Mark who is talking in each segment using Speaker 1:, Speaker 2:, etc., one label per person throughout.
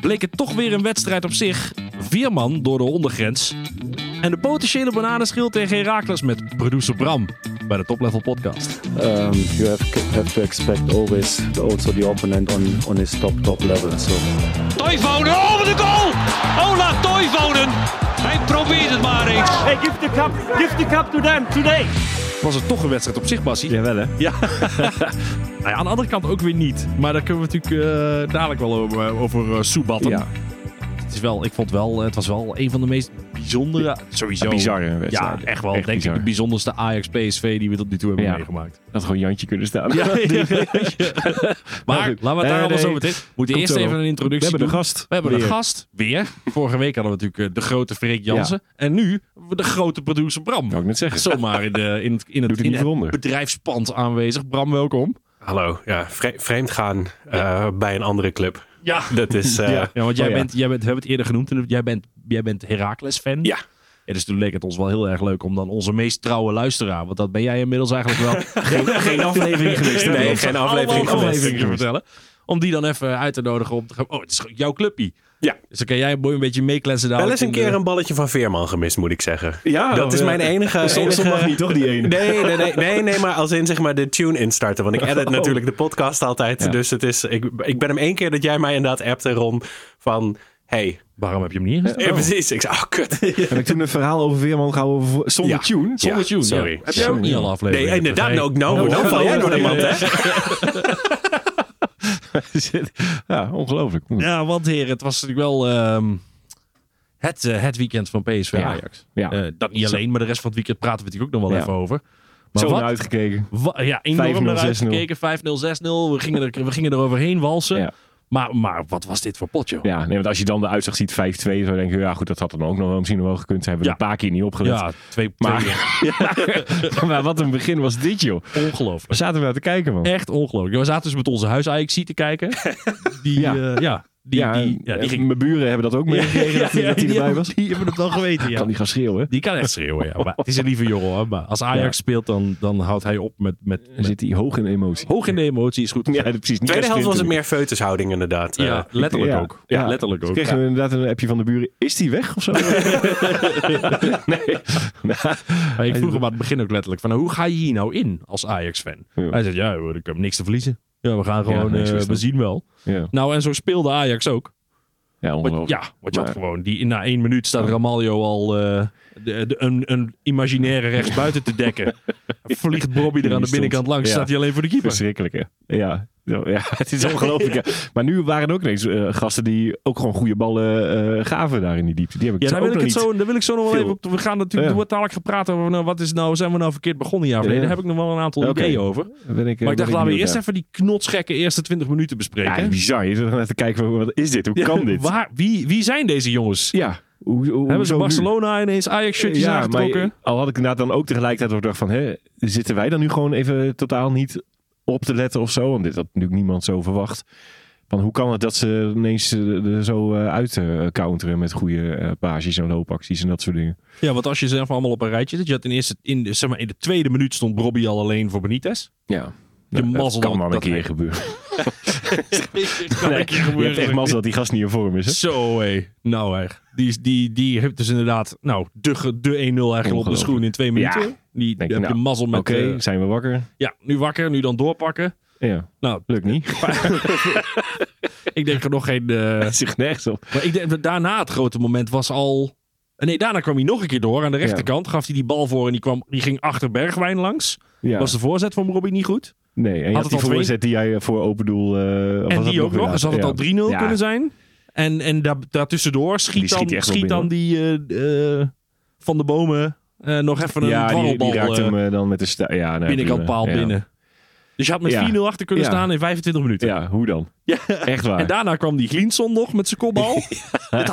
Speaker 1: bleek het toch weer een wedstrijd op zich. Vier man door de ondergrens. En de potentiële bananenschil tegen Herakles met producer Bram bij de Top Level Podcast.
Speaker 2: um, you have, have to expect always also the opponent on, on his top top level. So
Speaker 3: Toivonen, oh wat een goal! Ola Toivonen! Hij probeert het maar eens.
Speaker 4: Hey, give the cup, give the cup to them today.
Speaker 1: Was het toch een wedstrijd op zich, Bassie?
Speaker 5: Jawel hè.
Speaker 1: Ja. nou ja, aan de andere kant ook weer niet. Maar daar kunnen we natuurlijk eh, dadelijk wel over, eh, over eh, soebatten.
Speaker 5: Ja.
Speaker 1: Het, is wel, ik vond wel, eh, het was wel een van de meest bijzondere... Sowieso.
Speaker 5: Bizarre
Speaker 1: Ja,
Speaker 5: wedstrijd.
Speaker 1: echt wel.
Speaker 5: Echt
Speaker 1: denk
Speaker 5: bizar.
Speaker 1: ik de bijzonderste Ajax-PSV die we tot nu toe hebben
Speaker 5: Ja.
Speaker 1: meegemaakt.
Speaker 5: Dat gewoon Jantje kunnen staan.
Speaker 1: Ja, maar laten we het daar
Speaker 5: Nee, nee.
Speaker 1: allemaal zo meteen. We moeten
Speaker 5: Komt
Speaker 1: eerst
Speaker 5: zo wel.
Speaker 1: even een introductie
Speaker 5: We hebben
Speaker 1: doen.
Speaker 5: de gast.
Speaker 1: We hebben
Speaker 5: Weer.
Speaker 1: een gast. Weer. Vorige week hadden we natuurlijk eh, de grote Freek Jansen. En nu de grote producer Bram.
Speaker 5: Wou ik net zeggen.
Speaker 1: Zomaar in, de, in het, in het,
Speaker 5: Doet hij
Speaker 1: in
Speaker 5: niet eronder.
Speaker 1: bedrijfspand aanwezig. Bram, welkom.
Speaker 6: Hallo, ja, vre- vreemd gaan eh, bij een andere club.
Speaker 1: Ja.
Speaker 6: Dat is, eh,
Speaker 5: Ja.
Speaker 1: Ja, want jij,
Speaker 5: Oh ja.
Speaker 1: Bent, jij bent, we hebben het eerder genoemd, en jij bent, jij bent Heracles-fan.
Speaker 6: Ja.
Speaker 1: Ja, dus toen leek het ons wel heel erg leuk om dan onze meest trouwe luisteraar, want dat ben jij inmiddels eigenlijk wel. geen, geen aflevering
Speaker 6: geweest. Nee, geen aflevering geweest.
Speaker 1: te vertellen. Om die dan even uit te nodigen om te gaan. Oh, het is jouw clubje.
Speaker 6: Ja.
Speaker 1: Dus dan kan jij een boy een beetje meekletsen daar. eh,
Speaker 6: wel eens een keer een balletje van Veerman gemist, moet ik zeggen.
Speaker 5: Ja,
Speaker 6: dat is
Speaker 5: eh,
Speaker 6: mijn enige...
Speaker 5: Soms
Speaker 6: enige-
Speaker 5: mag niet, toch die ene?
Speaker 6: Nee, nee, nee, nee, nee, maar als in zeg maar de tune instarten. Want ik edit
Speaker 5: Oh.
Speaker 6: natuurlijk de podcast altijd. Dus het is, ik, ik ben hem één keer dat jij mij inderdaad appte, Ron, van... Hey,
Speaker 1: Waarom heb je hem niet ingezet?
Speaker 6: eh, precies. Ik zei, oh, kut.
Speaker 5: Heb ik toen een verhaal over Veerman gehouden voor- zonder
Speaker 6: Ja.
Speaker 5: tune?
Speaker 1: Zonder
Speaker 6: Ja,
Speaker 1: tune.
Speaker 6: sorry.
Speaker 1: Ja. Heb jij ook
Speaker 5: Sorry.
Speaker 1: niet alle
Speaker 6: Nee,
Speaker 1: afleveringen?
Speaker 6: inderdaad,
Speaker 1: Nee. nou
Speaker 6: ook no.
Speaker 5: Oh,
Speaker 6: Dan val jij door de mand, hè?
Speaker 5: ja, ongelooflijk.
Speaker 1: Ja, want heren, het was natuurlijk wel ehm, het, eh, het weekend van PSV
Speaker 5: Ja.
Speaker 1: Ajax.
Speaker 5: Ja.
Speaker 1: Eh, dat niet alleen, maar de rest van het weekend praten we natuurlijk ook nog wel
Speaker 5: Ja.
Speaker 1: even over. Maar
Speaker 5: Zo
Speaker 1: wat,
Speaker 5: naar uitgekeken.
Speaker 1: wa- ja, enorm
Speaker 5: 5-0,
Speaker 1: naar
Speaker 5: 6-0.
Speaker 1: uitgekeken. 5-0, 6-0. We gingen, er, we gingen er overheen walsen.
Speaker 5: Ja.
Speaker 1: Maar, maar wat was dit voor potje?
Speaker 5: Ja, nee, want als je dan de uitzag ziet 5-2, zo denk je, ja goed, dat had dan ook nog wel misschien wel gekund. Hebben we
Speaker 1: Ja.
Speaker 5: een paar keer niet opgelet.
Speaker 1: Ja, twee,
Speaker 5: Maar-
Speaker 1: twee-
Speaker 5: maar wat een begin was dit, joh.
Speaker 1: ongelooflijk.
Speaker 5: Waar zaten we naar te kijken, man?
Speaker 1: Echt ongelooflijk. We zaten dus met onze huis ajax te kijken. Die,
Speaker 5: Ja.
Speaker 1: ja. ja, die,
Speaker 5: ja,
Speaker 1: die, ja, die ging...
Speaker 5: mijn buren hebben dat ook meegekregen, dat hij- dat hij erbij was.
Speaker 1: Die hebben het wel geweten, ja.
Speaker 5: Kan die gaan schreeuwen, hè?
Speaker 1: Die kan echt schreeuwen, ja. Maar het is een lieve jongen, hoor. Maar als Ajax
Speaker 5: Ja.
Speaker 1: speelt, dan, dan houdt hij op met, met,
Speaker 5: Dan
Speaker 1: met...
Speaker 5: zit hij hoog in emotie.
Speaker 1: Hoog in de emotie is goed.
Speaker 5: Ja,
Speaker 1: gezegd.
Speaker 5: precies. Niet
Speaker 6: Tweede helft was het
Speaker 5: natuurlijk.
Speaker 6: meer feutushouding, inderdaad.
Speaker 1: Ja,
Speaker 6: Eh,
Speaker 1: letterlijk
Speaker 5: Ja.
Speaker 1: ook. Ja, letterlijk
Speaker 5: Toen
Speaker 1: ook.
Speaker 5: kregen
Speaker 1: Ja.
Speaker 5: we inderdaad een appje van de buren. Is die weg of zo? nee. Nou,
Speaker 1: Maar ik vroeg hem aan het begin ook letterlijk van, nou, hoe ga je hier nou in als Ajax-fan?
Speaker 5: Ja.
Speaker 1: Hij zei, ja, hoor, ik heb niks te verliezen. Ja, we gaan gewoon,
Speaker 5: niks
Speaker 1: eh,
Speaker 5: is
Speaker 1: we
Speaker 5: dat.
Speaker 1: zien wel.
Speaker 5: ja.
Speaker 1: Nou, en zo speelde Ajax ook.
Speaker 5: ja,
Speaker 1: Want,
Speaker 5: ongelooflijk.
Speaker 1: ja, want je had
Speaker 5: Maar-
Speaker 1: gewoon, die, na één minuut staat Ramaljo al eh, de, de- een, een imaginaire rechtsbuiten te dekken. Vliegt Bobby er aan de
Speaker 5: Die
Speaker 1: binnenkant
Speaker 5: stond-
Speaker 1: langs,
Speaker 5: ja.
Speaker 1: staat hij alleen voor de keeper.
Speaker 5: Verschrikkelijk, hè? Ja. Ja, ja, het is ongelooflijk. ja. Maar nu waren er ook ineens eh, gasten die ook gewoon goede ballen eh, gaven daar in die diepte. Die heb ik
Speaker 1: Ja,
Speaker 5: zo
Speaker 1: daar
Speaker 5: ook
Speaker 1: wil, ik
Speaker 5: nog
Speaker 1: het
Speaker 5: niet.
Speaker 1: zo, daar wil ik zo nog wel
Speaker 5: veel.
Speaker 1: even op. We gaan natuurlijk,
Speaker 5: Ja.
Speaker 1: er wordt dadelijk gepraat over, nou, wat is nou, zijn we nou verkeerd begonnen jaar verleden?
Speaker 5: Ja.
Speaker 1: Daar heb ik nog wel een aantal
Speaker 5: Oké.
Speaker 1: ideeën over.
Speaker 5: Daar Ben ik, eh,
Speaker 1: Maar ik
Speaker 5: ben
Speaker 1: dacht, laten we
Speaker 5: benieuwd
Speaker 1: eerst
Speaker 5: naar.
Speaker 1: even die knotsgekke eerste 20 minuten
Speaker 5: Ja,
Speaker 1: bespreken.
Speaker 5: bizar. Je zit gewoon even te kijken, van, wat is dit? Hoe kan dit?
Speaker 1: Waar, wie, wie zijn deze jongens?
Speaker 5: Ja. Hoe, hoe,
Speaker 1: Hebben ze
Speaker 5: hoezo nu?
Speaker 1: Barcelona ineens Ajax-shirtjes
Speaker 5: Ja,
Speaker 1: aangetrokken?
Speaker 5: maar al had ik inderdaad dan ook tegelijkertijd ook gedacht van... Hè, zitten wij dan nu gewoon even totaal niet op te letten of zo? Want dit had natuurlijk niemand zo verwacht. Van hoe kan het dat ze ineens eh, er zo eh, uit eh, counteren met goede eh pages en loopacties en dat soort dingen?
Speaker 1: Ja, want als je zelf allemaal op een rijtje zit. Je had in, eerste, in, de, zeg maar, in de tweede minuut stond Robbie al alleen voor Benitez.
Speaker 5: Ja.
Speaker 1: Je mazzel
Speaker 5: dat kan
Speaker 1: dat-
Speaker 5: wel een
Speaker 1: dat hij-
Speaker 5: keer gebeuren.
Speaker 1: Kan
Speaker 5: Nee,
Speaker 1: een keer
Speaker 5: je hebt echt
Speaker 1: gebeuren.
Speaker 5: mazzel dat die gast niet in vorm is. Hè?
Speaker 1: Zo hé. Nou hé. Die, die, die heeft dus inderdaad nou, de, ge- de 1-0 eigenlijk op de
Speaker 5: Ongelooflijk.
Speaker 1: schoen in twee minuten.
Speaker 5: Ja.
Speaker 1: Die
Speaker 5: Denk
Speaker 1: heb
Speaker 5: je,
Speaker 1: je
Speaker 5: nou,
Speaker 1: mazzel met...
Speaker 5: Oké,
Speaker 1: eh,
Speaker 5: zijn we wakker?
Speaker 1: ja, nu wakker, nu dan doorpakken.
Speaker 5: Ja,
Speaker 1: Nou,
Speaker 5: lukt niet.
Speaker 1: ik denk er nog geen... eh,
Speaker 5: Het zich nergens op.
Speaker 1: maar ik denk, dat daarna het grote moment was al... Eh, Nee, daarna kwam hij nog een keer door. Aan de rechterkant gaf hij die bal voor en die, kwam, die ging achter Bergwijn langs.
Speaker 5: Ja.
Speaker 1: Was de voorzet van Robbie niet goed?
Speaker 5: Nee, en je
Speaker 1: Had
Speaker 5: had,
Speaker 1: het
Speaker 5: die
Speaker 1: al twee?
Speaker 5: voorzet die jij voor open doel... eh, of was
Speaker 1: En
Speaker 5: dat
Speaker 1: die ook
Speaker 5: weer
Speaker 1: nog. Dus had het
Speaker 5: later?
Speaker 1: al 3-0
Speaker 5: Ja.
Speaker 1: kunnen zijn. En, en daar, daartussendoor schiet,
Speaker 5: Die schiet
Speaker 1: dan,
Speaker 5: echt wel
Speaker 1: schiet dan
Speaker 5: binnen,
Speaker 1: die eh, eh, Van de Bomen eh, nog even een
Speaker 5: ja, die,
Speaker 1: dwarrelbal
Speaker 5: die raakt
Speaker 1: eh,
Speaker 5: hem eh, dan met de sta- ja, nou,
Speaker 1: binnenkant
Speaker 5: prima.
Speaker 1: paal
Speaker 5: Ja.
Speaker 1: binnen. Dus je had met
Speaker 5: Ja.
Speaker 1: 4-0 achter kunnen
Speaker 5: Ja.
Speaker 1: staan in 25 minuten.
Speaker 5: Ja, hoe dan? Echt waar.
Speaker 1: En daarna kwam die Glinson nog met zijn kopbal.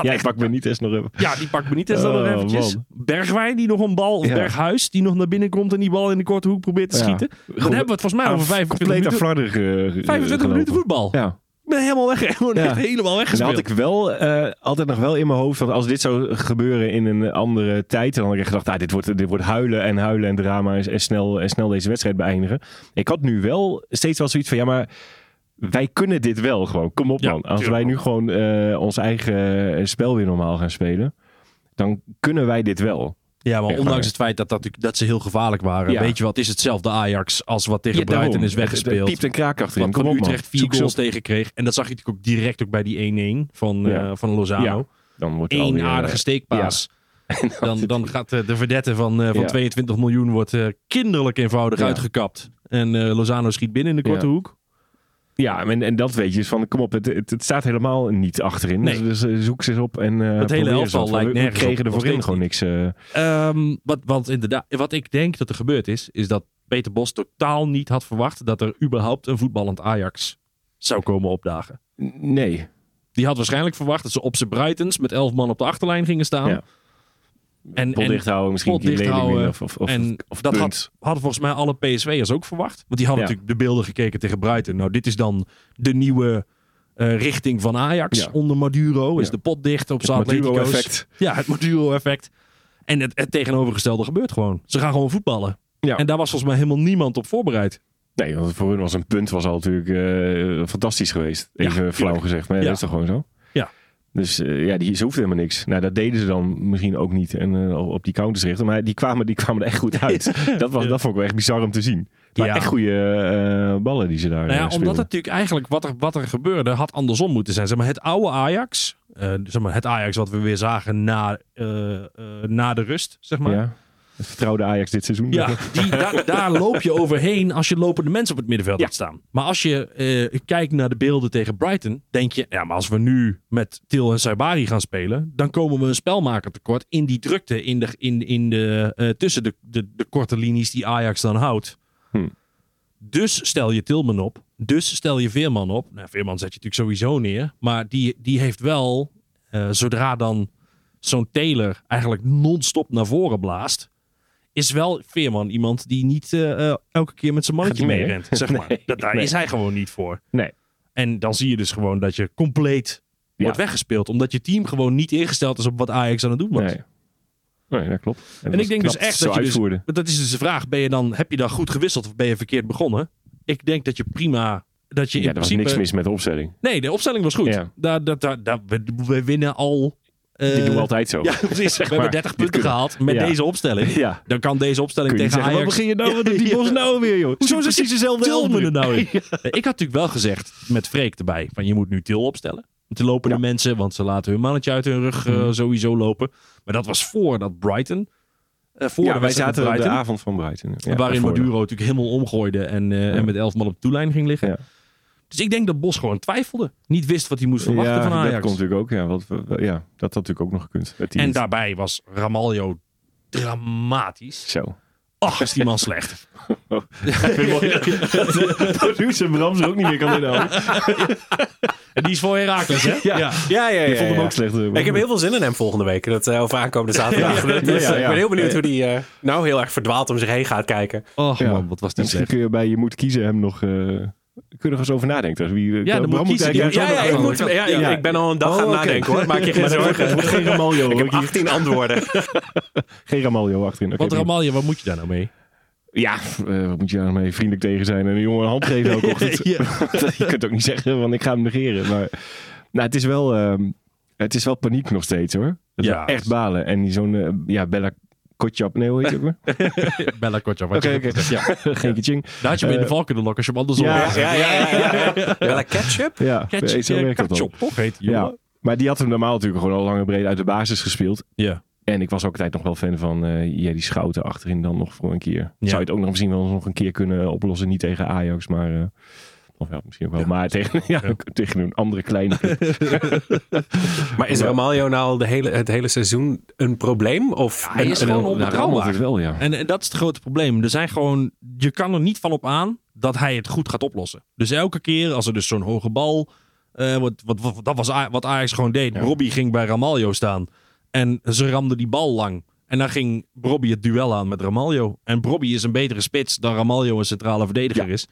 Speaker 5: ja, ik pak me niet eens nog even.
Speaker 1: ja, die pakt Benitez dan nog
Speaker 5: Oh,
Speaker 1: eventjes. Bergwijn die nog een bal, of
Speaker 5: Ja.
Speaker 1: Berghuis die nog naar binnen komt en die bal in de korte hoek probeert te
Speaker 5: Ja.
Speaker 1: schieten. Dan
Speaker 5: Gewoon
Speaker 1: hebben we het volgens mij over 25
Speaker 5: Compleet
Speaker 1: minuten,
Speaker 5: aflardig.
Speaker 1: 25 minuten voetbal.
Speaker 5: Ja.
Speaker 1: Ik ben helemaal weg, gewoon
Speaker 5: Ja.
Speaker 1: echt helemaal
Speaker 5: En dan
Speaker 1: weggespeeld.
Speaker 5: had ik wel eh, altijd nog wel in mijn hoofd, want als dit zou gebeuren in een andere tijd, dan had ik echt gedacht, ah, dit, wordt, dit wordt huilen en huilen en drama en, en snel, en snel deze wedstrijd beëindigen. Ik had nu wel steeds wel zoiets van, ja maar wij kunnen dit wel gewoon. Kom op
Speaker 1: Ja,
Speaker 5: man. Als
Speaker 1: tuurlijk.
Speaker 5: wij nu gewoon eh, ons eigen spel weer normaal gaan spelen, dan kunnen wij dit wel.
Speaker 1: Ja, maar
Speaker 5: Ja, maar-
Speaker 1: ondanks het feit dat, dat, natuurlijk- dat ze heel gevaarlijk waren.
Speaker 5: Ja.
Speaker 1: Weet je wat, is hetzelfde Ajax als wat tegen
Speaker 5: daarom.
Speaker 1: Brighton is
Speaker 5: Het- het
Speaker 1: weggespeeld.
Speaker 5: Piept een kraak achterin.
Speaker 1: wat
Speaker 5: Kom
Speaker 1: van
Speaker 5: op man.
Speaker 1: Utrecht vier
Speaker 5: Zoek ze
Speaker 1: goals
Speaker 5: op.
Speaker 1: tegen kreeg. En dat zag je natuurlijk ook direct ook bij die 1-1 van, eh
Speaker 5: Ja.
Speaker 1: van Lozano.
Speaker 5: Dan wordt er
Speaker 1: Eén
Speaker 5: alweer, eh,
Speaker 1: aardige steekpaas. Dan, dan gaat eh, de verdette van, eh, van
Speaker 5: Ja.
Speaker 1: 22 miljoen wordt eh, kinderlijk eenvoudig
Speaker 5: Ja.
Speaker 1: uitgekapt. En eh, Lozano schiet binnen in de korte
Speaker 5: Ja.
Speaker 1: hoek.
Speaker 5: Ja, en, en dat weet je. is Van, kom op, het, het, het staat helemaal niet achterin.
Speaker 1: Nee.
Speaker 5: Dus, dus, eh, zoek ze eens op en eh, probeer
Speaker 1: hele
Speaker 5: ze
Speaker 1: elftal
Speaker 5: wat.
Speaker 1: lijkt
Speaker 5: We-
Speaker 1: nergens
Speaker 5: We
Speaker 1: op,
Speaker 5: kregen er
Speaker 1: nog
Speaker 5: voorin
Speaker 1: steeds
Speaker 5: gewoon niks. eh,
Speaker 1: Ehm, wat, want inderdaad, wat ik denk dat er gebeurd is, is dat Peter Bos totaal niet had verwacht dat er überhaupt een voetballend Ajax zou komen opdagen.
Speaker 5: nee.
Speaker 1: Die had waarschijnlijk verwacht dat ze op zijn Brightons met elf man op de achterlijn gingen staan.
Speaker 5: Ja.
Speaker 1: En,
Speaker 5: Pot dicht
Speaker 1: en,
Speaker 5: houden, misschien
Speaker 1: pot
Speaker 5: die
Speaker 1: dicht
Speaker 5: lening
Speaker 1: houden.
Speaker 5: winnen of, of, of,
Speaker 1: en
Speaker 5: of
Speaker 1: dat
Speaker 5: punt.
Speaker 1: had, hadden volgens mij alle PSV'ers ook verwacht. Want die hadden
Speaker 5: Ja.
Speaker 1: natuurlijk de beelden gekeken tegen Brighton. Nou, dit is dan de nieuwe eh, richting van Ajax
Speaker 5: Ja.
Speaker 1: onder Maduro. Is
Speaker 5: Ja.
Speaker 1: de pot dicht op zijn Atletico's.
Speaker 5: Maduro-effect.
Speaker 1: Ja, het Maduro-effect. En het, het tegenovergestelde gebeurt gewoon. Ze gaan gewoon voetballen.
Speaker 5: Ja.
Speaker 1: En daar was volgens mij helemaal niemand op voorbereid.
Speaker 5: Nee, want voor hun was een punt was al natuurlijk eh, fantastisch geweest.
Speaker 1: Ja,
Speaker 5: Even flauw
Speaker 1: tuurlijk.
Speaker 5: gezegd, maar ja,
Speaker 1: Ja.
Speaker 5: dat is toch gewoon zo?
Speaker 1: Ja.
Speaker 5: Dus eh, ja, die, ze hoefden helemaal niks. Nou, dat deden ze dan misschien ook niet en, eh, op die counters richten. Maar die kwamen, die kwamen er echt goed uit. dat, was, dat vond ik wel echt bizar om te zien. Het waren
Speaker 1: Ja.
Speaker 5: echt goede eh, ballen die ze daar
Speaker 1: Nou ja,
Speaker 5: eh, speelden.
Speaker 1: omdat het natuurlijk eigenlijk wat er, wat er gebeurde had andersom moeten zijn. Zeg maar, het oude Ajax, eh, zeg maar, het Ajax wat we weer zagen na, eh, eh, na de rust, zeg maar. Ja,
Speaker 5: Ja. Het vertrouwde Ajax dit seizoen.
Speaker 1: die, daar- daar loop je overheen als je lopende mensen op het middenveld
Speaker 5: Ja.
Speaker 1: hebt staan. Maar als je eh, kijkt naar de beelden tegen Brighton, denk je, ja, maar als we nu met Til en Saibari gaan spelen, dan komen we een spelmaker tekort in die drukte in de, in, in de, eh, tussen de, de, de korte linies die Ajax dan houdt. Dus stel je Tilman op. Dus stel je Veerman op. Nou, Veerman zet je natuurlijk sowieso neer. Maar die, die heeft wel, eh, zodra dan zo'n Taylor eigenlijk non-stop naar voren blaast, is wel Veerman iemand die niet eh, eh, elke keer met zijn mannetje
Speaker 5: Gaat niet
Speaker 1: mee
Speaker 5: mee, hè?
Speaker 1: rent. Zeg maar.
Speaker 5: Nee,
Speaker 1: dat, daar
Speaker 5: nee.
Speaker 1: is hij gewoon niet voor.
Speaker 5: Nee.
Speaker 1: En dan zie je dus gewoon dat je compleet
Speaker 5: Ja.
Speaker 1: wordt weggespeeld. Omdat je team gewoon niet ingesteld is op wat Ajax aan het doen was.
Speaker 5: Nee. nee, dat klopt. En,
Speaker 1: En ik denk dus echt dat je dus,
Speaker 5: uitvoerde.
Speaker 1: dat is dus de vraag, ben je dan, heb je dan goed gewisseld of ben je verkeerd begonnen? Ik denk dat je prima, dat je in
Speaker 5: Ja, er was
Speaker 1: principe...
Speaker 5: niks mis met de opstelling.
Speaker 1: Nee, de opstelling was goed.
Speaker 5: Ja.
Speaker 1: Daar, daar, daar, daar- we, we winnen al... eh,
Speaker 5: Dit doen we altijd zo.
Speaker 1: Ja, precies. we hebben
Speaker 5: maar.
Speaker 1: 30
Speaker 5: Dit
Speaker 1: punten
Speaker 5: kunnen-
Speaker 1: gehaald met
Speaker 5: Ja.
Speaker 1: deze opstelling.
Speaker 5: Ja.
Speaker 1: Dan kan deze opstelling
Speaker 5: Kun je niet
Speaker 1: tegen
Speaker 5: zeggen,
Speaker 1: Ajax...
Speaker 5: waar begin je nou? Wat doet die bos nou weer, joh?
Speaker 1: Hoezo zit je
Speaker 5: dezelfde elf
Speaker 1: Tilman
Speaker 5: nu?
Speaker 1: er nou in? Nee, Ik had natuurlijk wel gezegd, met Freek erbij, van je moet nu Til opstellen. Te lopen de mensen, want ze laten hun mannetje uit hun rug eh,
Speaker 5: Mhm.
Speaker 1: sowieso lopen. Maar dat was voor dat Brighton... eh, voor
Speaker 5: Ja,
Speaker 1: de wedstrijd
Speaker 5: wij
Speaker 1: met
Speaker 5: zaten op de
Speaker 1: Brighton.
Speaker 5: avond van Brighton. Ja,
Speaker 1: waarin
Speaker 5: daarvoor.
Speaker 1: Maduro natuurlijk helemaal omgooide en, eh, en met elf man op toelijn ging liggen.
Speaker 5: Ja.
Speaker 1: Dus ik denk dat Bos gewoon twijfelde. Niet wist wat hij moest verwachten
Speaker 5: ja,
Speaker 1: van Ajax.
Speaker 5: dat komt natuurlijk ook. Ja, wat, we- we- ja, dat had natuurlijk ook nog gekund. Het team
Speaker 1: en
Speaker 5: is-
Speaker 1: daarbij was Ramaljo dramatisch.
Speaker 5: Zo.
Speaker 1: Ach, is die man slecht.
Speaker 5: Producer Bram ze ook niet meer kan nou? inhouden.
Speaker 1: En die is voor Herakles, hè?
Speaker 5: Ja.
Speaker 6: Ja, ja, ja.
Speaker 5: Ik vond hem
Speaker 6: ja.
Speaker 5: ook slecht. eh,
Speaker 6: Ik heb heel veel zin in hem volgende week. Dat, eh, of aankomende zaterdag. Dat is,
Speaker 5: ja, ja.
Speaker 6: Ik ben heel benieuwd hoe die eh, nou heel erg verdwaald om zich heen gaat kijken.
Speaker 1: Och
Speaker 5: Ja.
Speaker 1: man, wat was die
Speaker 5: Misschien
Speaker 1: slecht.
Speaker 5: kun je bij Je Moet Kiezen hem nog... eh kun je nog eens over nadenken. trouwens. wie, eh,
Speaker 1: Ja, dan moet kiezen.
Speaker 5: eigenlijk-
Speaker 1: Ja,
Speaker 6: Ja, ja, ik,
Speaker 1: ja,
Speaker 6: moet,
Speaker 1: ja.
Speaker 6: ja, Oh, ik, ik ben al een dag aan het nadenken hoor. Maak je geen zorgen.
Speaker 5: Het wordt geen Ramaljo.
Speaker 6: Ik
Speaker 5: hoor.
Speaker 6: heb 18 antwoorden.
Speaker 5: Geen Ramaljo achterin. Oké,
Speaker 1: Want Ramaljo, wat moet je daar nou mee?
Speaker 5: Ja, eh, wat moet je daarmee vriendelijk tegen zijn en een jongen een hand geven elke ochtend? je kunt ook niet zeggen, want ik ga hem negeren. Maar nou, het, is wel, ehm, het is wel paniek nog steeds hoor. Het
Speaker 1: Ja.
Speaker 5: ja, echt balen. En die zo'n eh, ja, Bella Kotjap, nee hoe heet het ook weer?
Speaker 1: Bella Kotja, wat
Speaker 5: Oké,
Speaker 1: je
Speaker 5: oké.
Speaker 1: gezegd. Ja.
Speaker 5: Geen kaching.
Speaker 1: Daar had je hem in de
Speaker 5: Eh,
Speaker 1: val kunnen lokken als je hem andersom
Speaker 5: ja,
Speaker 1: had gezegd.
Speaker 6: Ja, ja, ja. ja, ja. Wel een ketchup?
Speaker 5: Ja,
Speaker 1: Ketch-
Speaker 5: nee, zo
Speaker 1: eh,
Speaker 5: werkt dat dan.
Speaker 1: Katjop, toch heet die
Speaker 5: Ja,
Speaker 1: jongen?
Speaker 5: maar die had hem normaal natuurlijk gewoon al lang en breed uit de basis gespeeld.
Speaker 1: Ja.
Speaker 5: En ik was ook altijd nog wel fan van eh ja, die schouten achterin dan nog voor een keer. Zou je het ook nog misschien wel nog een keer kunnen oplossen. Niet tegen Ajax, maar... eh, of ja, misschien ook wel. Maar tegen, ja, tegen een andere kleine club.
Speaker 6: Maar is Ramaljo nou al de hele, het hele seizoen een probleem? Of nou,
Speaker 1: hij is gewoon
Speaker 5: Daar rammelt
Speaker 1: onbetrouwbaar.
Speaker 5: het wel, ja.
Speaker 1: En, en dat is het grote probleem. Er zijn gewoon, je kan er niet van op aan dat hij het goed gaat oplossen. Dus elke keer als er dus zo'n hoge bal. eh, wat, wat, wat- dat was A- wat Ajax gewoon deed. Robbie ging bij Ramaljo staan. En ze ramden die bal lang. En dan ging Robbie het duel aan met Ramaljo. En Robbie is een betere spits dan Ramaljo een centrale verdediger is.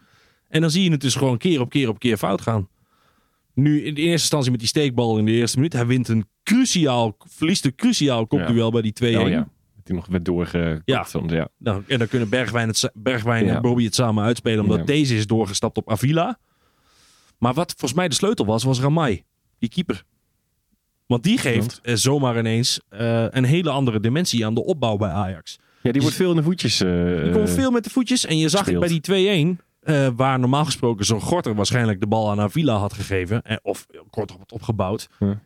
Speaker 1: En dan zie je het dus gewoon keer op keer op keer fout gaan. Nu in de eerste instantie met die steekbal in de eerste minuut. Hij wint een cruciaal, verliest een cruciaal kopduel bij die 2-1.
Speaker 5: Oh ja, die nog werd doorgekopt
Speaker 1: Ja.
Speaker 5: soms, ja.
Speaker 1: Nou, en dan kunnen Bergwijn, het, Bergwijn
Speaker 5: Ja.
Speaker 1: en Bobby het samen uitspelen. Omdat
Speaker 5: Ja.
Speaker 1: deze is doorgestapt op Avila. Maar wat volgens mij de sleutel was, was Ramai, die keeper. Want die geeft
Speaker 5: Want?
Speaker 1: eh, zomaar ineens eh, een hele andere dimensie aan de opbouw bij Ajax.
Speaker 5: Ja, die wordt veel in de voetjes. eh,
Speaker 1: Dus- Die kon veel met de voetjes. En je zag het
Speaker 5: speelt.
Speaker 1: bij die 2-1, eh, waar normaal gesproken zo'n Gorter waarschijnlijk de bal aan Avila had gegeven. eh, of kort op het opgebouwd.
Speaker 5: Ja.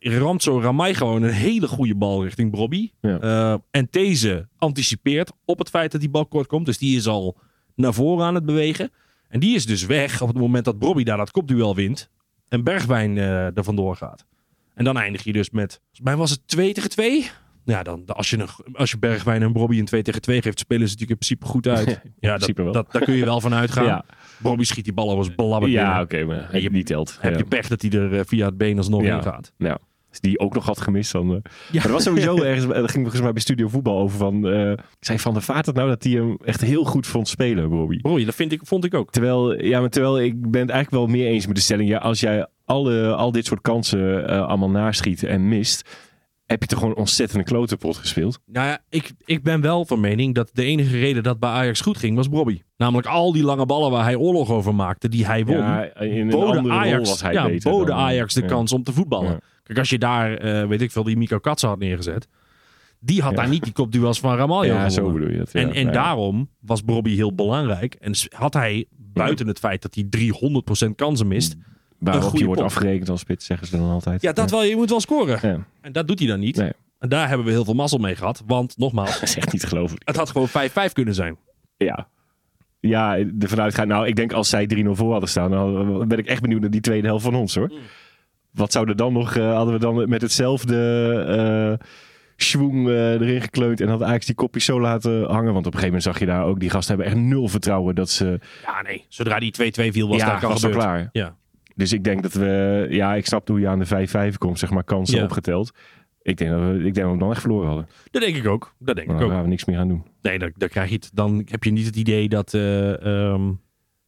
Speaker 1: Ramt zo Ramai gewoon een hele goede bal richting Bobby.
Speaker 5: Ja.
Speaker 1: Eh, en deze anticipeert op het feit dat die bal kort komt. Dus die is al naar voren aan het bewegen. En die is dus weg op het moment dat Bobby daar dat kopduel wint. En Bergwijn eh er vandoor gaat. En dan eindig je dus met... Volgens mij was het 2 tegen 2. Ja, dan, als, je een, als je Bergwijn en Bobby een 2 tegen 2 geeft... spelen ze natuurlijk in principe goed uit. Ja, dat,
Speaker 5: principe wel.
Speaker 1: dat, daar kun je wel van uitgaan.
Speaker 5: Ja.
Speaker 1: Bobby schiet die bal als blabberd
Speaker 5: Ja,
Speaker 1: binnen.
Speaker 5: oké, maar heb
Speaker 1: je-
Speaker 5: je niet telt.
Speaker 1: Heb
Speaker 5: ja.
Speaker 1: je pech dat hij er eh, via het been alsnog
Speaker 5: Ja.
Speaker 1: in gaat.
Speaker 5: Nou, als die ook nog had gemist dan... eh. Maar dat was sowieso ergens... eh, Dat ging volgens mij bij Studio Voetbal over van... eh, zei Van der Vaart dat nou dat hij hem echt heel goed vond spelen, Bobby?
Speaker 1: Broei, dat vind ik, vond ik ook.
Speaker 5: Terwijl, ja, maar terwijl ik ben het eigenlijk wel meer eens met de stelling. Ja, als jij alle, al dit soort kansen eh, allemaal naschiet en mist... heb je toch gewoon een ontzettende klotenpot gespeeld.
Speaker 1: Nou ja, ik, ik ben wel van mening dat de enige reden dat bij Ajax goed ging was Bobby. Namelijk al die lange ballen waar hij oorlog over maakte, die hij won.
Speaker 5: Ja, in een
Speaker 1: boden
Speaker 5: andere
Speaker 1: Ajax,
Speaker 5: rol was hij
Speaker 1: ja,
Speaker 5: beter.
Speaker 1: boden
Speaker 5: dan- eh,
Speaker 1: Ajax de
Speaker 5: ja.
Speaker 1: kans om te voetballen.
Speaker 5: Ja.
Speaker 1: Kijk, als je daar, eh, weet ik veel, die Miko Katsen had neergezet. Die had
Speaker 5: Ja.
Speaker 1: daar niet die kopduels van Ramaljo
Speaker 5: Ja, zo
Speaker 1: gewonnen.
Speaker 5: bedoel je dat. ja.
Speaker 1: En, en
Speaker 5: Ja.
Speaker 1: daarom was Bobby heel belangrijk. En s- had hij, buiten het feit dat hij 300% kansen mist. een
Speaker 5: Waarop
Speaker 1: goede
Speaker 5: je wordt
Speaker 1: pot.
Speaker 5: afgerekend als spits, zeggen ze dan altijd.
Speaker 1: Ja, dat wel. Je moet wel scoren.
Speaker 5: Ja.
Speaker 1: En dat doet hij dan niet.
Speaker 5: Nee.
Speaker 1: En daar hebben we heel veel mazzel mee gehad. Want, nogmaals,
Speaker 5: Dat is echt niet te geloven.
Speaker 1: het had gewoon 5-5 kunnen zijn.
Speaker 5: Ja. Ja, ervan uitgaan. Nou, ik denk als zij 3-0 voor hadden staan, dan ben ik echt benieuwd naar die tweede helft van ons hoor.
Speaker 1: Mm.
Speaker 5: Wat zou er dan nog, eh, hadden we dan met hetzelfde eh schwung eh, erin gekleund en had eigenlijk die kopjes zo laten hangen. Want op een gegeven moment zag je daar ook, die gasten hebben echt nul vertrouwen dat ze...
Speaker 1: Ja, nee. Zodra die 2-2 viel, was
Speaker 5: ja,
Speaker 1: dat al
Speaker 5: was al
Speaker 1: gebeurd.
Speaker 5: klaar.
Speaker 1: Ja.
Speaker 5: Dus ik denk dat we, ja, ik snap hoe je aan de 5-5 komt, zeg maar, kansen
Speaker 1: Ja.
Speaker 5: opgeteld. Ik denk, dat we, ik denk dat we hem dan echt verloren hadden.
Speaker 1: Dat denk ik ook. Dat denk
Speaker 5: Maar
Speaker 1: ik
Speaker 5: daar
Speaker 1: ook.
Speaker 5: gaan we niks meer aan doen.
Speaker 1: Nee, dan, dan krijg je het. Dan heb je niet het idee dat, eh, ehm,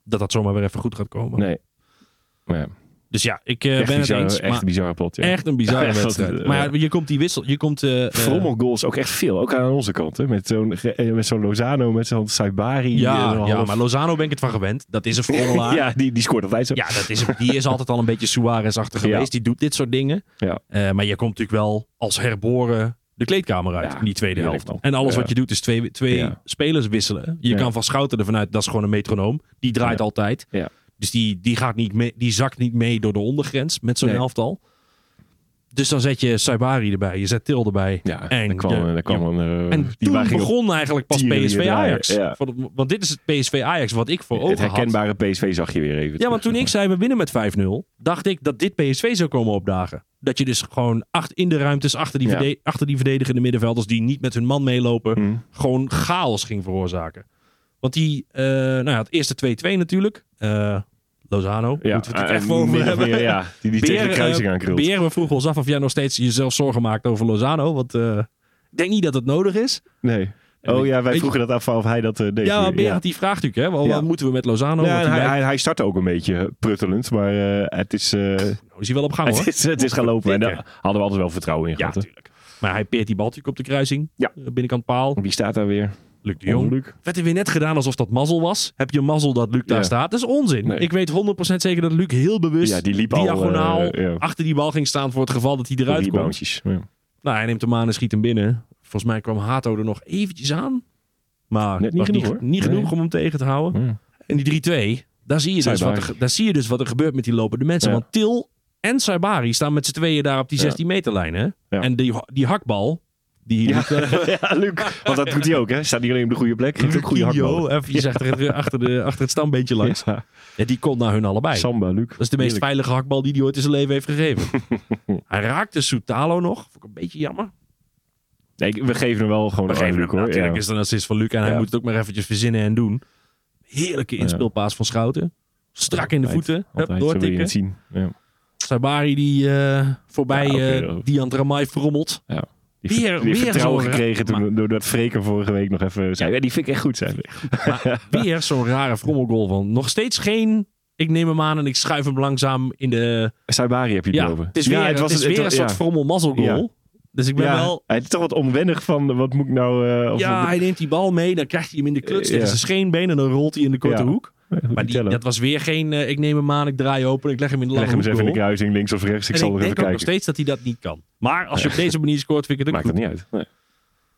Speaker 1: dat dat zomaar weer even goed gaat komen.
Speaker 5: Nee. Maar ja,
Speaker 1: Dus ja, ik eh,
Speaker 5: echt,
Speaker 1: ben
Speaker 5: bizarre,
Speaker 1: het eens.
Speaker 5: echt
Speaker 1: maar
Speaker 5: een bizarre pot. ja.
Speaker 1: echt een bizarre
Speaker 5: Echt, dat-
Speaker 1: wedstrijd.
Speaker 5: eh,
Speaker 1: maar ja, je komt die wissel. Je komt. eh, eh,
Speaker 5: Frommel goals ook echt veel. Ook aan onze kant. Hè? Met zo'n eh, met zo'n Lozano, met zo'n Saibari.
Speaker 1: ja,
Speaker 5: eh, half-
Speaker 1: ja, maar Lozano ben ik het van gewend. Dat is een frommelaar. ja.
Speaker 5: ja, die, die scoort altijd zo.
Speaker 1: dat is, die is altijd al een beetje Suarez-achtig
Speaker 5: Ja.
Speaker 1: geweest. Die doet dit soort dingen.
Speaker 5: Ja.
Speaker 1: Eh, maar je komt natuurlijk wel als herboren de kleedkamer uit
Speaker 5: Ja,
Speaker 1: in die tweede
Speaker 5: tuurlijk
Speaker 1: helft.
Speaker 5: wel.
Speaker 1: En alles
Speaker 5: Ja.
Speaker 1: wat je doet is twee, twee
Speaker 5: Ja.
Speaker 1: spelers wisselen. Je
Speaker 5: Ja.
Speaker 1: kan van Schouten ervan uit, dat is gewoon een metronoom. Die draait
Speaker 5: Ja.
Speaker 1: altijd.
Speaker 5: Ja.
Speaker 1: Dus die, die, gaat niet mee, die zakt niet mee door de ondergrens met zo'n
Speaker 5: Nee.
Speaker 1: helftal. Dus dan zet je Saibari erbij, je zet Til erbij.
Speaker 5: Ja,
Speaker 1: En
Speaker 5: daar kwam,
Speaker 1: je-
Speaker 5: daar kwam
Speaker 1: je-
Speaker 5: een... eh,
Speaker 1: En
Speaker 5: die
Speaker 1: toen
Speaker 5: waar ging op
Speaker 1: begon eigenlijk pas
Speaker 5: tieren die
Speaker 1: PSV
Speaker 5: draaien.
Speaker 1: Ajax.
Speaker 5: Ja.
Speaker 1: Voor dat- Want dit is het PSV Ajax wat ik voor
Speaker 5: het
Speaker 1: ogen had.
Speaker 5: herkenbare PSV zag je weer even.
Speaker 1: Ja,
Speaker 5: terug,
Speaker 1: want toen ik
Speaker 5: zeg
Speaker 1: zei we winnen met 5-0, dacht ik dat dit PSV zou komen opdagen. Dat je dus gewoon acht in de ruimtes achter die,
Speaker 5: Ja.
Speaker 1: verde- achter die verdedigende middenvelders die niet met hun man meelopen,
Speaker 5: maar. Hmm.
Speaker 1: gewoon chaos ging veroorzaken. Want die, eh, nou ja, het eerste 2-2 natuurlijk. Eh, Lozano,
Speaker 5: Ja,
Speaker 1: moeten we het
Speaker 5: eh,
Speaker 1: er echt over
Speaker 5: min of
Speaker 1: hebben.
Speaker 5: meer, ja, die, die tegen de
Speaker 1: Beer,
Speaker 5: kruising
Speaker 1: eh,
Speaker 5: aankrult.
Speaker 1: Beer, we vroegen ons af of jij nog steeds jezelf zorgen maakt over Lozano. Want eh, ik denk niet dat het nodig is.
Speaker 5: Nee.
Speaker 1: En
Speaker 5: Oh
Speaker 1: ik-
Speaker 5: ja, wij
Speaker 1: weet
Speaker 5: vroegen dat af of hij dat eh, deed.
Speaker 1: Ja, maar
Speaker 5: weer.
Speaker 1: Beer had die vraag natuurlijk. Hè? Wel,
Speaker 5: Ja.
Speaker 1: Wat moeten we met Lozano?
Speaker 5: Ja,
Speaker 1: Want
Speaker 5: en
Speaker 1: die
Speaker 5: hij,
Speaker 1: lijkt-
Speaker 5: hij, hij startte ook een beetje pruttelend, maar eh, het, is, eh,
Speaker 1: Nou, is hij wel op gang hoor.
Speaker 5: het is... Het is gaan lopen en daar
Speaker 1: Dikke.
Speaker 5: hadden we altijd wel vertrouwen in
Speaker 1: Ja,
Speaker 5: gehad. hè.
Speaker 1: natuurlijk. Maar hij peert die bal natuurlijk op de kruising.
Speaker 5: Ja.
Speaker 1: Eh, Binnenkant paal.
Speaker 5: Wie staat daar weer?
Speaker 1: Luc de Jong.
Speaker 5: Ongeluk.
Speaker 1: Werd er weer net gedaan alsof dat mazzel was. Heb je mazzel dat Luc daar
Speaker 5: Ja.
Speaker 1: staat? Dat is onzin.
Speaker 5: Nee.
Speaker 1: Ik weet 100% zeker dat Luc heel bewust
Speaker 5: Ja, die liep al,
Speaker 1: diagonaal
Speaker 5: eh, ja.
Speaker 1: achter die bal ging staan voor het geval dat hij eruit komt.
Speaker 5: Reboundjes. Ja.
Speaker 1: Nou, hij neemt hem aan en schiet hem binnen. Volgens mij kwam Hato er nog eventjes aan. Maar
Speaker 5: Net niet
Speaker 1: was
Speaker 5: genoeg, hoor.
Speaker 1: niet
Speaker 5: Nee. Hmm.
Speaker 1: genoeg om hem tegen te houden.
Speaker 5: Ja.
Speaker 1: En die 3-2, daar, zie je dus
Speaker 5: Saibari.
Speaker 1: wat er ge- daar zie je dus wat er gebeurt met die lopende mensen.
Speaker 5: Ja.
Speaker 1: Want Til en Saibari staan met z'n tweeën daar op die
Speaker 5: Ja.
Speaker 1: 16 meterlijn. Hè?
Speaker 5: Ja.
Speaker 1: En die, die hakbal, die ja.
Speaker 5: ja, Luc. Want dat doet hij ook, hè? Staat niet alleen op de goede plek, geeft ook goede hakballen.
Speaker 1: eventjes achter het, achter, de, achter het stambeentje langs.
Speaker 5: Ja,
Speaker 1: Ja, die komt naar hun allebei.
Speaker 5: Samba, Luc.
Speaker 1: dat is de meest
Speaker 5: Heerlijk.
Speaker 1: veilige hakbal die hij ooit in zijn leven heeft gegeven. hij raakte Soutalo nog. Vond ik een beetje jammer.
Speaker 5: Nee, ik- we geven hem wel gewoon
Speaker 1: We
Speaker 5: nog één,
Speaker 1: geven
Speaker 5: Luc,
Speaker 1: hem
Speaker 5: hoor.
Speaker 1: natuurlijk
Speaker 5: Ja.
Speaker 1: is het een assist van Luc. En hij
Speaker 5: Ja.
Speaker 1: moet het ook maar eventjes verzinnen en doen. Heerlijke inspeelpaas van Schouten. Strak in de
Speaker 5: Altijd,
Speaker 1: voeten. Hup,
Speaker 5: Altijd, zo wil je het
Speaker 1: doortikken.
Speaker 5: zien. Ja.
Speaker 1: Sabari die eh, voorbij
Speaker 5: Ja,
Speaker 1: eh
Speaker 5: oké, dat-
Speaker 1: Diant Ramai frommelt.
Speaker 5: Die,
Speaker 1: Weer-
Speaker 5: ver- die
Speaker 1: weer
Speaker 5: vertrouwen
Speaker 1: zo'n-
Speaker 5: gekregen toen, doordat Freken vorige week nog even zei. Ja, die vind ik echt goed, zijn.
Speaker 1: Weer zo'n rare frommelgoal van. Nog steeds geen... Ik neem hem aan en ik schuif hem langzaam in de...
Speaker 5: Saibari heb je het
Speaker 1: Ja,
Speaker 5: over.
Speaker 1: het is weer,
Speaker 5: ja,
Speaker 1: het is weer een soort
Speaker 5: ja.
Speaker 1: frommel mazzelgoal. Dus ik ben
Speaker 5: Ja,
Speaker 1: wel...
Speaker 5: Hij is toch wat onwennig van wat moet ik nou... eh, of
Speaker 1: Ja,
Speaker 5: wat-
Speaker 1: hij neemt die bal mee, dan krijgt hij hem in de kluts
Speaker 5: Eh,
Speaker 1: tegen
Speaker 5: ja.
Speaker 1: zijn scheenbeen en dan rolt hij in de korte
Speaker 5: Ja.
Speaker 1: hoek. Maar die, dat was weer geen, eh, ik neem hem aan, ik draai open, ik leg hem in de
Speaker 5: Leg
Speaker 1: lange
Speaker 5: hem eens
Speaker 1: hoek
Speaker 5: even in de
Speaker 1: door.
Speaker 5: kruising, links of rechts. Ik
Speaker 1: en
Speaker 5: zal
Speaker 1: ik
Speaker 5: er even
Speaker 1: denk ook
Speaker 5: kijken.
Speaker 1: nog steeds dat hij dat niet kan. Maar als je op deze manier scoort, vind ik het ook
Speaker 5: Maakt
Speaker 1: goed.
Speaker 5: het niet uit. Nee.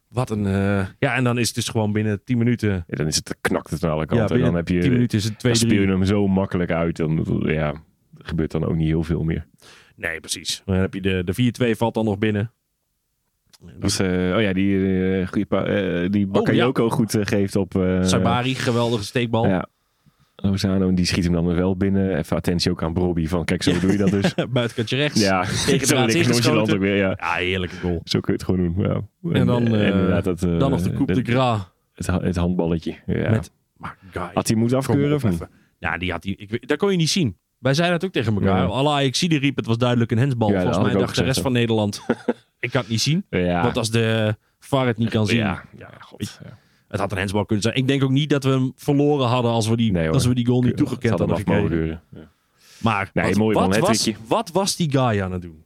Speaker 1: Wat een... eh, ja, en dan is het dus gewoon binnen 10 minuten...
Speaker 5: Ja, dan is het, knakt het aan alle
Speaker 1: Ja,
Speaker 5: kanten. en
Speaker 1: binnen
Speaker 5: dan heb je,
Speaker 1: 10 minuten is het
Speaker 5: dan
Speaker 1: 2
Speaker 5: speel je hem zo makkelijk uit. Dan ja, er gebeurt dan ook niet heel veel meer.
Speaker 1: Nee, precies. Dan heb je de, de 4-2 valt dan nog binnen.
Speaker 5: Dat is, eh, oh ja, die, eh, goeie pa- eh,
Speaker 1: Oh,
Speaker 5: die Bakayoko goed eh, geeft op... eh,
Speaker 1: Saibari, geweldige steekbal.
Speaker 5: Ja. Lozano, en die schiet hem dan weer wel binnen. Even attentie ook aan Brobby. Van kijk, zo doe je dat dus.
Speaker 1: Buitenkantje rechts. Ja,
Speaker 5: Ja,
Speaker 1: Tegen de
Speaker 5: zo
Speaker 1: laatste
Speaker 5: lekker nonchalant
Speaker 1: ingeschoten.
Speaker 5: ook weer. Ja.
Speaker 1: heerlijke goal.
Speaker 5: Zo kun je het gewoon doen. Ja. En,
Speaker 1: dan,
Speaker 5: eh,
Speaker 1: eh,
Speaker 5: inderdaad dat, eh,
Speaker 1: Dan nog de Coupe de Gras.
Speaker 5: het, ha- het handballetje. Ja.
Speaker 1: Met- Maar guy.
Speaker 5: Had hij moeten
Speaker 1: kom
Speaker 5: afkeuren
Speaker 1: op
Speaker 5: of niet?
Speaker 1: even. Ja, die had die, ik, weet- dat kon je niet zien. Wij zeiden dat ook tegen elkaar.
Speaker 5: Ja.
Speaker 1: Alle Ajaxide riep, het was duidelijk een hensbal.
Speaker 5: Ja, dat
Speaker 1: Volgens
Speaker 5: had
Speaker 1: mij
Speaker 5: ik ook
Speaker 1: dacht de rest
Speaker 5: gezegd,
Speaker 1: van Nederland, ik kan het niet zien.
Speaker 5: Ja.
Speaker 1: Want als de VAR het niet kan zien,
Speaker 5: Ja, ja, god. Ja.
Speaker 1: het had een hensbal kunnen zijn. Ik denk ook niet dat we hem verloren hadden als we die,
Speaker 5: Nee, hoor.
Speaker 1: als we die goal niet toegekend
Speaker 5: Het had hem
Speaker 1: hadden
Speaker 5: af mogen
Speaker 1: gekregen.
Speaker 5: deuren.
Speaker 1: Maar
Speaker 5: Nee,
Speaker 1: wat,
Speaker 5: mooi
Speaker 1: wat, was,
Speaker 5: one-hat-trickje.
Speaker 1: wat was die guy aan het doen?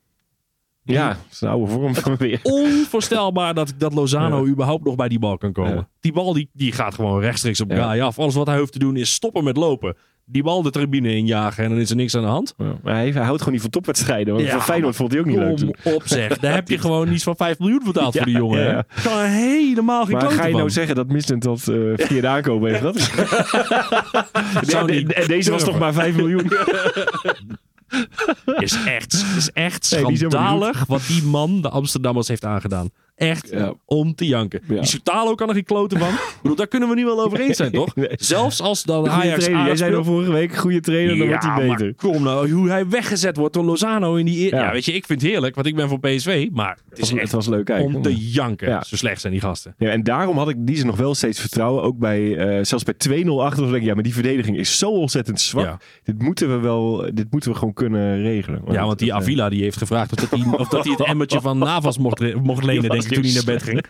Speaker 5: Ja, dat is een oude vorm van weer.
Speaker 1: onvoorstelbaar dat, dat Lozano überhaupt nog bij die bal kan komen.
Speaker 5: Ja.
Speaker 1: Die bal die, die gaat gewoon rechtstreeks op
Speaker 5: Ja.
Speaker 1: Gaia af. Alles wat hij hoeft te doen is stoppen met lopen. Die bal de tribune injagen en dan is er niks aan de hand.
Speaker 5: Ja. Maar hij, hij houdt gewoon niet van topwedstrijden. Want
Speaker 1: Ja,
Speaker 5: van Feyenoord vond hij ook niet
Speaker 1: Kom
Speaker 5: leuk toen.
Speaker 1: op zeg. Daar heb je gewoon iets van 5 miljoen betaald voor die
Speaker 5: Ja,
Speaker 1: jongen.
Speaker 5: ja.
Speaker 1: hè? Ik Kan er helemaal geen
Speaker 5: Maar
Speaker 1: klote
Speaker 5: ga je
Speaker 1: van.
Speaker 5: nou zeggen dat Missend dat eh via de aankoop heeft gehad? Ja,
Speaker 1: Zou
Speaker 5: de-
Speaker 1: niet
Speaker 5: de- deze was
Speaker 1: durven.
Speaker 5: toch maar 5 miljoen?
Speaker 1: Is echt, is echt
Speaker 5: Nee, die is helemaal
Speaker 1: schandalig wat die man de Amsterdammers heeft aangedaan. Echt
Speaker 5: Ja.
Speaker 1: om te janken.
Speaker 5: Ja.
Speaker 1: Die Soutalo kan er geen klote van. Ik bedoel, daar kunnen we nu wel over eens zijn, toch?
Speaker 5: Nee.
Speaker 1: Zelfs als dan
Speaker 5: Goeie
Speaker 1: Ajax
Speaker 5: trainer. Jij
Speaker 1: Ajax
Speaker 5: zei al vorige week, goede trainer, dan wordt hij beter.
Speaker 1: Maar kom nou, hoe hij weggezet wordt door Lozano in die... e- Ja.
Speaker 5: Ja.
Speaker 1: weet je, ik vind het heerlijk, want ik ben voor PSV. Maar het is
Speaker 5: Het was-
Speaker 1: echt
Speaker 5: het was leuk kijken.
Speaker 1: om te janken.
Speaker 5: Ja.
Speaker 1: Zo slecht zijn die gasten.
Speaker 5: Ja, en daarom had ik die ze nog wel steeds vertrouwen. Ook bij, eh, zelfs bij 2-0 achter. was ik, ja, maar die verdediging is zo ontzettend zwak.
Speaker 1: Ja.
Speaker 5: Dit moeten we wel, dit moeten we gewoon kunnen regelen.
Speaker 1: Ja, want die
Speaker 5: dat, eh,
Speaker 1: Avila die heeft gevraagd of dat hij, of dat hij het emmertje van Navas mocht, re- mocht lenen, denk ik, toen hij naar bed ging.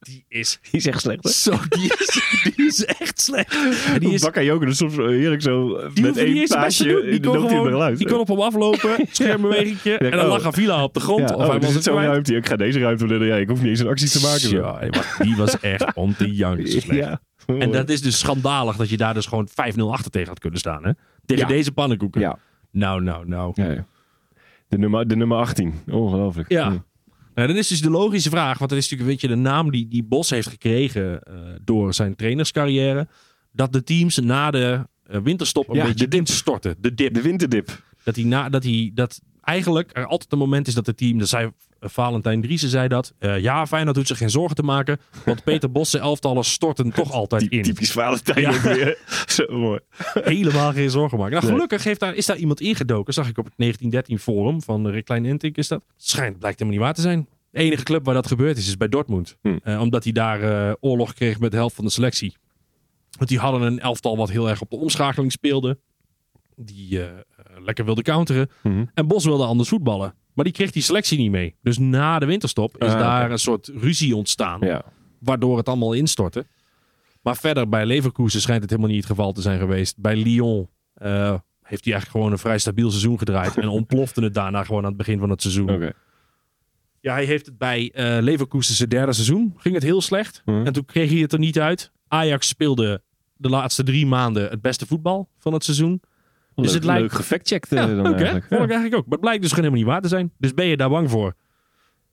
Speaker 1: Die is
Speaker 5: die is echt slecht. hè?
Speaker 1: zo... Die is, die is echt slecht. En die is...
Speaker 5: Bakayoko dus soms eh, heerlijk zo eh,
Speaker 1: Die
Speaker 5: met
Speaker 1: hoefde niet
Speaker 5: één
Speaker 1: eens een beste te doen.
Speaker 5: paasje
Speaker 1: Die
Speaker 5: dan
Speaker 1: kon,
Speaker 5: loopt hij er
Speaker 1: gewoon-
Speaker 5: wel uit.
Speaker 1: die kon op hem aflopen, schermbewegingje. En dan
Speaker 5: oh.
Speaker 1: lag Avila op de grond.
Speaker 5: Ja,
Speaker 1: of hij
Speaker 5: oh, er
Speaker 1: was
Speaker 5: zit
Speaker 1: het
Speaker 5: zo'n
Speaker 1: kwijt.
Speaker 5: ruimte. Ik ga deze ruimte willen. Ja, ik hoef niet eens een actie te maken.
Speaker 1: Ja, maar die was echt om te janken. zo slecht.
Speaker 5: Ja.
Speaker 1: En dat is dus schandalig dat je daar dus gewoon 5-0 achter tegen had kunnen staan. Hè? Tegen
Speaker 5: Ja.
Speaker 1: deze pannenkoeken.
Speaker 5: Ja.
Speaker 1: Nou, nou, nou.
Speaker 5: Ja, ja. De, nummer, de nummer 18. Ongelooflijk.
Speaker 1: Ja.
Speaker 5: Hm.
Speaker 1: Nou, dan is dus de logische vraag, want dat is natuurlijk een beetje de naam die, die Bos heeft gekregen eh, door zijn trainerscarrière. Dat de teams na de eh, winterstop een
Speaker 5: Ja,
Speaker 1: beetje instorten. De dip.
Speaker 5: De winterdip.
Speaker 1: Dat, die na, dat, die, dat eigenlijk er altijd een moment is dat het team, dat zei eh, Valentijn Driessen zei dat, eh ja Feyenoord hoeft zich geen zorgen te maken, want Peter Bos zijn elftallen storten toch altijd
Speaker 5: Typ-
Speaker 1: in.
Speaker 5: Typisch Valentijn
Speaker 1: Ja.
Speaker 5: ook weer. Zo mooi.
Speaker 1: helemaal geen zorgen maken. Nou,
Speaker 5: Nee.
Speaker 1: gelukkig heeft daar, is daar iemand ingedoken. Zag ik op het 1913 forum van eh, Rick Klein Entink is dat. Schijnt, blijkt helemaal niet waar te zijn. De enige club waar dat gebeurd is, is bij Dortmund.
Speaker 5: Hm.
Speaker 1: Eh, omdat hij daar eh, oorlog kreeg met de helft van de selectie. Want die hadden een elftal wat heel erg op de omschakeling speelde. Die eh, eh, lekker wilde counteren.
Speaker 5: Mhm.
Speaker 1: En Bos wilde anders voetballen. Maar die kreeg die selectie niet mee. Dus na de winterstop is
Speaker 5: Ah,
Speaker 1: daar een soort ruzie ontstaan
Speaker 5: Ja.
Speaker 1: waardoor het allemaal instortte. Maar verder, bij Leverkusen schijnt het helemaal niet het geval te zijn geweest. Bij Lyon eh, heeft hij eigenlijk gewoon een vrij stabiel seizoen gedraaid. en ontplofte het daarna gewoon aan het begin van het seizoen.
Speaker 5: Oké.
Speaker 1: Ja, hij heeft het bij eh Leverkusen zijn derde seizoen. Ging het heel slecht.
Speaker 5: Mhm.
Speaker 1: En toen kreeg hij het er niet uit. Ajax speelde de laatste drie maanden het beste voetbal van het seizoen. Dus
Speaker 5: Leuk-
Speaker 1: het lijkt-
Speaker 5: Leuk gefactcheckt eh,
Speaker 1: Ja,
Speaker 5: dan
Speaker 1: ook hè?
Speaker 5: eigenlijk.
Speaker 1: Vond ik eigenlijk ook. Maar het blijkt dus gewoon helemaal niet waar te zijn. Dus ben je daar bang voor?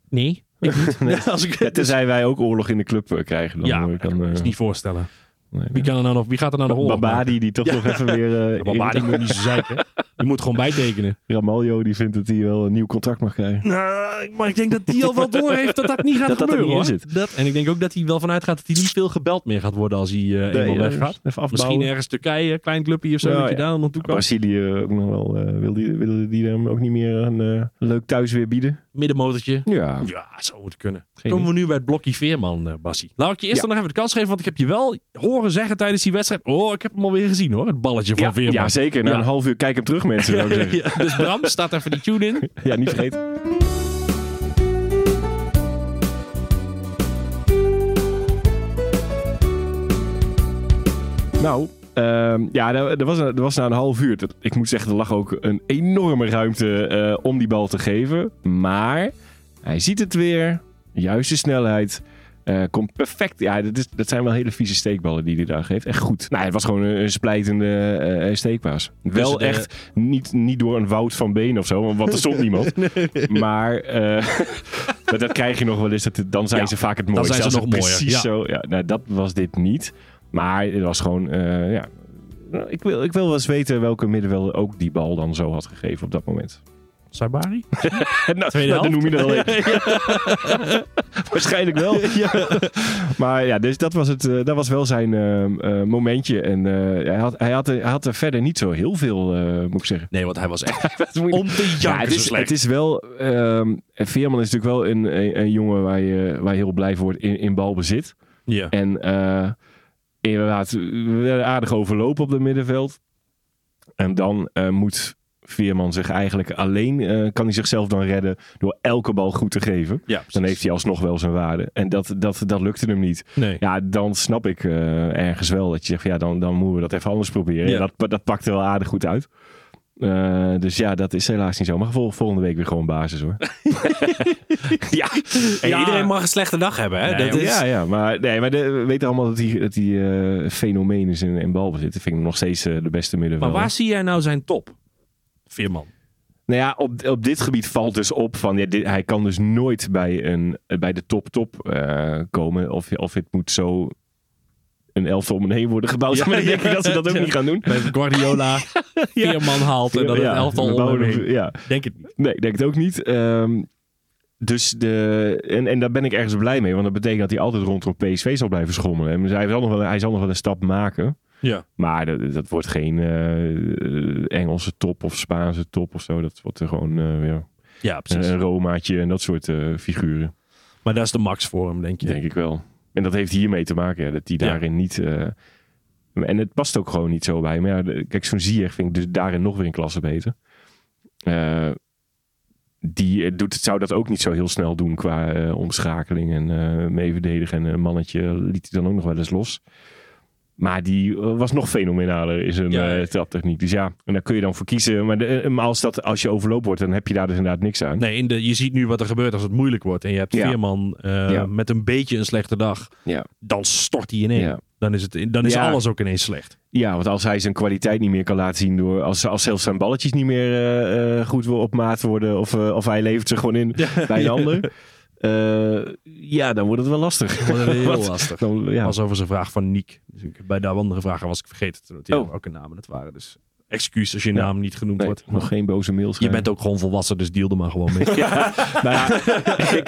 Speaker 1: Nee. Ik niet. Als ik,
Speaker 5: Ja, tenzij wij ook oorlog in de club eh, krijgen. Dan
Speaker 1: ja,
Speaker 5: hoor
Speaker 1: maar
Speaker 5: ik
Speaker 1: dat
Speaker 5: dan,
Speaker 1: kan ik
Speaker 5: eh,
Speaker 1: me niet voorstellen.
Speaker 5: nee,
Speaker 1: Wie,
Speaker 5: nee.
Speaker 1: kan er nou nog, wie gaat er nou nog oorlog maken?
Speaker 5: Babadi die toch nog even weer... eh,
Speaker 1: Ja, maar die moet niet zo zeiken. Die moet gewoon bijtekenen.
Speaker 5: Ramaljo die vindt dat hij wel een nieuw contract mag krijgen.
Speaker 1: Nou, maar ik denk dat die al wel door heeft dat dat niet gaat
Speaker 5: Dat dat er
Speaker 1: gebeuren.
Speaker 5: niet in
Speaker 1: hoor. Dat, en ik denk ook dat hij wel vanuit gaat dat hij niet veel gebeld meer gaat worden als hij eh eenmaal
Speaker 5: ja,
Speaker 1: weggaat.
Speaker 5: Even afbouwen.
Speaker 1: Misschien ergens Turkije, klein clubje of zo,
Speaker 5: Ja,
Speaker 1: dat je
Speaker 5: ja.
Speaker 1: daar dan naartoe kan.
Speaker 5: Brazilië ook nog wel. eh, wil die, wilde die hem ook niet meer een eh, leuk thuis weer bieden?
Speaker 1: Middenmotortje.
Speaker 5: Ja.
Speaker 1: Ja, zo moet het kunnen.
Speaker 5: Geen
Speaker 1: Komen we nu bij het blokje Veerman, eh Bassie. Laat ik je eerst
Speaker 5: Ja.
Speaker 1: dan nog even de kans geven, want ik heb je wel horen zeggen tijdens die wedstrijd. Oh, ik heb hem alweer gezien hoor, het balletje van
Speaker 5: Ja,
Speaker 1: Veerman.
Speaker 5: ja, zeker. Na
Speaker 1: Ja.
Speaker 5: een half uur kijk hem terug, mensen. Zou ik zeggen.
Speaker 1: Ja, dus Bram, staat even die tune in.
Speaker 5: ja, niet vergeten. Nou, ehm, ja, er, er was, een- er was na een half uur. dat- ik moet zeggen, er lag ook een enorme ruimte eh, om die bal te geven. Maar hij ziet het weer. Juiste snelheid. Eh, Eh, komt perfect. Ja, dat, is, dat zijn wel hele vieze steekballen die hij daar geeft. Echt goed. Nou, het was gewoon een, een splijtende eh, eh, steekpaas. wel
Speaker 1: de-
Speaker 5: echt niet, niet door een woud van been of zo, want er stond niemand. Maar eh, dat, dat krijg je nog wel eens. Dat, dan zijn
Speaker 1: Ja,
Speaker 5: ze vaak het mooiste.
Speaker 1: zijn ze
Speaker 5: Als het
Speaker 1: nog mooier,
Speaker 5: Precies
Speaker 1: ja.
Speaker 5: zo. Ja, nou, dat was dit niet. Maar het was gewoon, eh, ja. Nou, Ik wil, ik wil wel eens weten welke middenvelder ook die bal dan zo had gegeven op dat moment.
Speaker 1: Saibari?
Speaker 5: nou,
Speaker 1: Tweede
Speaker 5: nou, dan
Speaker 1: helft?
Speaker 5: noem je dat al even. Waarschijnlijk wel. Maar ja, dus dat was, het, eh, dat was wel zijn eh, eh, momentje. En eh, hij, had, hij, had, er- hij had er verder niet zo heel veel, eh, moet ik zeggen.
Speaker 1: Nee, want hij was echt
Speaker 5: Dat moet ik-
Speaker 1: om te janken
Speaker 5: ja, het,
Speaker 1: zo
Speaker 5: is,
Speaker 1: slecht.
Speaker 5: het is wel. ehm, Veerman is natuurlijk wel een, een, een jongen waar je, waar je heel blij voor wordt in, in balbezit.
Speaker 1: ja.
Speaker 5: En eh inderdaad, we werden aardig overlopen op het middenveld. En dan eh, moet Veerman zich eigenlijk alleen. eh, kan hij zichzelf dan redden door elke bal goed te geven.
Speaker 1: ja,
Speaker 5: Dan heeft hij alsnog wel zijn waarde. En dat, dat, dat lukte hem niet.
Speaker 1: Nee.
Speaker 5: Ja, dan snap ik eh, ergens wel dat je zegt, van, ja, dan, dan moeten we dat even anders proberen.
Speaker 1: Ja.
Speaker 5: En Dat, dat pakt er wel aardig goed uit. Eh, dus ja, dat is helaas niet zo. Maar vol- volgende week weer gewoon basis hoor. ja,
Speaker 6: En
Speaker 1: Ja.
Speaker 6: iedereen mag een slechte dag hebben, hè?
Speaker 1: Nee,
Speaker 6: dat is,
Speaker 5: ja, ja, maar, nee, maar de, we weten allemaal dat hij dat die, eh fenomeen is in, in balbezit. Dat vind ik nog steeds eh, de beste
Speaker 1: Maar
Speaker 5: middenvelder.
Speaker 1: waar zie jij nou zijn top? Veerman.
Speaker 5: Nou ja, op, op dit gebied valt dus op van ja, dit- hij kan dus nooit bij, een, bij de top-top eh, komen. Of, of het moet zo een elftal om een heen worden gebouwd. maar dan denk ik dat ze dat ook niet gaan doen.
Speaker 1: Bij Guardiola Veerman haalt en dan het
Speaker 5: Ja,
Speaker 1: elftal
Speaker 5: we
Speaker 1: om
Speaker 5: bouwen
Speaker 1: hem
Speaker 5: hem-
Speaker 1: heen.
Speaker 5: Ja,
Speaker 1: Denk het niet.
Speaker 5: nee, ik denk het ook niet. Ehm, dus de, en, en daar ben ik ergens blij mee, want dat betekent dat hij altijd rondom PSV zal blijven schommelen. Dus hij, zal nog wel, hij zal nog wel een stap maken.
Speaker 1: Ja.
Speaker 5: Maar dat, dat wordt geen eh, Engelse top of Spaanse top of zo. Dat wordt er gewoon eh, ja,
Speaker 1: Ja, precies.
Speaker 5: een Romaatje en eh, dat soort eh, figuren,
Speaker 1: maar daar is de max voor hem, denk je.
Speaker 5: denk ik wel. En dat heeft hiermee te maken, ja, dat die
Speaker 1: Ja.
Speaker 5: daarin niet... eh, en het past ook gewoon niet zo bij hem. Maar ja, de- kijk, zo'n Ziyech vind ik dus daarin nog weer een klasse beter. Eh, die eh, doet, zou dat ook niet zo heel snel doen qua eh, omschakeling en eh meeverdedigen. En een mannetje liet hij dan ook nog wel eens los. Maar die eh, was nog fenomenaler in zijn
Speaker 1: Ja, ja,
Speaker 5: eh,
Speaker 1: ja.
Speaker 5: traptechniek. Dus ja, en daar kun je dan voor kiezen. Maar, de, eh, maar als, dat, als je overloopt wordt, dan heb je daar dus inderdaad niks aan.
Speaker 1: Nee, in de, je ziet nu wat er gebeurt als het moeilijk wordt. En je hebt
Speaker 5: Ja.
Speaker 1: Veerman eh,
Speaker 5: Ja.
Speaker 1: met een beetje een slechte dag.
Speaker 5: Ja.
Speaker 1: Dan stort hij ineen.
Speaker 5: Ja.
Speaker 1: Dan is, het, dan is
Speaker 5: Ja.
Speaker 1: alles ook ineens slecht.
Speaker 5: Ja, want als hij zijn kwaliteit niet meer kan laten zien door... Als, als zelfs zijn balletjes niet meer eh, eh, goed wo- op maat worden... Of, eh, of hij levert ze gewoon in bij een ander... eh, ja, dan wordt het wel lastig.
Speaker 1: Dat is heel
Speaker 5: Want
Speaker 1: lastig.
Speaker 5: dan- ja.
Speaker 1: was over zijn vraag van Niek. Dus ik, bij de andere vragen was ik vergeten te noteren
Speaker 5: Oh.
Speaker 1: welke namen het waren. Dus excuus als je
Speaker 5: Ja.
Speaker 1: naam niet genoemd
Speaker 5: Nee,
Speaker 1: wordt.
Speaker 5: nog eh, geen boze mails.
Speaker 1: Je bent ook gewoon volwassen, dus deal er maar gewoon mee.
Speaker 5: Nou ja, ik,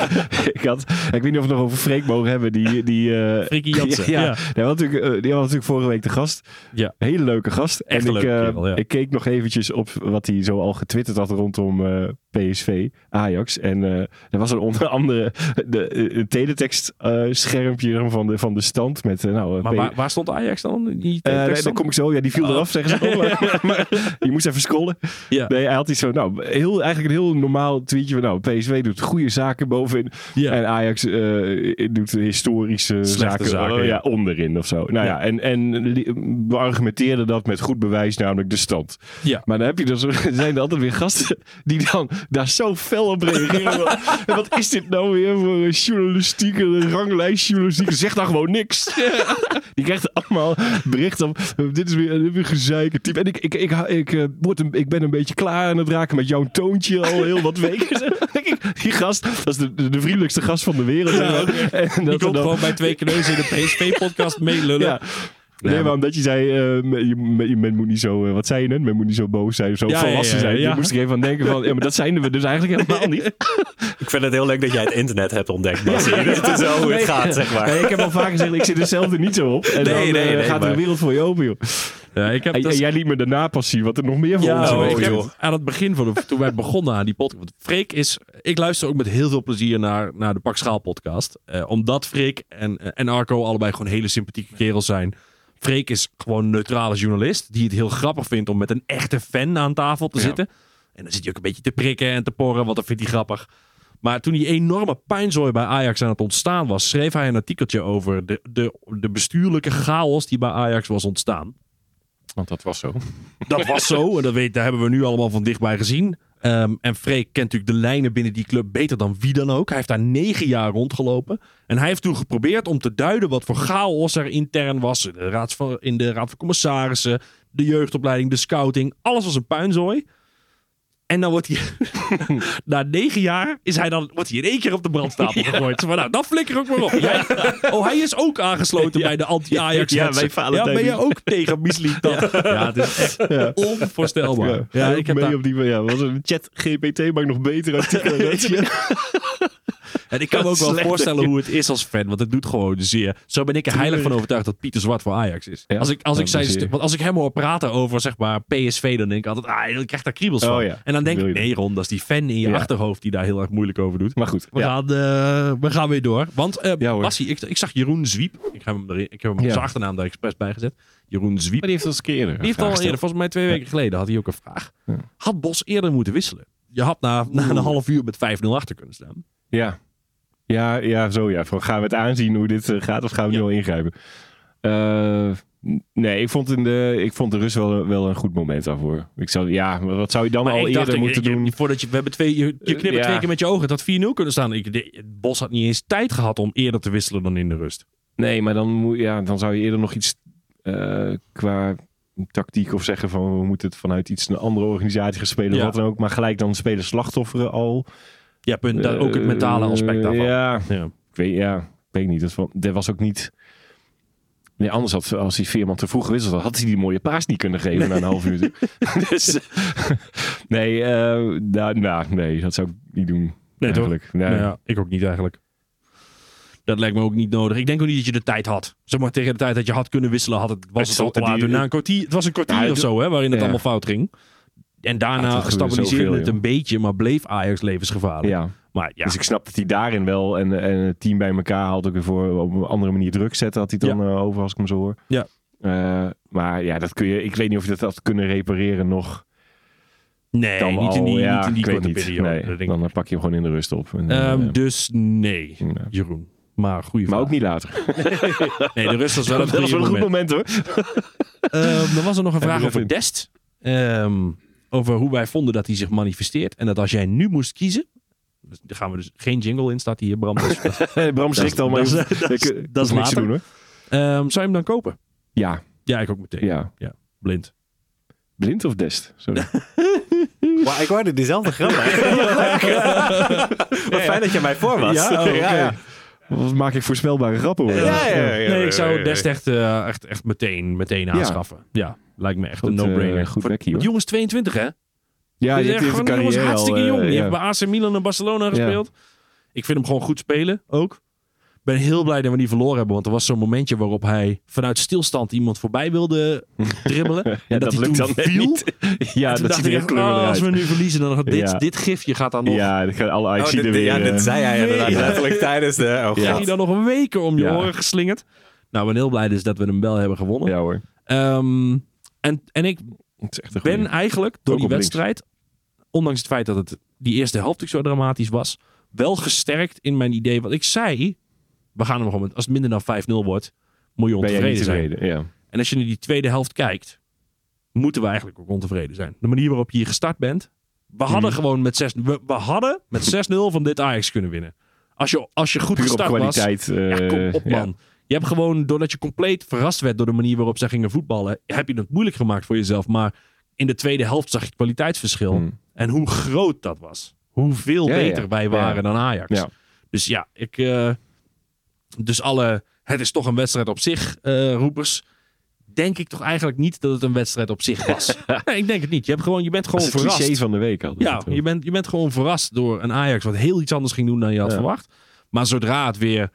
Speaker 5: ik, had, ik weet niet of we het nog over Freek mogen hebben. Die, die, eh
Speaker 1: Frikkie Jansen,
Speaker 5: Ja,
Speaker 1: ja.
Speaker 5: ja. Die, had natuurlijk, eh, die had natuurlijk vorige week de gast.
Speaker 1: Ja.
Speaker 5: Hele leuke gast.
Speaker 1: Echt een
Speaker 5: ik,
Speaker 1: leuke
Speaker 5: eh,
Speaker 1: kerel, ja.
Speaker 5: ik keek nog eventjes op wat hij zo al getwitterd had rondom eh, PSV, Ajax. En eh, er was er onder andere de, eh, een teletext eh, schermpje van de, van de stand. Met, eh, nou, eh,
Speaker 1: Maar
Speaker 5: P-
Speaker 1: waar, waar stond Ajax dan? Die
Speaker 5: eh, nee,
Speaker 1: tekst
Speaker 5: daar
Speaker 1: dan?
Speaker 5: kom ik zo. Ja, die viel eraf, zeggen ze. Oh, maar- maar je moest even scrollen.
Speaker 1: Ja.
Speaker 5: Nee, hij had iets zo, nou, heel, eigenlijk een heel normaal tweetje van, nou, PSV doet goede zaken bovenin.
Speaker 1: Ja.
Speaker 5: En Ajax eh, doet historische zaken,
Speaker 1: zaken,
Speaker 5: eh, ja,
Speaker 1: ja.
Speaker 5: onderin of zo. Nou ja,
Speaker 1: Ja.
Speaker 5: en, en li- we argumenteerden dat met goed bewijs, namelijk de stand.
Speaker 1: Ja.
Speaker 5: Maar dan heb je dus, zijn er altijd weer gasten die dan daar zo fel op reageren. Wat- Wat is dit nou weer voor een journalistieke ranglijstjournalistiek? Zeg daar gewoon niks. Die krijgt allemaal berichten op. Dit is weer, dit is weer gezeik. Type. En ik, ik, ik, ik, eh, word een, ik ben een beetje klaar aan het raken met jouw toontje al heel wat weken. Dan denk ik, die gast, dat is de, de vriendelijkste gast van de wereld. en
Speaker 1: Die
Speaker 5: dat er
Speaker 1: komt
Speaker 5: dan-
Speaker 1: gewoon bij twee kneuzen in de PSV-podcast meelullen.
Speaker 5: ja. Nee, maar omdat je zei, eh, men- je, men- men moet niet zo, eh, wat zei je net? Men moet niet zo boos zijn of zo
Speaker 1: Ja, ja,
Speaker 5: volwassen
Speaker 1: ja,
Speaker 5: zijn.
Speaker 1: ja.
Speaker 5: Daar moest ik even aan denken van, ja, maar dat zijn we dus eigenlijk helemaal niet.
Speaker 6: Ik vind het heel leuk dat jij het internet hebt ontdekt, Bas. Dit is wel hoe het gaat, zeg maar.
Speaker 5: Nee, ik heb al vaker gezegd, ik zit er zelf er niet zo op. En
Speaker 6: Nee,
Speaker 5: dan eh,
Speaker 6: nee, nee,
Speaker 5: gaat de
Speaker 6: maar-
Speaker 5: wereld voor je open, joh.
Speaker 1: Ja, ik heb
Speaker 5: En,
Speaker 1: dat-
Speaker 5: en jij liet me daarna pas zien wat er nog meer voor
Speaker 1: Ja,
Speaker 5: ons
Speaker 1: oh,
Speaker 5: is.
Speaker 1: ik heb
Speaker 6: joh.
Speaker 1: het aan het begin van de, toen wij begonnen aan die podcast. Want Freek is. Ik luister ook met heel veel plezier naar, naar de Pak Schaal podcast. Eh, omdat Freek en, eh, en Arco allebei gewoon hele sympathieke kerels zijn. Freek is gewoon een neutrale journalist. Die het heel grappig vindt om met een echte fan aan tafel te zitten. En dan zit je ook een beetje te prikken en te porren, want dat vindt hij grappig. Maar toen die enorme pijnzooi bij Ajax aan het ontstaan was, schreef hij een artikeltje over de, de, de bestuurlijke chaos die bij Ajax was ontstaan.
Speaker 5: Want dat was zo.
Speaker 1: Dat was zo. En dat, weet, dat hebben we nu allemaal van dichtbij gezien. Ehm, en Freek kent natuurlijk de lijnen binnen die club beter dan wie dan ook. Hij heeft daar negen jaar rondgelopen. En hij heeft toen geprobeerd om te duiden wat voor chaos er intern was. In de raad van, in de raad van commissarissen, de jeugdopleiding, de scouting. Alles was een puinzooi. En dan wordt hij, na negen jaar, is hij dan, wordt hij in één keer op de brandstapel gegooid. Zo van, nou, dat flikker ook maar op. Jij- oh, hij is ook aangesloten bij de anti-Ajax.
Speaker 5: Ja,
Speaker 1: hetsen.
Speaker 5: bij
Speaker 1: ja,
Speaker 5: Valentijn.
Speaker 1: ben je ook tegen misliep dat? Ja, het is echt onvoorstelbaar. Ja, ik heb
Speaker 5: mee
Speaker 1: daar-
Speaker 5: op die ja, was een chat GPT maakt nog beter artikelen.
Speaker 1: En ik kan me ook wel
Speaker 5: Slecht,
Speaker 1: voorstellen
Speaker 5: hè?
Speaker 1: hoe het is als fan, want het doet gewoon zeer. Zo ben ik er heilig van overtuigd dat Pieter Zwart voor Ajax is.
Speaker 5: Ja,
Speaker 1: als ik, als ik
Speaker 5: dat
Speaker 1: zijn
Speaker 5: is hij.
Speaker 1: stu- want als ik hem hoor praten over zeg maar PSV, dan denk ik altijd, ah, ik krijg daar kriebels
Speaker 5: Oh,
Speaker 1: van.
Speaker 5: ja.
Speaker 1: En dan denk
Speaker 5: Wil
Speaker 1: ik,
Speaker 5: je dat?
Speaker 1: nee Ron, dat is die fan in je
Speaker 5: Ja.
Speaker 1: achterhoofd die daar heel erg moeilijk over doet.
Speaker 5: Maar goed,
Speaker 1: We,
Speaker 5: ja.
Speaker 1: gaan, eh, we gaan weer door. Want eh
Speaker 5: Ja, hoor.
Speaker 1: Bassie, ik, ik zag Jeroen Zwiep. Ik heb hem, erin, ik heb hem
Speaker 5: Ja.
Speaker 1: zijn achternaam daar expres bij gezet. Jeroen Zwiep.
Speaker 5: Maar die heeft al eens een keer eerder.
Speaker 1: Die heeft al eerder, volgens mij twee weken geleden, had hij ook een vraag. Had Bos eerder moeten wisselen? Je had na, na een half uur met 5-0 achter kunnen staan.
Speaker 5: Ja. Ja, ja, zo ja. Van, gaan we het aanzien hoe dit eh, gaat of gaan we nu al ingrijpen? Eh, n- nee, ik vond, in de, ik vond de Rus wel, een- wel een goed moment daarvoor. Ik zou, ja, maar wat zou je dan
Speaker 1: Maar
Speaker 5: al
Speaker 1: ik dacht,
Speaker 5: eerder moeten
Speaker 1: je- je-
Speaker 5: doen?
Speaker 1: Voordat je, we hebben twee, je, je
Speaker 5: Eh,
Speaker 1: knippert
Speaker 5: ja.
Speaker 1: twee keer met je ogen. Het had 4-0 kunnen staan. Ik, de- Bos had niet eens tijd gehad om eerder te wisselen dan in de rust.
Speaker 5: Nee, maar dan, moet, ja, dan zou je eerder nog iets eh, qua tactiek of zeggen van we moeten het vanuit iets een andere organisatie gaan spelen.
Speaker 1: Ja.
Speaker 5: Wat dan ook. Maar gelijk dan spelen slachtofferen al.
Speaker 1: Ja, punt. Daar ook het
Speaker 5: Eh,
Speaker 1: mentale aspect daarvan.
Speaker 5: Ja,
Speaker 1: Ja.
Speaker 5: ik weet, ja, ik weet niet. Dat, van- er was ook niet. Nee, anders had als die Veerman te vroeg gewisseld had, had hij die mooie paas niet kunnen geven na een half uur. dus, nee, eh, nou, nou, nee, dat zou ik niet doen.
Speaker 1: Nee, toch?
Speaker 5: eigenlijk. Nee.
Speaker 1: Nou ja, ik ook niet eigenlijk. Dat lijkt me ook niet nodig. Ik denk ook niet dat je de tijd had. Zeg maar tegen de tijd dat je had kunnen wisselen, had het, was
Speaker 5: Het
Speaker 1: het, al
Speaker 5: zat-
Speaker 1: te laat.
Speaker 5: die-
Speaker 1: Na een kwartier, het was een kwartier
Speaker 5: Ja, het-
Speaker 1: of zo hè, waarin het
Speaker 5: Nou, ja.
Speaker 1: allemaal fout ging. En
Speaker 5: Ah,
Speaker 1: daarna
Speaker 5: dat gebeurt
Speaker 1: stabiliseerde
Speaker 5: zoveel,
Speaker 1: het een beetje, maar bleef Ajax levensgevaarlijk.
Speaker 5: Ja.
Speaker 1: Maar ja,
Speaker 5: Dus ik snap dat hij daarin wel en, en het team bij elkaar haalt ook weer voor op een andere manier druk zetten. Had hij dan eh, over als ik hem zo hoor.
Speaker 1: Ja.
Speaker 5: Eh, maar ja, dat kun je. Ik weet niet of je dat had kunnen repareren nog.
Speaker 1: nee,
Speaker 5: dan
Speaker 1: niet in die,
Speaker 5: al. Ja,
Speaker 1: niet in die
Speaker 5: ik weet
Speaker 1: korte
Speaker 5: niet.
Speaker 1: periode.
Speaker 5: Nee,
Speaker 1: dat denk ik
Speaker 5: dan eh, pak je hem gewoon in de rust op. En,
Speaker 1: Ehm,
Speaker 5: eh,
Speaker 1: dus nee,
Speaker 5: ja.
Speaker 1: Jeroen. Maar goede
Speaker 5: Maar
Speaker 1: vraag.
Speaker 5: ook niet later.
Speaker 1: Nee, de rust was wel een
Speaker 5: Dat was
Speaker 1: goede
Speaker 5: wel een goed
Speaker 1: moment.
Speaker 5: moment hoor.
Speaker 1: Ehm, dan was er nog een vraag
Speaker 5: begin
Speaker 1: over
Speaker 5: in.
Speaker 1: Dest. Ehm, over hoe wij vonden dat hij zich manifesteert. En dat als jij nu moest kiezen... Dus daar gaan we dus geen jingle in, staat hier Bram. Dus,
Speaker 5: Hey, Bram schrikt al, maar
Speaker 1: dat is-
Speaker 5: je hoeft-
Speaker 1: dat is-
Speaker 5: ik, eh,
Speaker 1: dat is
Speaker 5: hoef niks te
Speaker 1: later.
Speaker 5: doen, hoor.
Speaker 1: Ehm, zou je hem dan kopen?
Speaker 5: Ja,
Speaker 1: Ja, ik ook meteen.
Speaker 5: ja.
Speaker 1: Blind.
Speaker 5: Blind of dest? Sorry.
Speaker 6: Maar ik hoorde diezelfde grap. Wat fijn dat je mij voor was.
Speaker 5: Ja, oké. Wat maak ik voorspelbare grappen hoor.
Speaker 6: Ja, ja, ja.
Speaker 1: nee, ik zou Dest echt, eh, echt, echt meteen, meteen aanschaffen. Ja. lijkt me echt
Speaker 5: Goed,
Speaker 1: een no-brainer.
Speaker 5: eh, goed
Speaker 1: Voor-
Speaker 5: bekkie, hoor.
Speaker 1: want jongens 22 hè?
Speaker 5: Ja,
Speaker 1: Dit is
Speaker 5: je
Speaker 1: echt
Speaker 5: hebt even
Speaker 1: gewoon een jongens
Speaker 5: carrière al,
Speaker 1: hartstikke
Speaker 5: eh,
Speaker 1: jong. Die
Speaker 5: ja.
Speaker 1: heeft bij AC Milan en Barcelona gespeeld. Ik vind hem gewoon goed spelen, ook. Ik ben heel blij dat we niet verloren hebben. Want er was zo'n momentje waarop hij vanuit stilstand iemand voorbij wilde dribbelen. en
Speaker 5: Ja,
Speaker 1: dat, hij toen
Speaker 5: net
Speaker 1: viel.
Speaker 5: niet. Ja,
Speaker 1: En toen
Speaker 5: dat
Speaker 1: dacht ik
Speaker 5: ziet er heel
Speaker 1: echt, oh,
Speaker 5: klungelig
Speaker 1: als
Speaker 5: uit.
Speaker 1: we nu verliezen, dan gaat dit,
Speaker 5: Ja.
Speaker 1: dit gifje gaat dan nog...
Speaker 5: Ja, dat gaat alle
Speaker 6: Oh,
Speaker 5: Ajax
Speaker 6: dit,
Speaker 5: er weer.
Speaker 6: ja, dit
Speaker 5: eh,
Speaker 6: zei hij inderdaad letterlijk tijdens de... Oh,
Speaker 1: Krijg
Speaker 6: god.
Speaker 1: je dan nog een week om je
Speaker 5: Ja.
Speaker 1: oren geslingerd. Nou, ik ben heel blij dus dat we hem wel hebben gewonnen.
Speaker 5: Ja hoor,
Speaker 1: Ehm, en, en ik
Speaker 5: het is echt een
Speaker 1: ben
Speaker 5: goeie.
Speaker 1: eigenlijk door
Speaker 5: Ook
Speaker 1: die
Speaker 5: op links.
Speaker 1: wedstrijd, ondanks het feit dat het die eerste helft ook zo dramatisch was, wel gesterkt in mijn idee. Want ik zei, we gaan hem gewoon, met- als het minder dan 5-0 wordt, moet je
Speaker 5: Ben jij
Speaker 1: ontevreden
Speaker 5: niet
Speaker 1: zijn.
Speaker 5: tevreden? Ja.
Speaker 1: En als je naar die tweede helft kijkt, moeten we eigenlijk ook ontevreden zijn. De manier waarop je hier gestart bent. We hadden
Speaker 5: Mhm.
Speaker 1: gewoon met 6 we, we hadden met 6-0 van dit Ajax kunnen winnen. Als je, als je goed
Speaker 5: Puur op
Speaker 1: gestart was,
Speaker 5: kwaliteit. eh,
Speaker 1: ja, kom op
Speaker 5: ja.
Speaker 1: man. Je hebt gewoon, doordat je compleet verrast werd door de manier waarop zij gingen voetballen, heb je het moeilijk gemaakt voor jezelf. Maar in de tweede helft zag je het kwaliteitsverschil.
Speaker 5: Hmm.
Speaker 1: En hoe groot dat was. Hoeveel
Speaker 5: Ja, ja,
Speaker 1: beter
Speaker 5: ja.
Speaker 1: wij waren
Speaker 5: Ja.
Speaker 1: dan Ajax.
Speaker 5: Ja.
Speaker 1: Dus ja, ik... eh, dus alle, het is toch een wedstrijd op zich, eh, roepers. Denk ik toch eigenlijk niet dat het een wedstrijd op zich was. nee, ik denk het niet. Je, hebt gewoon, je bent
Speaker 5: Dat
Speaker 1: gewoon
Speaker 5: is het cliché
Speaker 1: verrast.
Speaker 5: van de week al.
Speaker 1: Ja, je bent, je bent gewoon verrast door een Ajax wat heel iets anders ging doen dan je had
Speaker 5: Ja.
Speaker 1: verwacht. Maar zodra het weer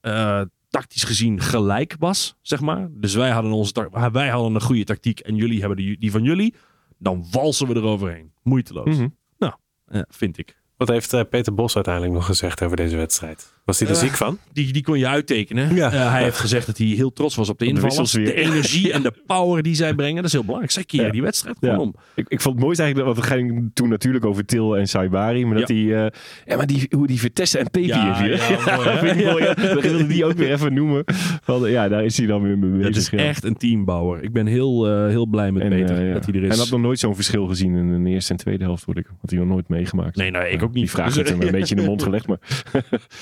Speaker 1: eh, tactisch gezien gelijk was, zeg maar. Dus wij hadden, onze ta- wij hadden een goede tactiek en jullie hebben die, die van jullie. Dan walsen we eroverheen. Moeiteloos.
Speaker 5: Mhm.
Speaker 1: Nou, eh, vind ik.
Speaker 6: Wat heeft eh, Peter Bos uiteindelijk nog gezegd over deze wedstrijd? Was hij er
Speaker 1: Eh,
Speaker 6: ziek van?
Speaker 1: Die, die kon je uittekenen.
Speaker 6: Ja.
Speaker 1: Eh, hij heeft gezegd dat hij heel trots was op de
Speaker 5: Op de
Speaker 1: invallers. De,
Speaker 5: wissels weer.
Speaker 1: energie en de power die zij brengen. Dat is heel belangrijk. Zij keren
Speaker 5: Ja.
Speaker 1: die wedstrijd gewoon
Speaker 5: Ja.
Speaker 1: om.
Speaker 5: Ik, ik vond het mooiste eigenlijk, dat- want het ging toen natuurlijk over Til en Saibari. Maar dat die, eh, ja, maar die, hoe die Vitesse en Pepi
Speaker 1: Ja,
Speaker 5: heeft hier.
Speaker 1: ja, mooi, hè?
Speaker 5: dat vind ik mooi. We wilden die ook weer even noemen. Van, ja, daar is hij dan weer mee bezig.
Speaker 1: Dat is
Speaker 5: ja.
Speaker 1: echt een teambouwer. Ik ben heel, eh, heel blij met
Speaker 5: En,
Speaker 1: Peter
Speaker 5: eh, ja.
Speaker 1: dat hij er
Speaker 5: En
Speaker 1: is.
Speaker 5: had nog nooit zo'n verschil gezien in de eerste en tweede helft, hoorde ik. Had hij nog nooit meegemaakt.
Speaker 1: Nee, nou, ik ook niet.
Speaker 5: Die vraag werd hem een beetje in de mond gelegd, maar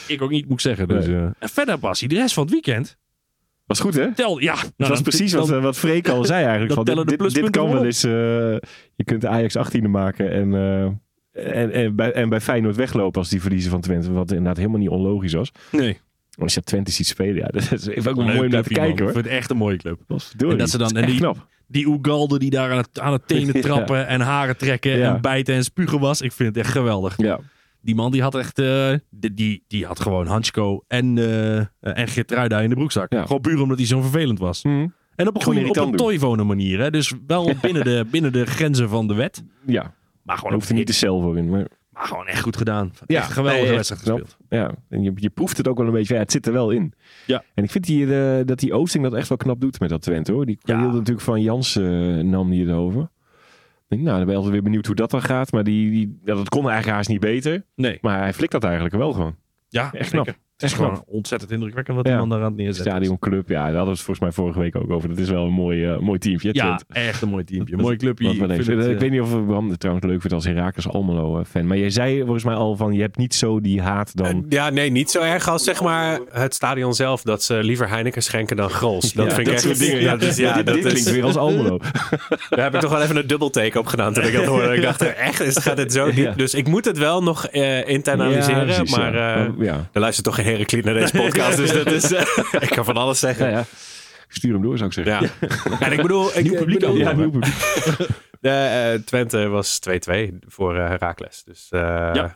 Speaker 1: Ik ook niet, moet ik zeggen. Dus,
Speaker 5: Nee.
Speaker 1: eh. En verder was hij de rest van het weekend.
Speaker 5: was goed hè?
Speaker 1: Tel, ja. nou,
Speaker 5: dat
Speaker 1: dan-
Speaker 5: was precies wat,
Speaker 1: dan-
Speaker 5: eh, wat Freek al zei eigenlijk.
Speaker 1: dan
Speaker 5: van,
Speaker 1: tellen
Speaker 5: dit,
Speaker 1: de
Speaker 5: dit- dit
Speaker 1: pluspunten
Speaker 5: kan
Speaker 1: wel
Speaker 5: wel
Speaker 1: op.
Speaker 5: eens... eh, je kunt de Ajax 18e maken en, eh, en, en, bij, en bij Feyenoord weglopen als die verliezen van Twente. Wat inderdaad helemaal niet onlogisch was.
Speaker 1: Nee.
Speaker 5: Maar als je Twente ziet spelen, ja, dat is even ook
Speaker 1: Leuk
Speaker 5: mooi om naar te
Speaker 1: clubje, man.
Speaker 5: kijken
Speaker 1: Ik
Speaker 5: hoor.
Speaker 1: vind het echt een mooie club.
Speaker 5: Verdorie.
Speaker 1: En dat ze dan-
Speaker 5: is
Speaker 1: en
Speaker 5: echt
Speaker 1: die-
Speaker 5: knap.
Speaker 1: Die Ugalde die daar aan het, aan het tenen
Speaker 5: Ja.
Speaker 1: trappen en haren trekken
Speaker 5: Ja.
Speaker 1: en bijten en spugen was. Ik vind het echt geweldig.
Speaker 5: Ja.
Speaker 1: Die man die had echt, eh, die, die, die had gewoon Hansko en, eh en Gertruida in de broekzak.
Speaker 5: Ja.
Speaker 1: Gewoon puur omdat hij zo vervelend was.
Speaker 5: Hm.
Speaker 1: En op een, goede, op
Speaker 5: irritant
Speaker 1: een
Speaker 5: doen.
Speaker 1: toyvone manier. Hè? Dus wel binnen de, binnen de grenzen van de wet.
Speaker 5: ja,
Speaker 1: Maar gewoon,
Speaker 5: hoeft er niet de cel voor in. Maar
Speaker 1: maar gewoon echt goed gedaan.
Speaker 5: Ja,
Speaker 1: echt een geweldige
Speaker 5: nee, echt
Speaker 1: wedstrijd
Speaker 5: knap.
Speaker 1: gespeeld.
Speaker 5: ja, en je, je proeft het ook wel een beetje. Ja, het zit er wel in.
Speaker 1: Ja.
Speaker 5: En ik vind hier, eh, dat die Oosting dat echt wel knap doet met dat Twente hoor. Die
Speaker 1: Ja.
Speaker 5: hield natuurlijk van Jans eh, nam die het over. Ik denk, nou, dan ben je altijd weer benieuwd hoe dat dan gaat. Maar die, die, ja, dat kon eigenlijk haast niet beter.
Speaker 1: Nee,
Speaker 5: Maar hij flikt dat eigenlijk wel gewoon.
Speaker 1: ja,
Speaker 5: Echt
Speaker 1: zeker.
Speaker 5: knap.
Speaker 1: Het is
Speaker 5: Echt knap.
Speaker 1: gewoon ontzettend indrukwekkend wat
Speaker 5: Ja.
Speaker 1: die man daar aan het neerzetten is.
Speaker 5: Stadionclub, ja, daar hadden we het volgens mij vorige week ook over. Dat is wel een mooi, eh, mooi teampje, hè,
Speaker 1: Ja,
Speaker 5: Twente.
Speaker 1: echt een mooi teampje.
Speaker 5: Dat-
Speaker 1: Mooi clubje.
Speaker 5: Wat wel
Speaker 1: Ik
Speaker 5: even-
Speaker 1: vind het,
Speaker 5: ik
Speaker 1: eh,
Speaker 5: weet niet of Bram het trouwens leuk vindt als Herakles Almelo eh, fan. Maar jij zei volgens mij al van je hebt niet zo die haat dan.
Speaker 6: eh, Ja, nee, niet zo erg als zeg maar het stadion zelf. Dat ze liever Heineken schenken dan Grols. Dat
Speaker 5: Ja,
Speaker 6: vind
Speaker 5: dat
Speaker 6: ik echt...
Speaker 5: soort dingen.
Speaker 6: Ja, dus, ja,
Speaker 5: dit
Speaker 6: dat
Speaker 5: dit
Speaker 6: is,
Speaker 5: klinkt weer als Almelo.
Speaker 6: daar heb ik toch wel even een dubbeltake op gedaan toen ik dat hoorde. Ik dacht, echt, is, gaat dit zo diep?
Speaker 5: Ja.
Speaker 6: Dus ik moet het wel nog eh, internaliseren.
Speaker 5: Ja, precies,
Speaker 6: maar
Speaker 5: ja.
Speaker 6: eh,
Speaker 5: Maar, ja.
Speaker 6: er luistert toch geen Heracliet naar deze podcast. dus dat is... eh, ik kan van alles zeggen.
Speaker 5: Ja, ja. Stuur hem door, zou ik zeggen.
Speaker 6: Ja. En ik bedoel, ik, ik bedoel,
Speaker 5: Ja, nieuw publiek.
Speaker 6: eh, eh, Twente was 2-2 voor eh Herakles. Dus eh,
Speaker 5: Ja.
Speaker 6: en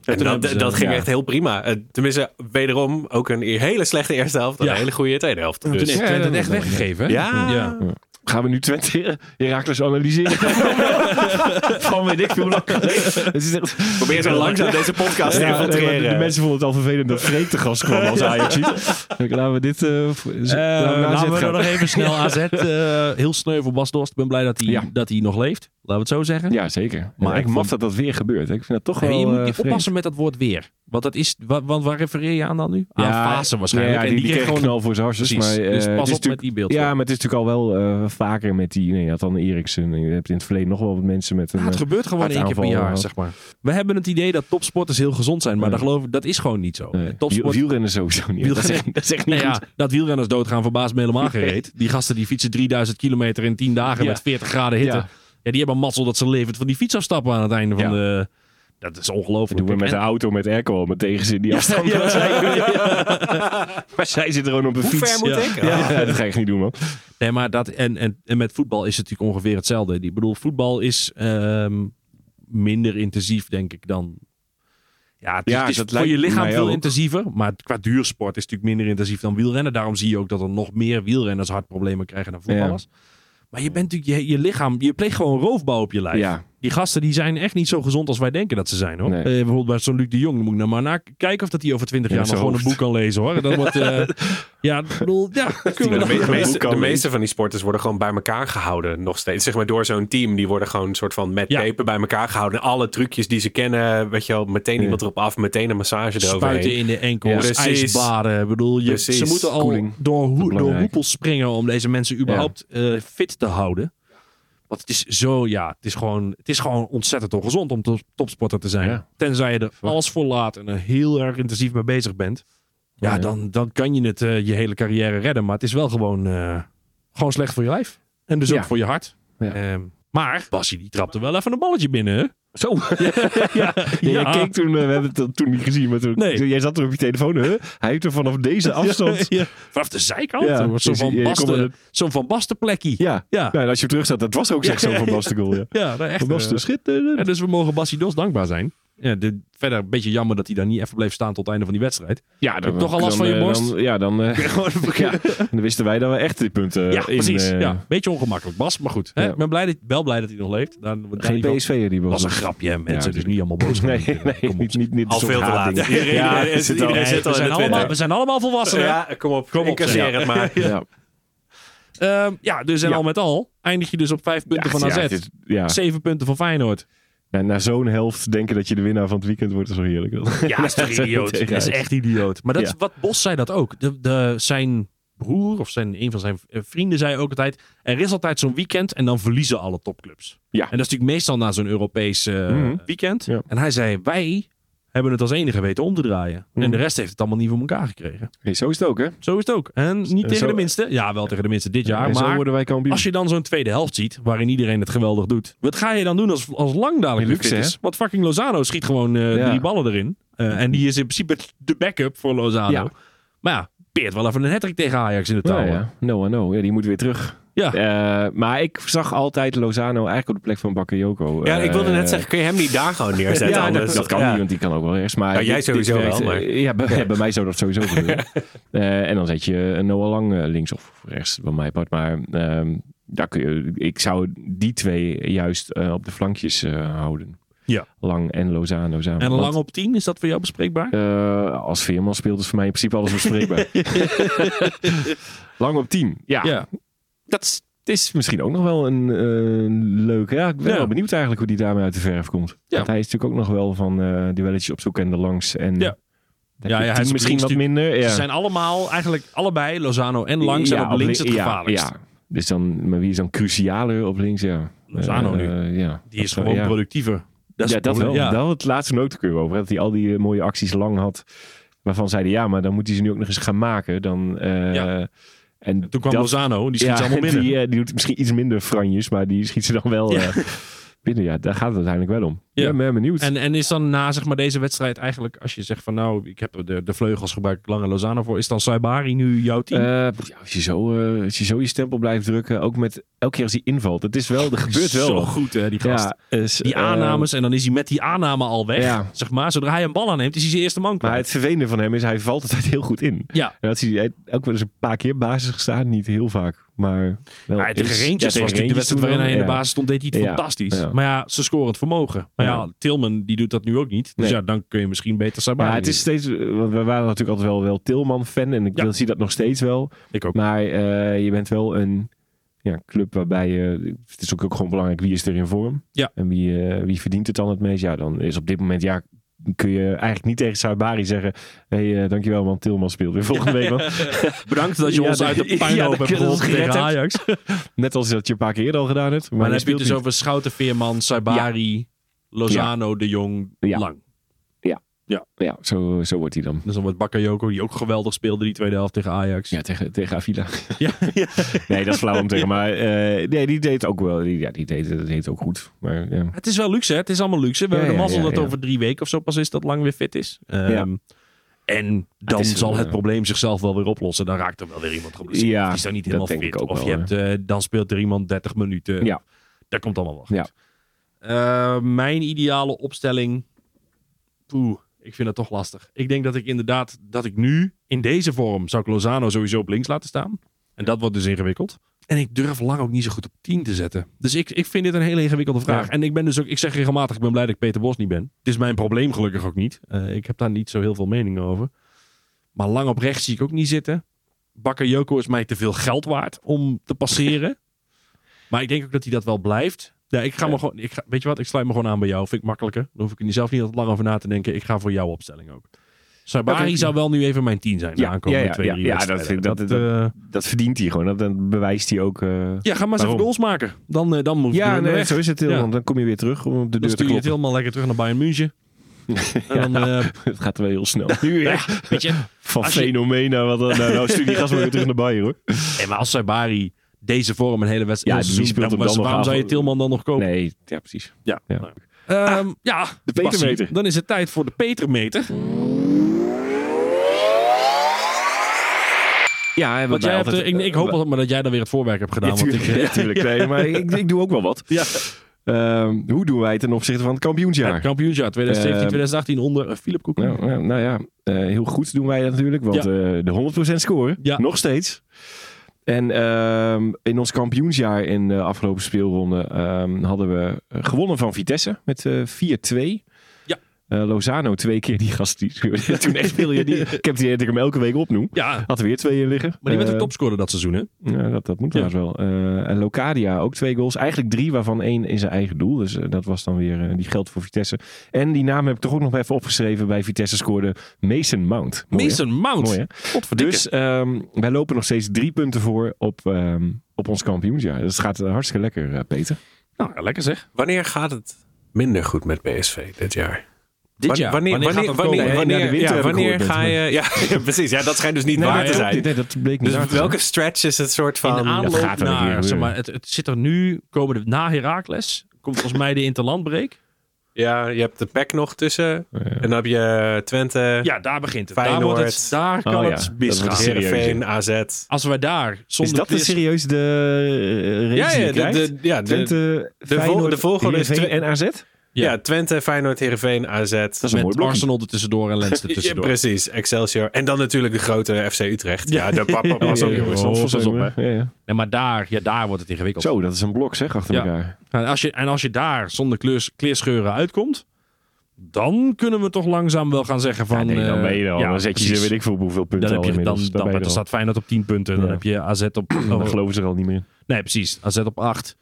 Speaker 6: dat,
Speaker 1: hebben ze-
Speaker 6: dat ging
Speaker 5: ja.
Speaker 6: echt heel prima. Eh, tenminste, wederom ook een e- hele slechte eerste helft en
Speaker 1: Ja.
Speaker 6: een hele goede tweede helft.
Speaker 1: toen
Speaker 6: Dus,
Speaker 1: heeft Twente het echt
Speaker 5: Ja,
Speaker 1: weggegeven. hè?
Speaker 6: ja,
Speaker 1: Ja. Nou,
Speaker 5: Gaan we nu Twente Herakles analyseren? van weet ik veel lang. Het is echt...
Speaker 6: probeer zo langzaam deze podcast te
Speaker 5: Ja,
Speaker 6: infiltreren.
Speaker 5: nee, maar de, de mensen vonden het al vervelend dat Freek te gast kwam als Ajax. Laten we dit... eh, v- z-
Speaker 1: Eh,
Speaker 5: laten we naar
Speaker 1: laten
Speaker 5: AZ
Speaker 1: we er
Speaker 5: gaan.
Speaker 1: nog even snel AZ. eh, heel sneu voor Bas Dost. Ik ben blij dat hij,
Speaker 5: Ja.
Speaker 1: dat hij nog leeft. Laten we het zo zeggen.
Speaker 5: Ja, zeker.
Speaker 1: Maar
Speaker 5: Maar ik
Speaker 1: ik
Speaker 5: maf
Speaker 1: vond-
Speaker 5: dat dat weer gebeurt. hè. Ik vind dat toch
Speaker 1: Hey,
Speaker 5: wel
Speaker 1: je
Speaker 5: eh,
Speaker 1: moet
Speaker 5: vreemd.
Speaker 1: oppassen met dat woord weer. Want, dat is, wa- want waar refereer je aan dan nu? aan fase waarschijnlijk.
Speaker 5: Ja,
Speaker 1: en
Speaker 5: die, die kreeg
Speaker 1: gewoon...
Speaker 5: knal voor zijn hartjes.
Speaker 1: Precies.
Speaker 5: Maar, eh,
Speaker 1: dus
Speaker 5: het
Speaker 1: pas
Speaker 5: is
Speaker 1: op met
Speaker 5: natuurlijk-
Speaker 1: die beeld.
Speaker 5: Ja, maar het is natuurlijk al wel eh, vaker met die... Nee, je had dan Eriksen. Je hebt in het verleden nog wel wat mensen met een...
Speaker 1: het
Speaker 5: eh,
Speaker 1: gebeurt gewoon één keer per
Speaker 5: hartaanval,
Speaker 1: jaar,
Speaker 5: eh,
Speaker 1: zeg maar. We hebben het idee dat topsporters heel gezond zijn, maar
Speaker 5: Nee.
Speaker 1: dat, geloof ik, dat is gewoon niet zo.
Speaker 5: nee,
Speaker 1: Topsport,
Speaker 5: eh, wiel- Wielrennen sowieso niet. Dat is echt, dat is echt niet
Speaker 1: Nou ja,
Speaker 5: goed.
Speaker 1: dat wielrenners doodgaan verbaast me helemaal geen reet. Die gasten die fietsen 3000 kilometer in 10 dagen
Speaker 5: Ja.
Speaker 1: met 40 graden hitte. Ja.
Speaker 5: Ja.
Speaker 1: die hebben mazzel dat ze levend van die fiets afstappen aan het einde van
Speaker 5: Ja.
Speaker 1: de... Dat is
Speaker 5: Dat
Speaker 1: ongelooflijk.
Speaker 5: doen we met de
Speaker 1: En-
Speaker 5: auto, met airco, al, maar tegenzin die afstand. Maar zij zitten gewoon op een
Speaker 6: Hoe
Speaker 5: fiets.
Speaker 6: ver moet
Speaker 1: ja.
Speaker 6: ik?
Speaker 5: ja. Ja, dat ga ik niet doen, man.
Speaker 1: Nee, maar dat, en, en, en met voetbal is het natuurlijk ongeveer hetzelfde. Ik bedoel, voetbal is ehm, minder intensief, denk ik, dan... Ja, het is,
Speaker 5: Ja,
Speaker 1: het is
Speaker 5: dat
Speaker 1: voor
Speaker 5: lijkt
Speaker 1: je lichaam
Speaker 5: mij
Speaker 1: veel
Speaker 5: ook.
Speaker 1: intensiever. Maar qua duursport is het natuurlijk minder intensief dan wielrennen. Daarom zie je ook dat er nog meer wielrenners hartproblemen krijgen dan voetballers. Maar je bent natuurlijk je, je lichaam, je pleegt gewoon roofbouw op je lijf.
Speaker 5: Ja,
Speaker 1: Die gasten die zijn echt niet zo gezond als wij denken dat ze zijn hoor.
Speaker 5: Nee.
Speaker 1: Eh, bijvoorbeeld bij zo'n Luc de Jong. Dan moet ik nou maar naar kijken of dat hij over 20
Speaker 5: Ja,
Speaker 1: jaar nog
Speaker 5: zijn
Speaker 1: gewoon een boek
Speaker 5: hoofd.
Speaker 1: kan lezen hoor. Dat wordt, eh, ja, ik bedoel, ja, kunnen we
Speaker 6: De,
Speaker 1: dan-
Speaker 6: me- de meeste,
Speaker 5: Hoe kan
Speaker 6: de
Speaker 5: dit?
Speaker 6: meeste van die sporters worden gewoon bij elkaar gehouden nog steeds. Zeg maar door zo'n team. Die worden gewoon een soort van met
Speaker 1: Ja.
Speaker 6: tape bij elkaar gehouden. Alle trucjes die ze kennen. Weet je wel, meteen iemand erop af. Meteen een massage
Speaker 1: Spuiten
Speaker 6: eroverheen.
Speaker 1: in de
Speaker 6: Ja,
Speaker 1: enkels,
Speaker 6: precies.
Speaker 1: ijsbaden. Ik bedoel, je,
Speaker 6: Precies.
Speaker 1: ze moeten al
Speaker 5: Koeling.
Speaker 1: door, hoe, door
Speaker 5: Belangrijk.
Speaker 1: hoepels springen om deze mensen überhaupt eh, fit te houden. Want het is zo, ja, het is gewoon, het is gewoon ontzettend ongezond om top- topsporter te zijn.
Speaker 5: Ja.
Speaker 1: Tenzij je er alles voor laat en er heel erg intensief mee bezig bent. Ja,
Speaker 5: Ja.
Speaker 1: Dan, dan kan je het eh, je hele carrière redden. Maar het is wel gewoon, eh, gewoon slecht voor je lijf. En dus
Speaker 5: Ja.
Speaker 1: ook voor je hart.
Speaker 5: Ja.
Speaker 1: Ehm, maar Basie die trapte wel even een balletje binnen. hè?
Speaker 5: Zo. ja, ja.
Speaker 1: Ja.
Speaker 5: Jij keek toen, eh, we hebben het dat toen niet gezien, maar toen,
Speaker 1: Nee.
Speaker 5: jij zat er op je telefoon. Huh? Hij heeft er vanaf deze afstand.
Speaker 1: Ja. Vanaf de zijkant. hoor.
Speaker 5: Ja.
Speaker 1: Zo'n
Speaker 5: Dus je-
Speaker 1: van,
Speaker 5: je kon
Speaker 1: Basten,
Speaker 5: er-
Speaker 1: zo'n van Basten plekje.
Speaker 5: Ja.
Speaker 1: Ja.
Speaker 5: Nou, en als je hem terug zat, dat was ook echt zo'n fantastische goal. Ja.
Speaker 1: Ja, nou echt.
Speaker 5: Dat was
Speaker 1: eh,
Speaker 5: de schitterend.
Speaker 1: en dus we mogen Bassie Dos dankbaar zijn. ja, de, verder een beetje jammer dat hij daar niet even bleef staan tot het einde van die wedstrijd.
Speaker 5: Ja, dan,
Speaker 1: toch al last
Speaker 5: dan,
Speaker 1: van je
Speaker 5: eh,
Speaker 1: borst?
Speaker 5: dan- ja, dan, eh, ja, dan wisten wij dat we echt die punten
Speaker 1: ja,
Speaker 5: in...
Speaker 1: precies.
Speaker 5: eh,
Speaker 1: ja, beetje ongemakkelijk, Bas. Maar goed, hè,
Speaker 5: Ja.
Speaker 1: ik ben blij dat, wel blij dat hij nog leeft. Daar, daar
Speaker 5: Geen
Speaker 1: niet van-
Speaker 5: PSV'er die
Speaker 1: was
Speaker 5: was.
Speaker 1: een grapje, hè, mensen.
Speaker 5: natuurlijk.
Speaker 1: dus niet allemaal boos.
Speaker 5: Nee,
Speaker 1: gaan.
Speaker 5: nee,
Speaker 1: Kom op.
Speaker 5: niet, niet, niet
Speaker 6: Al
Speaker 5: zo'n
Speaker 6: veel te
Speaker 5: haatding.
Speaker 6: laat. Iedereen,
Speaker 5: Ja,
Speaker 6: iedereen-
Speaker 5: het zit al-
Speaker 6: iedereen
Speaker 1: Nee,
Speaker 6: zit al
Speaker 1: we,
Speaker 6: in de
Speaker 1: zijn allemaal, we
Speaker 6: Twitter.
Speaker 1: zijn allemaal volwassenen.
Speaker 6: Ja, kom op.
Speaker 1: Kom
Speaker 6: Kom
Speaker 1: op,
Speaker 6: op, incasseer
Speaker 1: zeg.
Speaker 6: het maar.
Speaker 5: Ja.
Speaker 1: Ehm, ja, dus en
Speaker 5: Ja.
Speaker 1: al met al eindig je dus op vijf punten van
Speaker 5: Ja,
Speaker 1: AZ.
Speaker 5: het is- Ja,
Speaker 1: Zeven punten van Feyenoord.
Speaker 5: Ja, na zo'n helft denken dat je de winnaar van het weekend wordt, is wel heerlijk.
Speaker 1: Ja, dat is toch idioot. Dat is echt idioot. Maar dat is
Speaker 5: Ja.
Speaker 1: wat Bos zei dat ook. De, de, zijn broer of zijn, een van zijn eh, vrienden zei ook altijd... er is altijd zo'n weekend en dan verliezen alle topclubs.
Speaker 5: Ja.
Speaker 1: En dat is natuurlijk meestal na zo'n Europees eh,
Speaker 5: Mhm.
Speaker 1: weekend.
Speaker 5: Ja.
Speaker 1: En hij zei, wij hebben het als enige weten om te draaien. En
Speaker 5: Mhm.
Speaker 1: de rest heeft het allemaal niet voor elkaar gekregen.
Speaker 5: Nee, zo is het ook, hè?
Speaker 1: Zo is het ook. En niet tegen
Speaker 5: zo-
Speaker 1: de minste. Ja, wel tegen de minste dit jaar.
Speaker 5: en zo
Speaker 1: maar
Speaker 5: worden wij kampioen.
Speaker 1: als je dan zo'n tweede helft ziet, waarin iedereen het geweldig doet. Wat ga je dan doen als, als lang dadelijk
Speaker 5: Die
Speaker 1: weer fit
Speaker 5: luxe,
Speaker 1: is? Want fucking Lozano schiet gewoon eh,
Speaker 5: Ja.
Speaker 1: drie ballen erin. Eh, en die is in principe de backup voor Lozano.
Speaker 5: Ja.
Speaker 1: Maar ja, peert wel even een hattrick tegen Ajax in de touw.
Speaker 5: Nou ja, no, no. Ja, die moet weer terug.
Speaker 1: Ja.
Speaker 5: Eh, maar ik zag altijd Lozano eigenlijk op de plek van Bakayoko.
Speaker 6: Ja,
Speaker 5: Eh,
Speaker 6: ik wilde net zeggen, kun je hem niet daar gewoon neerzetten?
Speaker 5: Ja,
Speaker 6: anders?
Speaker 5: dat, dat kan
Speaker 6: Ja.
Speaker 5: niet, want die kan ook wel rechts. Maar
Speaker 6: Ja, jij sowieso wel, maar-
Speaker 5: Ja, bij, bij mij zou dat sowieso gebeuren. Eh, en dan zet je een Noah Lang eh, links of rechts, bij mij part. Maar ehm, daar kun je, ik zou die twee juist eh, op de flankjes eh, houden.
Speaker 1: Ja.
Speaker 5: Lang en Lozano samen.
Speaker 1: En
Speaker 5: Want,
Speaker 1: lang op 10, is dat voor jou bespreekbaar?
Speaker 5: eh, als veerman speelt is voor mij in principe alles bespreekbaar. lang op 10. Ja, dat is, het is misschien ook nog wel een eh leuke. Ja, ik ben
Speaker 1: Ja.
Speaker 5: wel benieuwd eigenlijk hoe die daarmee uit de verf komt.
Speaker 1: Ja.
Speaker 5: Want hij is natuurlijk ook nog wel van eh duelletjes op zoek en erlangs. En
Speaker 1: Ja.
Speaker 5: dan heb
Speaker 1: Ja,
Speaker 5: je
Speaker 1: ja, hij
Speaker 5: tien
Speaker 1: is op
Speaker 5: misschien
Speaker 1: links
Speaker 5: wat minder. Ja.
Speaker 1: Ze zijn allemaal, eigenlijk allebei, Lozano en Lang, zijn
Speaker 5: Ja,
Speaker 1: op links
Speaker 5: li-
Speaker 1: het
Speaker 5: ja,
Speaker 1: gevaarlijkst.
Speaker 5: Ja, Dus dan, maar wie is dan crucialer op links? Ja.
Speaker 1: Lozano nu.
Speaker 5: Eh, ja.
Speaker 1: Die is
Speaker 5: Dat-
Speaker 1: gewoon
Speaker 5: ja.
Speaker 1: productiever. Dat is
Speaker 5: ja,
Speaker 1: het
Speaker 5: dat wel.
Speaker 1: probleem. Ja.
Speaker 5: Daar had het laatste noodkeur over. hè, Dat hij al die eh, mooie acties lang had. Waarvan zeiden, ja, maar dan moet hij ze nu ook nog eens gaan maken. Dan, eh,
Speaker 1: Ja.
Speaker 5: en
Speaker 1: Toen kwam
Speaker 5: dat-
Speaker 1: Lozano, die schiet ze allemaal binnen.
Speaker 5: Die, eh, die doet misschien iets minder franjes, maar die schiet ze dan wel
Speaker 1: Ja.
Speaker 5: eh, binnen. Ja, daar gaat het uiteindelijk wel om.
Speaker 1: Ja.
Speaker 5: Ja, ben ben benieuwd.
Speaker 1: En, en is dan na zeg maar, deze wedstrijd eigenlijk, als je zegt van nou, ik heb de, de vleugels gebruikt, Lang en Lozano voor, is dan Saibari nu jouw team?
Speaker 5: Eh, ja, als, je zo, eh, als je zo je stempel blijft drukken, ook met elke keer als hij invalt. Het is wel, er gebeurt wel.
Speaker 1: Oh, Zo
Speaker 5: wat.
Speaker 1: goed hè, die gast.
Speaker 5: Ja, is,
Speaker 1: die
Speaker 5: eh,
Speaker 1: aannames en dan is hij met die aanname al weg.
Speaker 5: Ja.
Speaker 1: Zeg maar, zodra hij een bal aanneemt, is hij zijn eerste man
Speaker 5: maar Oh,
Speaker 1: kwijt.
Speaker 5: het vervelende van hem is, hij valt altijd heel goed in.
Speaker 1: Ja.
Speaker 5: En dat zie je ook wel eens een paar keer basis gestaan. Niet heel vaak, maar wel.
Speaker 1: Maar tegen
Speaker 5: eens.
Speaker 1: Rangers
Speaker 5: Ja,
Speaker 1: was
Speaker 5: tegen
Speaker 1: natuurlijk de
Speaker 5: Rangers toen
Speaker 1: wedstrijd waarin hij in de
Speaker 5: wel.
Speaker 1: basis stond, deed hij het
Speaker 5: Ja.
Speaker 1: fantastisch.
Speaker 5: Ja.
Speaker 1: Maar ja, ze scoren het vermogen. Maar ja,
Speaker 5: Ja.
Speaker 1: Tilman die doet dat nu ook niet. Dus
Speaker 5: Nee.
Speaker 1: ja, dan kun je misschien beter
Speaker 5: Ja.
Speaker 1: Saibari.
Speaker 5: Ja, het is steeds, want we waren natuurlijk altijd wel, wel Tilman-fan en ik
Speaker 1: Ja.
Speaker 5: wil- zie dat nog steeds wel.
Speaker 1: doen. Ik ook.
Speaker 5: Maar eh, je bent wel een ja, club waarbij je. Het is ook, ook gewoon belangrijk wie is er in vorm.
Speaker 1: Ja.
Speaker 5: En wie, eh, wie verdient het dan het meest? Ja, dan is op dit moment. Ja, kun je eigenlijk niet tegen Saibari zeggen. Hé, hey, eh, dankjewel, want Tilman speelt weer volgende week. man.
Speaker 1: Bedankt dat je
Speaker 5: Ja,
Speaker 1: ons
Speaker 5: dat-
Speaker 1: uit de puinhoop
Speaker 5: ja, dat
Speaker 1: hebt
Speaker 5: je ons
Speaker 1: geholpen tegen
Speaker 5: gered hebt.
Speaker 1: Ajax.
Speaker 5: Net als dat je een paar keer eerder al gedaan hebt. Maar,
Speaker 1: Maar dan
Speaker 5: hij
Speaker 1: heb je het
Speaker 5: speelt
Speaker 1: dus over Schouten, Veerman, Saibari, Lozano, De Jong,
Speaker 5: Ja.
Speaker 1: Lang.
Speaker 5: niet. Ja, zo, zo wordt hij dan.
Speaker 1: Dus dan wordt Bakayoko, die ook geweldig speelde die tweede helft tegen Ajax.
Speaker 5: Ja, tegen, tegen Avila.
Speaker 1: Ja,
Speaker 5: Nee, dat is flauw om te zeggen. Maar eh, nee, die deed ook wel. Die, ja, die deed, dat deed ook goed. Maar ja.
Speaker 1: Het is wel luxe, hè? Het is allemaal luxe. We
Speaker 5: Ja,
Speaker 1: hebben de
Speaker 5: ja,
Speaker 1: mazzel
Speaker 5: ja,
Speaker 1: dat
Speaker 5: ja.
Speaker 1: over drie weken of zo pas is dat lang weer fit is. Ehm,
Speaker 5: Ja.
Speaker 1: En dan
Speaker 5: Het is,
Speaker 1: zal
Speaker 5: eh,
Speaker 1: het probleem zichzelf wel weer oplossen. Dan raakt er wel weer iemand geblesseerd.
Speaker 5: Ja,
Speaker 1: die is dan niet
Speaker 5: dat
Speaker 1: helemaal
Speaker 5: denk
Speaker 1: fit.
Speaker 5: ik ook
Speaker 1: of je
Speaker 5: wel,
Speaker 1: hebt, eh, dan speelt er iemand 30 minuten.
Speaker 5: Ja.
Speaker 1: Dat komt allemaal wel goed.
Speaker 5: Ja.
Speaker 1: Eh, mijn ideale opstelling... Oeh, ik vind dat toch lastig. Ik denk dat ik inderdaad, dat ik nu in deze vorm... zou ik Lozano sowieso op links laten staan. En dat wordt dus ingewikkeld. En ik durf lang ook niet zo goed op 10 te zetten. Dus ik, ik vind dit een hele ingewikkelde vraag.
Speaker 5: Ja.
Speaker 1: En ik ben dus ook, ik zeg regelmatig, ik ben blij dat ik Peter Bos niet ben. Het is mijn probleem gelukkig ook niet. Eh, ik heb daar niet zo heel veel mening over. Maar lang op rechts zie ik ook niet zitten. Bakayoko is mij te veel geld waard om te passeren. maar ik denk ook dat hij dat wel blijft. Ja, ik ga me gewoon, ik ga, weet je wat, ik sluit me gewoon aan bij jou. Vind ik makkelijker. Dan hoef ik er zelf niet altijd lang over na te denken. Ik ga voor jouw opstelling ook. Saibari
Speaker 5: Oké.
Speaker 1: zou wel nu even mijn 10 zijn. de
Speaker 5: Ja,
Speaker 1: aankomende
Speaker 5: ja, ja,
Speaker 1: twee,
Speaker 5: ja,
Speaker 1: drie
Speaker 5: ja, dat
Speaker 1: wedstrijden.
Speaker 5: vind ik- dat-
Speaker 1: eh,
Speaker 5: Dat verdient hij gewoon. Dat, dat bewijst hij ook. eh,
Speaker 1: ja, ga maar eens even
Speaker 5: Waarom?
Speaker 1: goals maken. Dan, eh, dan moet je
Speaker 5: Ja,
Speaker 1: er weer
Speaker 5: nee, Dus
Speaker 1: weg.
Speaker 5: zo is het heel.
Speaker 1: Ja.
Speaker 5: Want dan kom je weer terug om op de
Speaker 1: Dan
Speaker 5: deur te
Speaker 1: stuur je het
Speaker 5: kloppen.
Speaker 1: helemaal lekker terug naar Bayern München. En dan, eh,
Speaker 5: Het gaat wel heel snel. Nu, hè?
Speaker 1: weet je,
Speaker 5: Van
Speaker 1: Als je-
Speaker 5: fenomeen naar wat dan. Nou, nou studie gas weer terug naar Bayern hoor.
Speaker 1: nee, maar als Saibari deze vorm een hele wedstrijd
Speaker 5: Ja,
Speaker 1: heel
Speaker 5: die
Speaker 1: seizoen,
Speaker 5: speelt hem
Speaker 1: was-
Speaker 5: dan nog
Speaker 1: waarom
Speaker 5: af.
Speaker 1: zou je Tilman dan nog kopen?
Speaker 5: Nee, ja, precies.
Speaker 1: Ja.
Speaker 5: Ja.
Speaker 1: Nou. Ehm, ja, de
Speaker 5: Petermeter.
Speaker 1: Dan is het tijd voor de Petermeter.
Speaker 5: Ja,
Speaker 1: Want jij
Speaker 5: eh,
Speaker 1: hebt, eh, ik, ik hoop altijd maar dat jij dan weer het voorwerk hebt gedaan. want ik,
Speaker 5: natuurlijk. Nee, maar ik, ik doe ook wel wat.
Speaker 1: ja.
Speaker 5: Ehm, hoe doen wij het ten opzichte van het kampioensjaar?
Speaker 1: Het kampioensjaar 2017,
Speaker 5: Eh,
Speaker 1: 2018 onder eh, Philip Koek.
Speaker 5: Nou, nou, nou ja, eh, heel goed doen wij dat natuurlijk. Want
Speaker 1: Ja.
Speaker 5: eh, de 100% scoren,
Speaker 1: Ja.
Speaker 5: nog steeds. En ehm, in ons kampioensjaar in de afgelopen speelronde ehm, hadden we gewonnen van Vitesse met eh, 4-2.
Speaker 1: Ja.
Speaker 5: Eh, Lozano twee keer die gast. Die scoorde. Toen echt veel je die. Ik heb die dat ik hem elke week opnoem.
Speaker 1: Ja,
Speaker 5: Had er weer twee in liggen.
Speaker 1: maar die werd
Speaker 5: Eh,
Speaker 1: ook topscorer dat seizoen, hè?
Speaker 5: ja, dat, dat moet
Speaker 1: Ja.
Speaker 5: trouwens wel. Eh, en Locadia ook twee goals. Eigenlijk drie, waarvan één in zijn eigen doel. Dus eh, dat was dan weer, eh, die geldt voor Vitesse. En die naam heb ik toch ook nog even opgeschreven bij Vitesse scoorde Mason Mount. Mooi, hè?
Speaker 1: Mason Mount.
Speaker 5: Mooi, hè?
Speaker 1: Godverdikke.
Speaker 5: Dus ehm, wij lopen nog steeds drie punten voor op, ehm, op ons kampioensjaar. Dus het gaat eh, hartstikke lekker, eh, Peter.
Speaker 1: nou, ja, lekker zeg.
Speaker 6: Wanneer gaat het minder goed met PSV dit jaar?
Speaker 1: Dit
Speaker 6: Wa-
Speaker 1: jaar.
Speaker 6: Wanneer, wanneer,
Speaker 1: gaat
Speaker 6: wanneer,
Speaker 1: dat komen?
Speaker 6: wanneer,
Speaker 5: Nee, na de winter
Speaker 6: ja,
Speaker 5: heb ik
Speaker 6: wanneer
Speaker 5: gehoord,
Speaker 6: ga
Speaker 5: net.
Speaker 6: je... Ja, ja, precies. Ja, dat schijnt dus niet waar te zijn.
Speaker 5: nee, dat bleek niet
Speaker 6: Dus
Speaker 5: waar te
Speaker 6: welke stretch is het soort van...
Speaker 1: in de aanloop
Speaker 5: gaat er een keer
Speaker 1: naar, zeg
Speaker 5: gebeuren.
Speaker 1: maar, het, het zit er nu, komen de, na Herakles, komt volgens mij de interlandbreek.
Speaker 6: Ja, je hebt de pack nog tussen. En dan heb je Twente,
Speaker 1: Ja, daar begint het. Daar,
Speaker 6: Feyenoord.
Speaker 1: wordt het, daar kan
Speaker 5: Oh ja,
Speaker 1: het
Speaker 5: dat
Speaker 1: misgaan.
Speaker 5: wordt serieus.
Speaker 6: Heerenveen, AZ.
Speaker 1: Als wij daar
Speaker 5: zijn. Is
Speaker 1: zonder
Speaker 5: dat de
Speaker 1: Chris-
Speaker 5: serieus de eh, race
Speaker 6: Ja,
Speaker 5: die je
Speaker 6: ja, de,
Speaker 5: krijgt?
Speaker 6: de, ja, de,
Speaker 5: Twente,
Speaker 6: vol-
Speaker 5: Feyenoord,
Speaker 6: de volgorde is
Speaker 5: Heerenveen
Speaker 6: Twe-
Speaker 5: en AZ? Dat
Speaker 1: Ja.
Speaker 6: ja. Twente, Feyenoord, Heerenveen, AZ. Dat
Speaker 5: is een mooi
Speaker 1: met
Speaker 5: blokje.
Speaker 1: Arsenal er tussendoor en Lens er
Speaker 6: ja,
Speaker 1: tussendoor.
Speaker 6: precies, Excelsior. En dan natuurlijk de grote FC Utrecht.
Speaker 1: Ja.
Speaker 6: Ja, de papa pas Oh, op,
Speaker 1: ja,
Speaker 6: jongens.
Speaker 1: ja. pas op,
Speaker 5: hè. Ja, ja.
Speaker 1: nee, maar daar, ja, daar wordt het ingewikkeld.
Speaker 5: Zo, dat is een blok zeg, achter
Speaker 1: Ja.
Speaker 5: elkaar.
Speaker 1: En, als je, en als je daar zonder kleurs, kleerscheuren uitkomt, dan kunnen we toch langzaam wel gaan zeggen van...
Speaker 5: ja, nee, dan
Speaker 1: eh,
Speaker 5: ben je er al.
Speaker 1: ja,
Speaker 5: dan zet je
Speaker 1: precies.
Speaker 5: ze weet ik veel op hoeveel punten
Speaker 1: Dan, heb
Speaker 5: al
Speaker 1: je, dan,
Speaker 5: inmiddels.
Speaker 1: dan,
Speaker 5: ben je
Speaker 1: dan
Speaker 5: er al.
Speaker 1: staat Feyenoord op 10 punten. Dan
Speaker 5: Ja.
Speaker 1: heb je AZ op... Oh,
Speaker 5: Dan geloven ze er al niet meer in.
Speaker 1: Nee, precies. AZ op 8.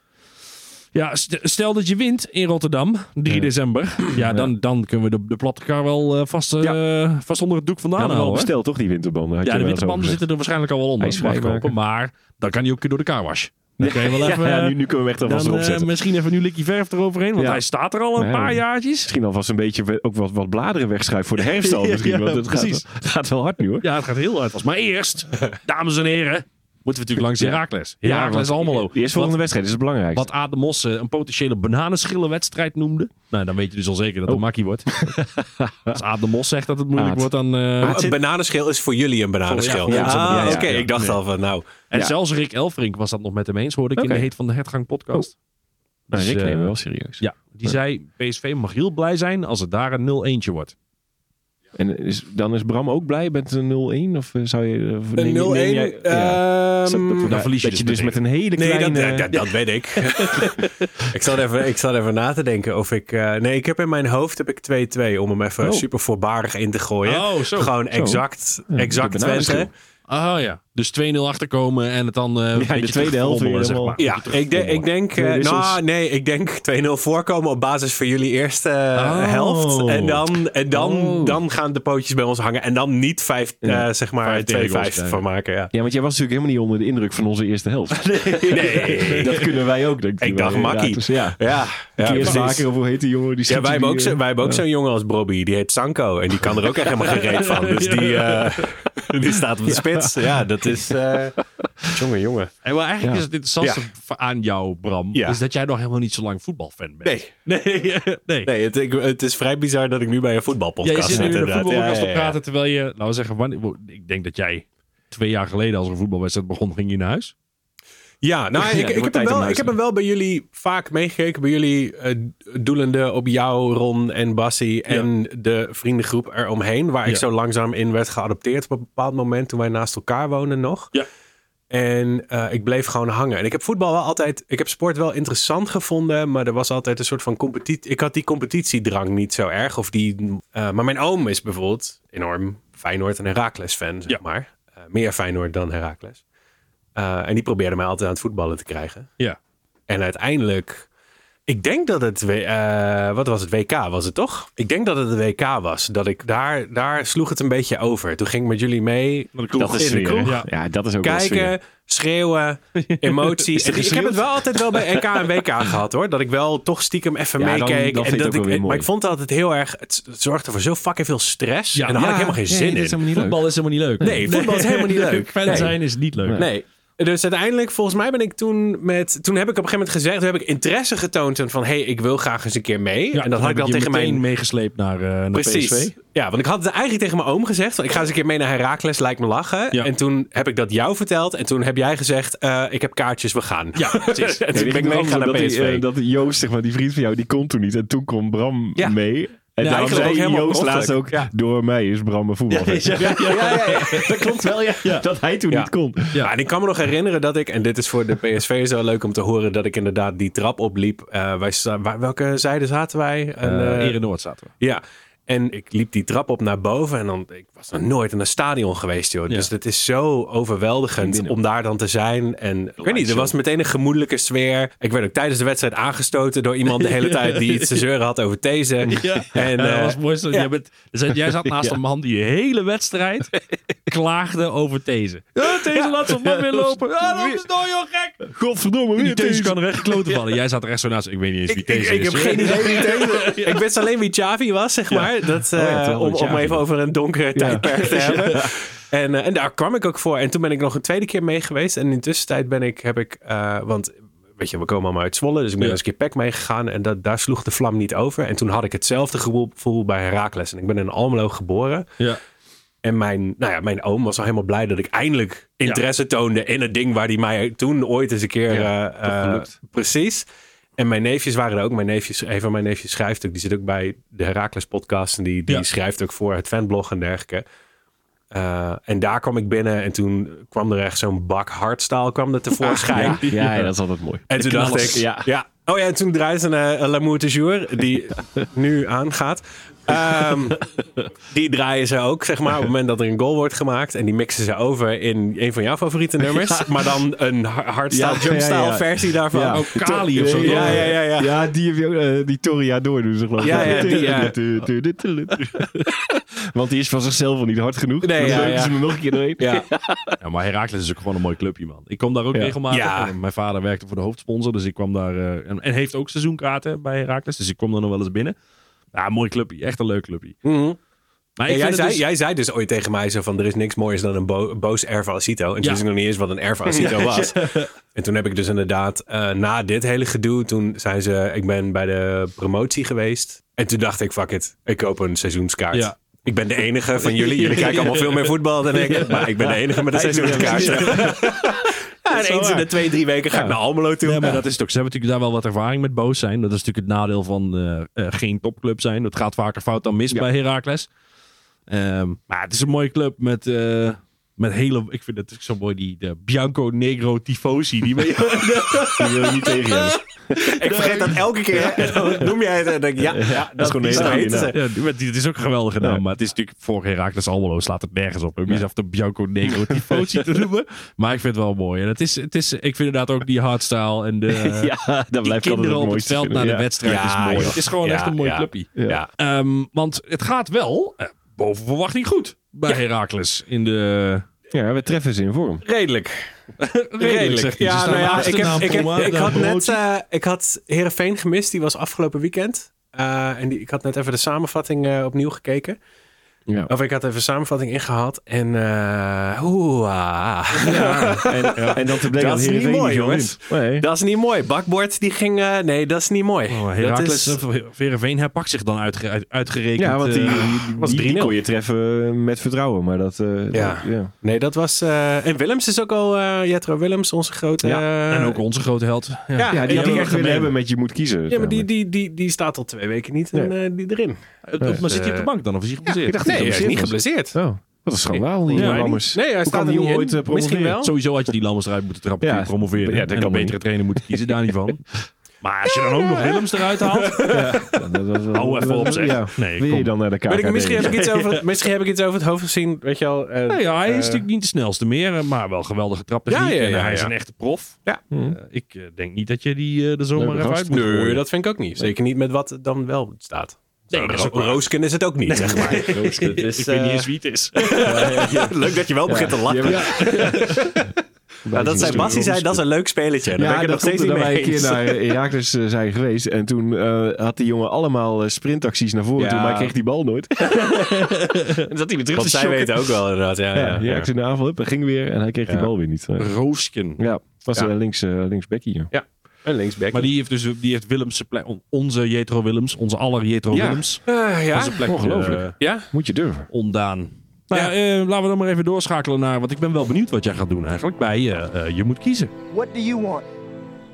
Speaker 1: Ja, st- stel dat je wint in Rotterdam, 3
Speaker 5: Ja.
Speaker 1: december. Ja, dan, dan kunnen we de, de platte kar wel eh, vast, eh, vast onder het doek vandaan
Speaker 5: Ja,
Speaker 1: halen.
Speaker 5: maar wel
Speaker 1: nou, hoor.
Speaker 5: besteld toch, die winterbanden? Had
Speaker 1: Ja,
Speaker 5: je
Speaker 1: de
Speaker 5: wel eens
Speaker 1: winterbanden
Speaker 5: over
Speaker 1: zitten er waarschijnlijk al wel onder.
Speaker 5: Hij is
Speaker 1: mag ik
Speaker 5: vrijmaken.
Speaker 1: hopen, maar dan kan hij ook door de karwas. Dan kan je wel
Speaker 5: gezegd.
Speaker 1: even... eh,
Speaker 5: Ja, nu, nu kunnen we hem echt alvast
Speaker 1: dan,
Speaker 5: erop
Speaker 1: eh,
Speaker 5: zetten.
Speaker 1: misschien even nu likje verf eroverheen, want
Speaker 5: Ja.
Speaker 1: hij staat er al een
Speaker 5: Ja.
Speaker 1: paar jaartjes.
Speaker 5: Misschien alvast een beetje we- ook wat, wat bladeren wegschuiven voor de herfst al.
Speaker 1: Ja,
Speaker 5: Misschien,
Speaker 1: ja,
Speaker 5: want het gaat,
Speaker 1: precies.
Speaker 5: wel- het gaat wel hard nu hoor.
Speaker 1: Ja, het gaat heel hard als. Maar eerst, dames en heren, moeten we natuurlijk langs
Speaker 5: Ja.
Speaker 1: Herakles.
Speaker 5: Ja,
Speaker 1: Herakles
Speaker 5: want
Speaker 1: Almelo.
Speaker 5: De eerste
Speaker 1: Wat-
Speaker 5: volgende wedstrijd is het belangrijkste.
Speaker 1: Wat Aad de Mosse een potentiële bananenschillenwedstrijd noemde. Nou, dan weet je dus al zeker dat het
Speaker 5: Oh.
Speaker 1: makkie wordt. Als Aad de Mos zegt dat het moeilijk
Speaker 5: Aad.
Speaker 1: wordt, dan... eh,
Speaker 6: Oh, Een bananenschil is voor jullie een bananenschil.
Speaker 1: Voor- ja,
Speaker 6: Ah,
Speaker 1: voor-
Speaker 5: ja, ja,
Speaker 6: oké.
Speaker 5: ja.
Speaker 6: Ik dacht al van, nou...
Speaker 1: en
Speaker 5: ja.
Speaker 1: zelfs Rick Elfrink was dat nog met hem eens, hoorde ik in
Speaker 5: Oké.
Speaker 1: de Heet van de Hertgang podcast.
Speaker 5: Nou,
Speaker 1: Dus,
Speaker 5: Rick
Speaker 1: eh,
Speaker 5: neemt wel serieus.
Speaker 1: Ja, die zei, PSV mag heel blij zijn als het daar een 0-1'tje wordt.
Speaker 5: En is, dan is Bram ook blij met een 0-1? Of eh, zou je... of neem
Speaker 6: Een
Speaker 5: je-
Speaker 6: 0-1...
Speaker 5: neem jij- ja.
Speaker 6: ehm,
Speaker 5: dat,
Speaker 1: dan verlies je dus
Speaker 5: dat je dus
Speaker 1: meteen.
Speaker 5: met een hele
Speaker 6: Nee, dat,
Speaker 5: kleine... eh,
Speaker 6: dat, dat- dat weet ik. ik, zat even, ik zat even na te denken of ik... eh, nee, ik heb in mijn hoofd heb ik 2-2 om hem even
Speaker 5: Oh.
Speaker 6: super voorbarig in te gooien.
Speaker 1: Oh, zo.
Speaker 6: Gewoon exact, exact
Speaker 5: de bananenschil.
Speaker 6: Twente.
Speaker 1: Ah ja, dus 2-0 achterkomen en het dan eh een beetje
Speaker 5: tweede helft
Speaker 1: terugfrommelen,
Speaker 5: weer
Speaker 1: zeg
Speaker 5: helemaal-
Speaker 1: maar.
Speaker 6: Ja, ik, de- ik denk... eh,
Speaker 5: Twee wissels.
Speaker 6: nou, nee, ik denk 2-0 voorkomen op basis van jullie eerste eh,
Speaker 1: Oh.
Speaker 6: helft. En, dan, en dan,
Speaker 5: Oh.
Speaker 6: dan gaan de pootjes bij ons hangen. En dan niet vijf, eh,
Speaker 5: Ja.
Speaker 6: zeg maar
Speaker 1: Vijf
Speaker 6: 2-5
Speaker 1: tegengoals krijgen.
Speaker 6: van maken. Ja.
Speaker 5: Ja, want jij was natuurlijk helemaal niet onder de indruk van onze eerste helft.
Speaker 6: Nee.
Speaker 5: Dat kunnen wij ook, denk
Speaker 6: Ik dacht
Speaker 5: wel,
Speaker 6: makkie.
Speaker 5: inderdaad. Dus ja.
Speaker 6: Ja,
Speaker 5: Keer
Speaker 6: ja, precies.
Speaker 5: Zaker, of hoe heet die jongen? Die eh,
Speaker 6: Ja, wij hebben ook, zo, wij hebben ook
Speaker 5: zo.
Speaker 6: zo'n jongen als Bobby, die heet Sanko. En die kan er ook echt helemaal geen reet van. Dus die, eh, die staat op de spits. Ja, dat is... eh, jongen, jongen.
Speaker 1: En maar eigenlijk
Speaker 5: Ja.
Speaker 1: is het interessantste aan jou, Bram,
Speaker 6: Ja.
Speaker 1: is dat jij nog helemaal niet zo lang voetbalfan bent.
Speaker 6: Nee,
Speaker 1: Nee, nee.
Speaker 6: nee het, ik- het is vrij bizar dat ik nu bij een
Speaker 1: Ja, je
Speaker 6: voetbalpodcast
Speaker 1: zit nu in de
Speaker 6: inderdaad.
Speaker 1: voetbalkast
Speaker 6: Ja,
Speaker 1: te
Speaker 6: ja, ja.
Speaker 1: praten terwijl je, laten Nou, we zeggen, wanneer, wo- ik denk dat jij twee jaar geleden als er een voetbalwedstrijd begon, ging je naar huis.
Speaker 6: Ja, nou,
Speaker 5: Ja,
Speaker 6: ik,
Speaker 5: er
Speaker 6: ik,
Speaker 5: wordt
Speaker 6: heb hem
Speaker 5: tijd om
Speaker 6: wel,
Speaker 5: huis
Speaker 6: ik
Speaker 5: te
Speaker 6: heb hem wel bij jullie vaak meegekeken. Bij jullie eh, doelende op jou, Ron en Bassie. En de vriendengroep eromheen. Waar
Speaker 1: Ja.
Speaker 6: ik zo langzaam in werd geadopteerd op een bepaald moment. Toen wij naast elkaar woonden nog.
Speaker 1: Ja.
Speaker 6: En eh, ik bleef gewoon hangen. En ik heb voetbal wel altijd... Ik heb sport wel interessant gevonden. Maar er was altijd een soort van competitie... Ik had die competitiedrang niet zo erg. Of die, eh, maar mijn oom is bijvoorbeeld enorm Feyenoord en Heracles fan, zeg
Speaker 1: Ja.
Speaker 6: maar. Eh, meer Feyenoord dan Heracles. Eh, en die probeerde mij altijd aan het voetballen te krijgen.
Speaker 1: Ja.
Speaker 6: En uiteindelijk, ik denk dat het, W- eh, wat was het, WK was het toch? Ik denk dat het het WK was. Dat ik daar, daar sloeg het een beetje over. Toen ging ik met jullie mee
Speaker 5: eh, Dat is
Speaker 6: in de
Speaker 5: sfeer,
Speaker 6: kroeg.
Speaker 5: hè?
Speaker 1: Ja.
Speaker 5: Ja. dat is ook wel sfeer.
Speaker 6: Kijken, schreeuwen, emoties. En ik heb het wel altijd wel bij NK en WK gehad hoor. Dat ik wel toch stiekem even
Speaker 5: Ja, dan- dan
Speaker 6: meekeek.
Speaker 5: vind je
Speaker 6: en
Speaker 5: het
Speaker 6: dat
Speaker 5: ook wel weer
Speaker 6: ik, maar
Speaker 5: mooi.
Speaker 6: ik vond het altijd heel erg. Het het zorgde voor zo fucking veel stress.
Speaker 1: Ja.
Speaker 6: en daar had
Speaker 1: Ja,
Speaker 6: ik helemaal
Speaker 5: nee,
Speaker 6: geen zin
Speaker 5: dit
Speaker 6: in.
Speaker 5: is helemaal niet leuk.
Speaker 1: Voetbal is helemaal niet leuk.
Speaker 6: Nee, voetbal is helemaal niet leuk.
Speaker 1: Fan
Speaker 6: Nee.
Speaker 1: zijn is niet leuk.
Speaker 6: Nee. Dus uiteindelijk, volgens mij ben ik toen met... Toen heb ik op een gegeven moment gezegd... Toen heb ik interesse getoond en van... Hé, hey, ik wil graag eens een keer mee. en dat had ik
Speaker 1: dan
Speaker 6: dan tegen mijn...
Speaker 1: meegesleept naar, eh naar
Speaker 6: Precies.
Speaker 1: PSV.
Speaker 6: Ja, want ik had het eigenlijk tegen mijn oom gezegd. Van, ik ga eens een keer mee naar Herakles, lijkt me lachen.
Speaker 1: Ja.
Speaker 6: En toen heb ik dat jou verteld. En toen heb jij gezegd, eh, ik heb kaartjes, we gaan. Ja, precies. en toen ben ik meegegaan naar
Speaker 5: dat, die,
Speaker 6: PSV.
Speaker 5: eh, dat Joost, zeg maar, die vriend van jou, die kon toen niet. En toen kwam Bram
Speaker 6: Ja.
Speaker 5: mee. En
Speaker 6: Ja,
Speaker 5: daarom
Speaker 6: eigenlijk ook
Speaker 5: zei
Speaker 6: helemaal
Speaker 5: Joost
Speaker 6: per
Speaker 5: laatst
Speaker 6: ongeluk.
Speaker 5: ook,
Speaker 6: Ja.
Speaker 5: door mij is Bram een voetbalfan. Dat klopt wel, ja. Dat hij toen
Speaker 6: Ja.
Speaker 5: niet kon.
Speaker 6: Ja, en ik kan me nog herinneren dat ik, en dit is voor de PSV zo leuk om te horen, dat ik inderdaad die trap opliep. Eh, wij, sta- waar- welke zijde zaten wij? Een, eh,
Speaker 1: Ere Noord zaten we.
Speaker 6: ja. En ik liep die trap op naar boven en dan, ik was nog nooit in een stadion geweest, joh. Dus dat is zo overweldigend om daar dan te zijn. En ik weet niet, er was meteen een gemoedelijke sfeer. Ik werd ook tijdens de wedstrijd aangestoten door iemand de hele tijd die iets te zeuren had over Tezen. En,
Speaker 1: En, dat
Speaker 6: eh,
Speaker 1: was het mooiste. Jij, bent, dus jij zat naast een man die de hele wedstrijd klaagde over deze. Ja, deze laat zijn man weer lopen. Ja, dat is door, joh, gek.
Speaker 5: Godverdomme,
Speaker 1: Die
Speaker 5: weer
Speaker 1: deze
Speaker 5: deze.
Speaker 1: kan er echt kloten vallen. Jij zat er echt zo naast. Ik weet niet eens wie
Speaker 6: Ik, ik,
Speaker 1: deze
Speaker 6: ik
Speaker 1: is.
Speaker 6: heb geen idee wie Teese- Ik wist alleen wie Chavi was, zeg maar. Dat, eh,
Speaker 5: dus, ja, terwijl
Speaker 6: om,
Speaker 5: het
Speaker 6: om
Speaker 5: Xavi
Speaker 6: even
Speaker 5: was.
Speaker 6: over een donker tijdperk te hebben. En, eh, en daar kwam ik ook voor. En toen ben ik nog een tweede keer mee geweest. En in de tussentijd ben ik, heb ik... eh, want weet je, we komen allemaal uit Zwolle. Dus ik ben
Speaker 1: Ja.
Speaker 6: eens een keer pack meegegaan. En dat, daar sloeg de vlam niet over. En toen had ik hetzelfde gevoel- gevoel bij Herakles. En ik ben in Almelo geboren.
Speaker 1: Ja.
Speaker 6: En mijn, nou ja, mijn oom was al helemaal blij dat ik eindelijk interesse toonde in het ding waar hij mij toen ooit eens een keer.
Speaker 5: Ja,
Speaker 6: eh,
Speaker 5: toch
Speaker 6: eh,
Speaker 5: gelukt.
Speaker 6: precies. En mijn neefjes waren er ook. Mijn neefjes, een van mijn neefjes schrijft ook. Die zit ook bij de Herakles podcast. En die, die
Speaker 1: Ja.
Speaker 6: schrijft ook voor het fanblog en dergelijke. Eh, en daar kwam ik binnen. En toen kwam er echt zo'n bak hardstaal kwam er tevoorschijn.
Speaker 5: Ja, ja, ja, dat is altijd mooi.
Speaker 6: En toen dacht ik,
Speaker 5: knallers.
Speaker 6: ja.
Speaker 5: Ja.
Speaker 6: Oh ja, en toen draaide ze een eh, L'amour de Jour, die nu aangaat. Ehm, die draaien ze ook, zeg maar, op het moment dat er een goal wordt gemaakt. En die mixen ze over in een van jouw favoriete nummers. Maar dan een har- hardstyle,
Speaker 5: Ja,
Speaker 6: jumpstyle
Speaker 5: ja, ja.
Speaker 6: versie daarvan.
Speaker 5: Ja.
Speaker 1: Ook Kali of zo.
Speaker 6: Ja, ja, ja, ja.
Speaker 5: Ja, die, heb je ook, eh, die Toriador doen ze geloof ik.
Speaker 6: Ja, ja, die, ja.
Speaker 5: Tu- tu- tu- tu- tu- Want die is van zichzelf al niet hard genoeg.
Speaker 6: Nee,
Speaker 5: Dan
Speaker 6: ja,
Speaker 5: leuken
Speaker 6: ja.
Speaker 5: ze hem nog een keer doorheen.
Speaker 6: Ja.
Speaker 1: Ja, maar Herakles is ook gewoon een mooi clubje, man. Ik kom daar ook
Speaker 5: Ja.
Speaker 1: regelmatig.
Speaker 6: Ja.
Speaker 1: En Mijn vader werkte voor de hoofdsponsor, dus ik kwam daar... eh, en, en heeft ook seizoenkaarten bij Herakles, dus ik kom daar nog wel eens binnen. Ja, mooi clubje. Echt een leuk clubje.
Speaker 6: Mhm.
Speaker 1: Maar
Speaker 6: En
Speaker 1: ik vind
Speaker 6: jij,
Speaker 1: het
Speaker 6: zei,
Speaker 1: dus-
Speaker 6: jij zei dus ooit tegen mij zo van, er is niks moois dan een bo- boos erva Acito. En toen
Speaker 1: Ja.
Speaker 6: wist ik nog niet eens wat een erva Acito was. En toen heb ik dus inderdaad, eh, na dit hele gedoe, toen zijn ze, ik ben bij de promotie geweest. En toen dacht ik, fuck it, ik koop een seizoenskaart.
Speaker 1: Ja.
Speaker 6: Ik ben de enige van jullie. Jullie kijken allemaal veel meer voetbal dan ik. Maar ik ben de enige met een seizoenskaart. Ja, en eens in de twee, drie weken ga ik naar Almelo toe.
Speaker 1: Ja, maar dat is toch. Ze hebben natuurlijk daar wel wat ervaring met boos zijn. Dat is natuurlijk het nadeel van eh, eh, geen topclub zijn. Dat gaat vaker fout dan mis bij Heracles. Ehm, maar het is een mooie club met, eh, met hele. Ik vind het zo mooi die de Bianco Negro Tifosi. Die ben je-
Speaker 5: Die wil je niet tegen hebben.
Speaker 6: ik vergeet dat elke keer. En dan noem jij het en dan denk ik, ja, ja, dat, is
Speaker 5: gewoon een hele
Speaker 6: die zou
Speaker 5: goede
Speaker 6: heten ze.
Speaker 1: ja, die- met die- het is ook geweldig gedaan. Maar het is natuurlijk voor Heracles Almelo slaat het nergens op. Om jezelf de Bianco Negro Tifosi te noemen. Maar ik vind het wel mooi. En het is, het is, ik vind inderdaad ook die hardstyle en de.
Speaker 5: Ja, dat
Speaker 1: die
Speaker 5: blijft altijd
Speaker 1: kinderen
Speaker 5: het
Speaker 1: op het
Speaker 5: mooiste
Speaker 1: veld
Speaker 5: vinden.
Speaker 1: naar de
Speaker 5: Ja.
Speaker 1: wedstrijd
Speaker 6: Ja,
Speaker 1: is mooi.
Speaker 6: joh.
Speaker 1: Het is gewoon
Speaker 6: Ja,
Speaker 1: echt een mooi
Speaker 6: ja.
Speaker 1: clubje.
Speaker 6: Ja.
Speaker 1: Ehm, want het gaat wel eh, boven verwachting goed bij Heracles in de
Speaker 5: Ja, we treffen ze in vorm.
Speaker 6: Redelijk.
Speaker 1: zegt hij. Ze
Speaker 6: Ja,
Speaker 1: staan
Speaker 6: nou ja,
Speaker 1: achter
Speaker 6: ik, heb,
Speaker 1: na
Speaker 6: ik, heb-
Speaker 1: Poma,
Speaker 6: ik
Speaker 1: na
Speaker 6: had net
Speaker 1: promotie.
Speaker 6: eh ik had Heerenveen gemist. Die was afgelopen weekend. Eh, en die, ik had net even de samenvatting eh, opnieuw gekeken.
Speaker 5: Ja.
Speaker 6: Of ik had even de samenvatting ingehaald. En eh, oeh, ah.
Speaker 5: En, en dan te blijken
Speaker 6: Dat
Speaker 5: dat
Speaker 6: is niet
Speaker 5: Heerenveen
Speaker 6: mooi,
Speaker 5: niet veel
Speaker 6: jongens.
Speaker 5: wint. Nee.
Speaker 6: dat is niet mooi. Bakbord die ging... eh, nee, dat is niet mooi.
Speaker 1: Oh,
Speaker 6: dat
Speaker 1: Heracles,
Speaker 6: is,
Speaker 1: eh, Heerenveen herpakt zich dan uitge- uit- uitgerekend.
Speaker 5: Ja, want die,
Speaker 1: eh,
Speaker 5: die,
Speaker 6: was
Speaker 5: die,
Speaker 6: 3-0.
Speaker 5: kon je treffen met vertrouwen. Maar dat... eh,
Speaker 6: Ja.
Speaker 5: dat- ja.
Speaker 6: nee, dat was... eh, en Willems is ook al... eh, Jetro Willems, onze grote... eh,
Speaker 1: en ook onze grote held. Ja.
Speaker 6: Ja,
Speaker 5: Ja,
Speaker 6: die
Speaker 5: die had
Speaker 6: hebben
Speaker 5: ik
Speaker 6: we
Speaker 5: echt willen
Speaker 1: gemeen.
Speaker 5: hebben met je moet kiezen.
Speaker 6: Ja,
Speaker 5: zeg
Speaker 6: maar die, die, die, die staat al twee weken niet en, eh, die erin.
Speaker 1: Eh, maar zit hij op de bank dan? Of is hij geblesseerd?
Speaker 5: dacht
Speaker 6: Nee, hij is
Speaker 5: geblesseerd
Speaker 6: niet
Speaker 5: was.
Speaker 6: geblesseerd.
Speaker 5: Oh, wat een schandaal hier,
Speaker 1: Ja, die-
Speaker 5: ja,
Speaker 6: Nee, hij
Speaker 5: Hoe
Speaker 6: staat
Speaker 5: kan
Speaker 6: er
Speaker 5: die
Speaker 6: niet in.
Speaker 5: ooit eh,
Speaker 6: Misschien
Speaker 5: promoveren?
Speaker 6: wel.
Speaker 1: Sowieso had je die Lammers eruit moeten trappen.
Speaker 5: Ja,
Speaker 1: en promoveren.
Speaker 5: ja, dat
Speaker 1: en
Speaker 5: kan
Speaker 1: dan
Speaker 5: niet.
Speaker 1: betere trainer moeten kiezen. Daar niet van. Maar als je dan ook nog Willems eruit haalt.
Speaker 5: Ja, dat was wel-
Speaker 1: Hou even op, zeg.
Speaker 5: Ja.
Speaker 1: Nee,
Speaker 5: Wil
Speaker 1: kom.
Speaker 5: je dan naar de
Speaker 6: Ben
Speaker 5: KKD?
Speaker 6: ik, misschien, heb ik iets over, misschien heb ik iets over het hoofd gezien. Weet je wel. eh,
Speaker 1: Nou ja, hij is
Speaker 6: eh,
Speaker 1: natuurlijk niet de snelste meer, eh, maar wel geweldige traptechniek.
Speaker 6: Ja, ja, ja,
Speaker 1: en hij is
Speaker 6: ja.
Speaker 1: een echte prof.
Speaker 6: Ja.
Speaker 1: Eh, ik eh, denk niet dat je die eh, er zomaar
Speaker 5: Leuke
Speaker 1: even
Speaker 5: gast.
Speaker 1: uit moet
Speaker 6: Hmm. Nee,
Speaker 1: gooien.
Speaker 6: dat vind ik ook niet. Zeker niet met wat het dan wel staat.
Speaker 1: Nee,
Speaker 6: Zo,
Speaker 1: dat is
Speaker 6: Ro-
Speaker 1: ook waar.
Speaker 6: Roosken is het ook niet, zeg maar. eh,
Speaker 1: ik weet niet eens wie het is.
Speaker 6: Leuk dat je wel begint te lachen. Nou, dat zei
Speaker 5: zijn
Speaker 6: Bassie zei, dat is een leuk spelletje. Daar ben ik
Speaker 5: Ja,
Speaker 6: het
Speaker 5: dat
Speaker 6: nog steeds
Speaker 5: komt
Speaker 6: niet
Speaker 5: omdat wij
Speaker 6: mee
Speaker 5: een keer
Speaker 6: eens.
Speaker 5: naar Herakles eh, zijn geweest. En toen eh, had die jongen allemaal eh, sprintacties naar voren
Speaker 6: Ja.
Speaker 5: toe. Maar hij kreeg die bal nooit. en zat hij weer terug
Speaker 6: Want
Speaker 5: te
Speaker 6: zij
Speaker 5: shocken.
Speaker 6: weten ook wel inderdaad. Ja, ja,
Speaker 5: Ja,
Speaker 6: ja.
Speaker 5: Herakles in de aanval up en ging weer. En hij kreeg die
Speaker 6: Ja.
Speaker 5: bal weer niet. Eh,
Speaker 1: Roosken.
Speaker 5: Ja, was
Speaker 6: Ja.
Speaker 5: eh, links, eh, linksbackie. ja.
Speaker 6: Een linksback.
Speaker 1: Maar die heeft dus die heeft Willems zijn plek, on- onze Jetro Willems, onze aller Jetro
Speaker 5: Ja.
Speaker 1: Willems,
Speaker 6: Eh, ja.
Speaker 1: van zijn plek
Speaker 5: Ongelooflijk.
Speaker 1: eh, ja?
Speaker 5: Moet je durven.
Speaker 1: ondaan. Nou ja, eh, laten we dan maar even doorschakelen naar, want ik ben wel benieuwd wat jij gaat doen eigenlijk bij eh, eh, Je Moet Kiezen.
Speaker 7: What do you want?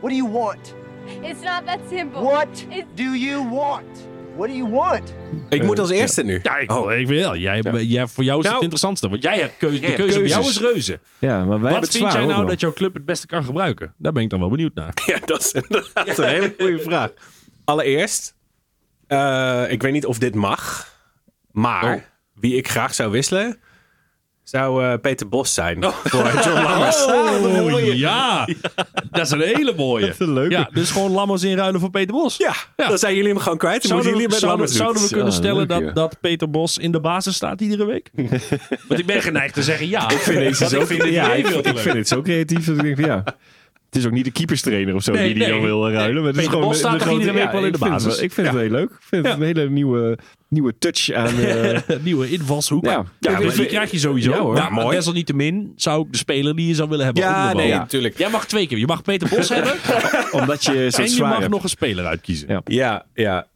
Speaker 7: What do you want?
Speaker 8: It's not that simple.
Speaker 7: What
Speaker 8: It's-
Speaker 7: do you want? What do you want?
Speaker 6: Ik moet als eerste nu.
Speaker 1: Ja, ik, Oh, ik weet wel. Jij, eh, jij, voor jou is het
Speaker 6: Nou.
Speaker 1: interessantste, want jij hebt keuze, de
Speaker 6: hebt
Speaker 1: keuze bij jou is
Speaker 6: keuzes.
Speaker 1: reuze.
Speaker 5: Ja, maar wij hebben
Speaker 1: wat
Speaker 5: het
Speaker 1: vind
Speaker 5: zwaar,
Speaker 1: jij
Speaker 5: hoor,
Speaker 1: nou
Speaker 5: Bram.
Speaker 1: dat jouw club het beste kan gebruiken? Daar ben ik dan wel benieuwd naar.
Speaker 6: Ja, dat is inderdaad een hele goede vraag. Allereerst, eh, ik weet niet of dit mag, maar wie ik graag zou wisselen, zou eh, Peter Bos zijn. Voor John Lammers.
Speaker 1: Oh ja, dat is een hele mooie.
Speaker 5: is een leuke.
Speaker 1: Ja, dus gewoon Lammers inruilen voor Peter Bos.
Speaker 6: Ja,
Speaker 1: Ja.
Speaker 6: dan zijn jullie hem gewoon kwijt. Dan
Speaker 1: Zouden,
Speaker 6: moeten jullie
Speaker 1: we,
Speaker 6: met
Speaker 1: zouden,
Speaker 6: Lammers
Speaker 1: zouden we
Speaker 6: doen.
Speaker 1: kunnen
Speaker 5: Ja,
Speaker 1: stellen
Speaker 5: leuk,
Speaker 1: dat,
Speaker 5: ja.
Speaker 1: dat Peter Bos in de basis staat iedere week? Want ik ben geneigd te zeggen ja. Ik vind
Speaker 5: deze zo-
Speaker 1: ik vind dit
Speaker 5: ja,
Speaker 1: idee
Speaker 5: ik,
Speaker 1: heel
Speaker 5: vind- ik
Speaker 1: leuk.
Speaker 5: vind het zo creatief. Dat ik denk van, ja. Het is ook niet de keeperstrainer of zo
Speaker 1: Nee,
Speaker 5: die die
Speaker 1: nee.
Speaker 5: dan wil eh, ruilen. Maar het is
Speaker 1: Peter
Speaker 5: gewoon
Speaker 1: Bos
Speaker 5: de-
Speaker 1: staat
Speaker 5: de
Speaker 1: toch
Speaker 5: grote-
Speaker 1: iedere week
Speaker 5: ja,
Speaker 1: wel in de
Speaker 5: ik vind het
Speaker 1: basis?
Speaker 5: wel- ik vind het heel leuk. Ik vind het een hele nieuwe, nieuwe touch aan... eh,
Speaker 1: Nieuwe invalshoek.
Speaker 5: Ja. Ja,
Speaker 1: die
Speaker 5: maar-
Speaker 1: die krijg je sowieso.
Speaker 5: Ja, hoor.
Speaker 1: Maar
Speaker 5: Ja, mooi.
Speaker 1: Desalniettemin zou ik de speler die je zou willen hebben.
Speaker 6: Ja,
Speaker 1: onder de bal.
Speaker 6: nee, natuurlijk.
Speaker 1: Jij mag twee keer. Je mag Peter Bos hebben.
Speaker 5: omdat je zo
Speaker 1: en je
Speaker 5: zwaar
Speaker 1: mag
Speaker 5: hebt.
Speaker 1: nog een speler uitkiezen.
Speaker 5: Ja.
Speaker 6: Ja, ja.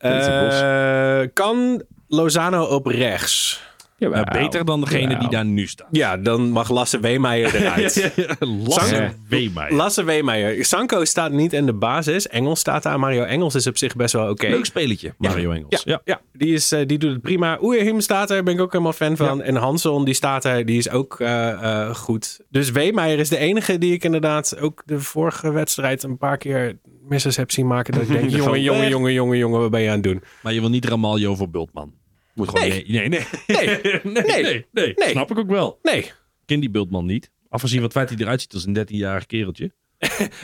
Speaker 5: Peter
Speaker 6: Eh, kan Lozano op rechts?
Speaker 1: Eh, beter dan degene die daar nu staat.
Speaker 6: Ja, dan mag Lasse Weemeyer eruit.
Speaker 1: Lasse
Speaker 6: Ja.
Speaker 1: Weemeyer.
Speaker 6: Lasse Weemeyer. Sanko staat niet in de basis. Engels staat daar. Mario Engels is op zich best wel oké.
Speaker 1: Leuk spelletje, Mario Engels.
Speaker 6: Ja, ja. die, is, eh, die doet het prima. Oehim staat er, ben ik ook helemaal fan van. En Hanson, die staat er, die is ook eh, eh, goed. Dus Weemeyer is de enige die ik inderdaad ook de vorige wedstrijd een paar keer misses heb zien maken. Dat ik denk, "Eh, jongen, jongen, jongen, jongen, jongen, wat ben je aan het doen?
Speaker 1: Maar je wil niet Ramaljo voor Bultman. Moet gewoon nee. Nee, nee.
Speaker 6: Nee,
Speaker 1: Nee, nee, nee,
Speaker 6: Nee.
Speaker 1: Snap ik ook wel.
Speaker 6: nee,
Speaker 1: Ken die Bultman niet. Afgezien wat feit hij eruit ziet als een 13-jarig kereltje.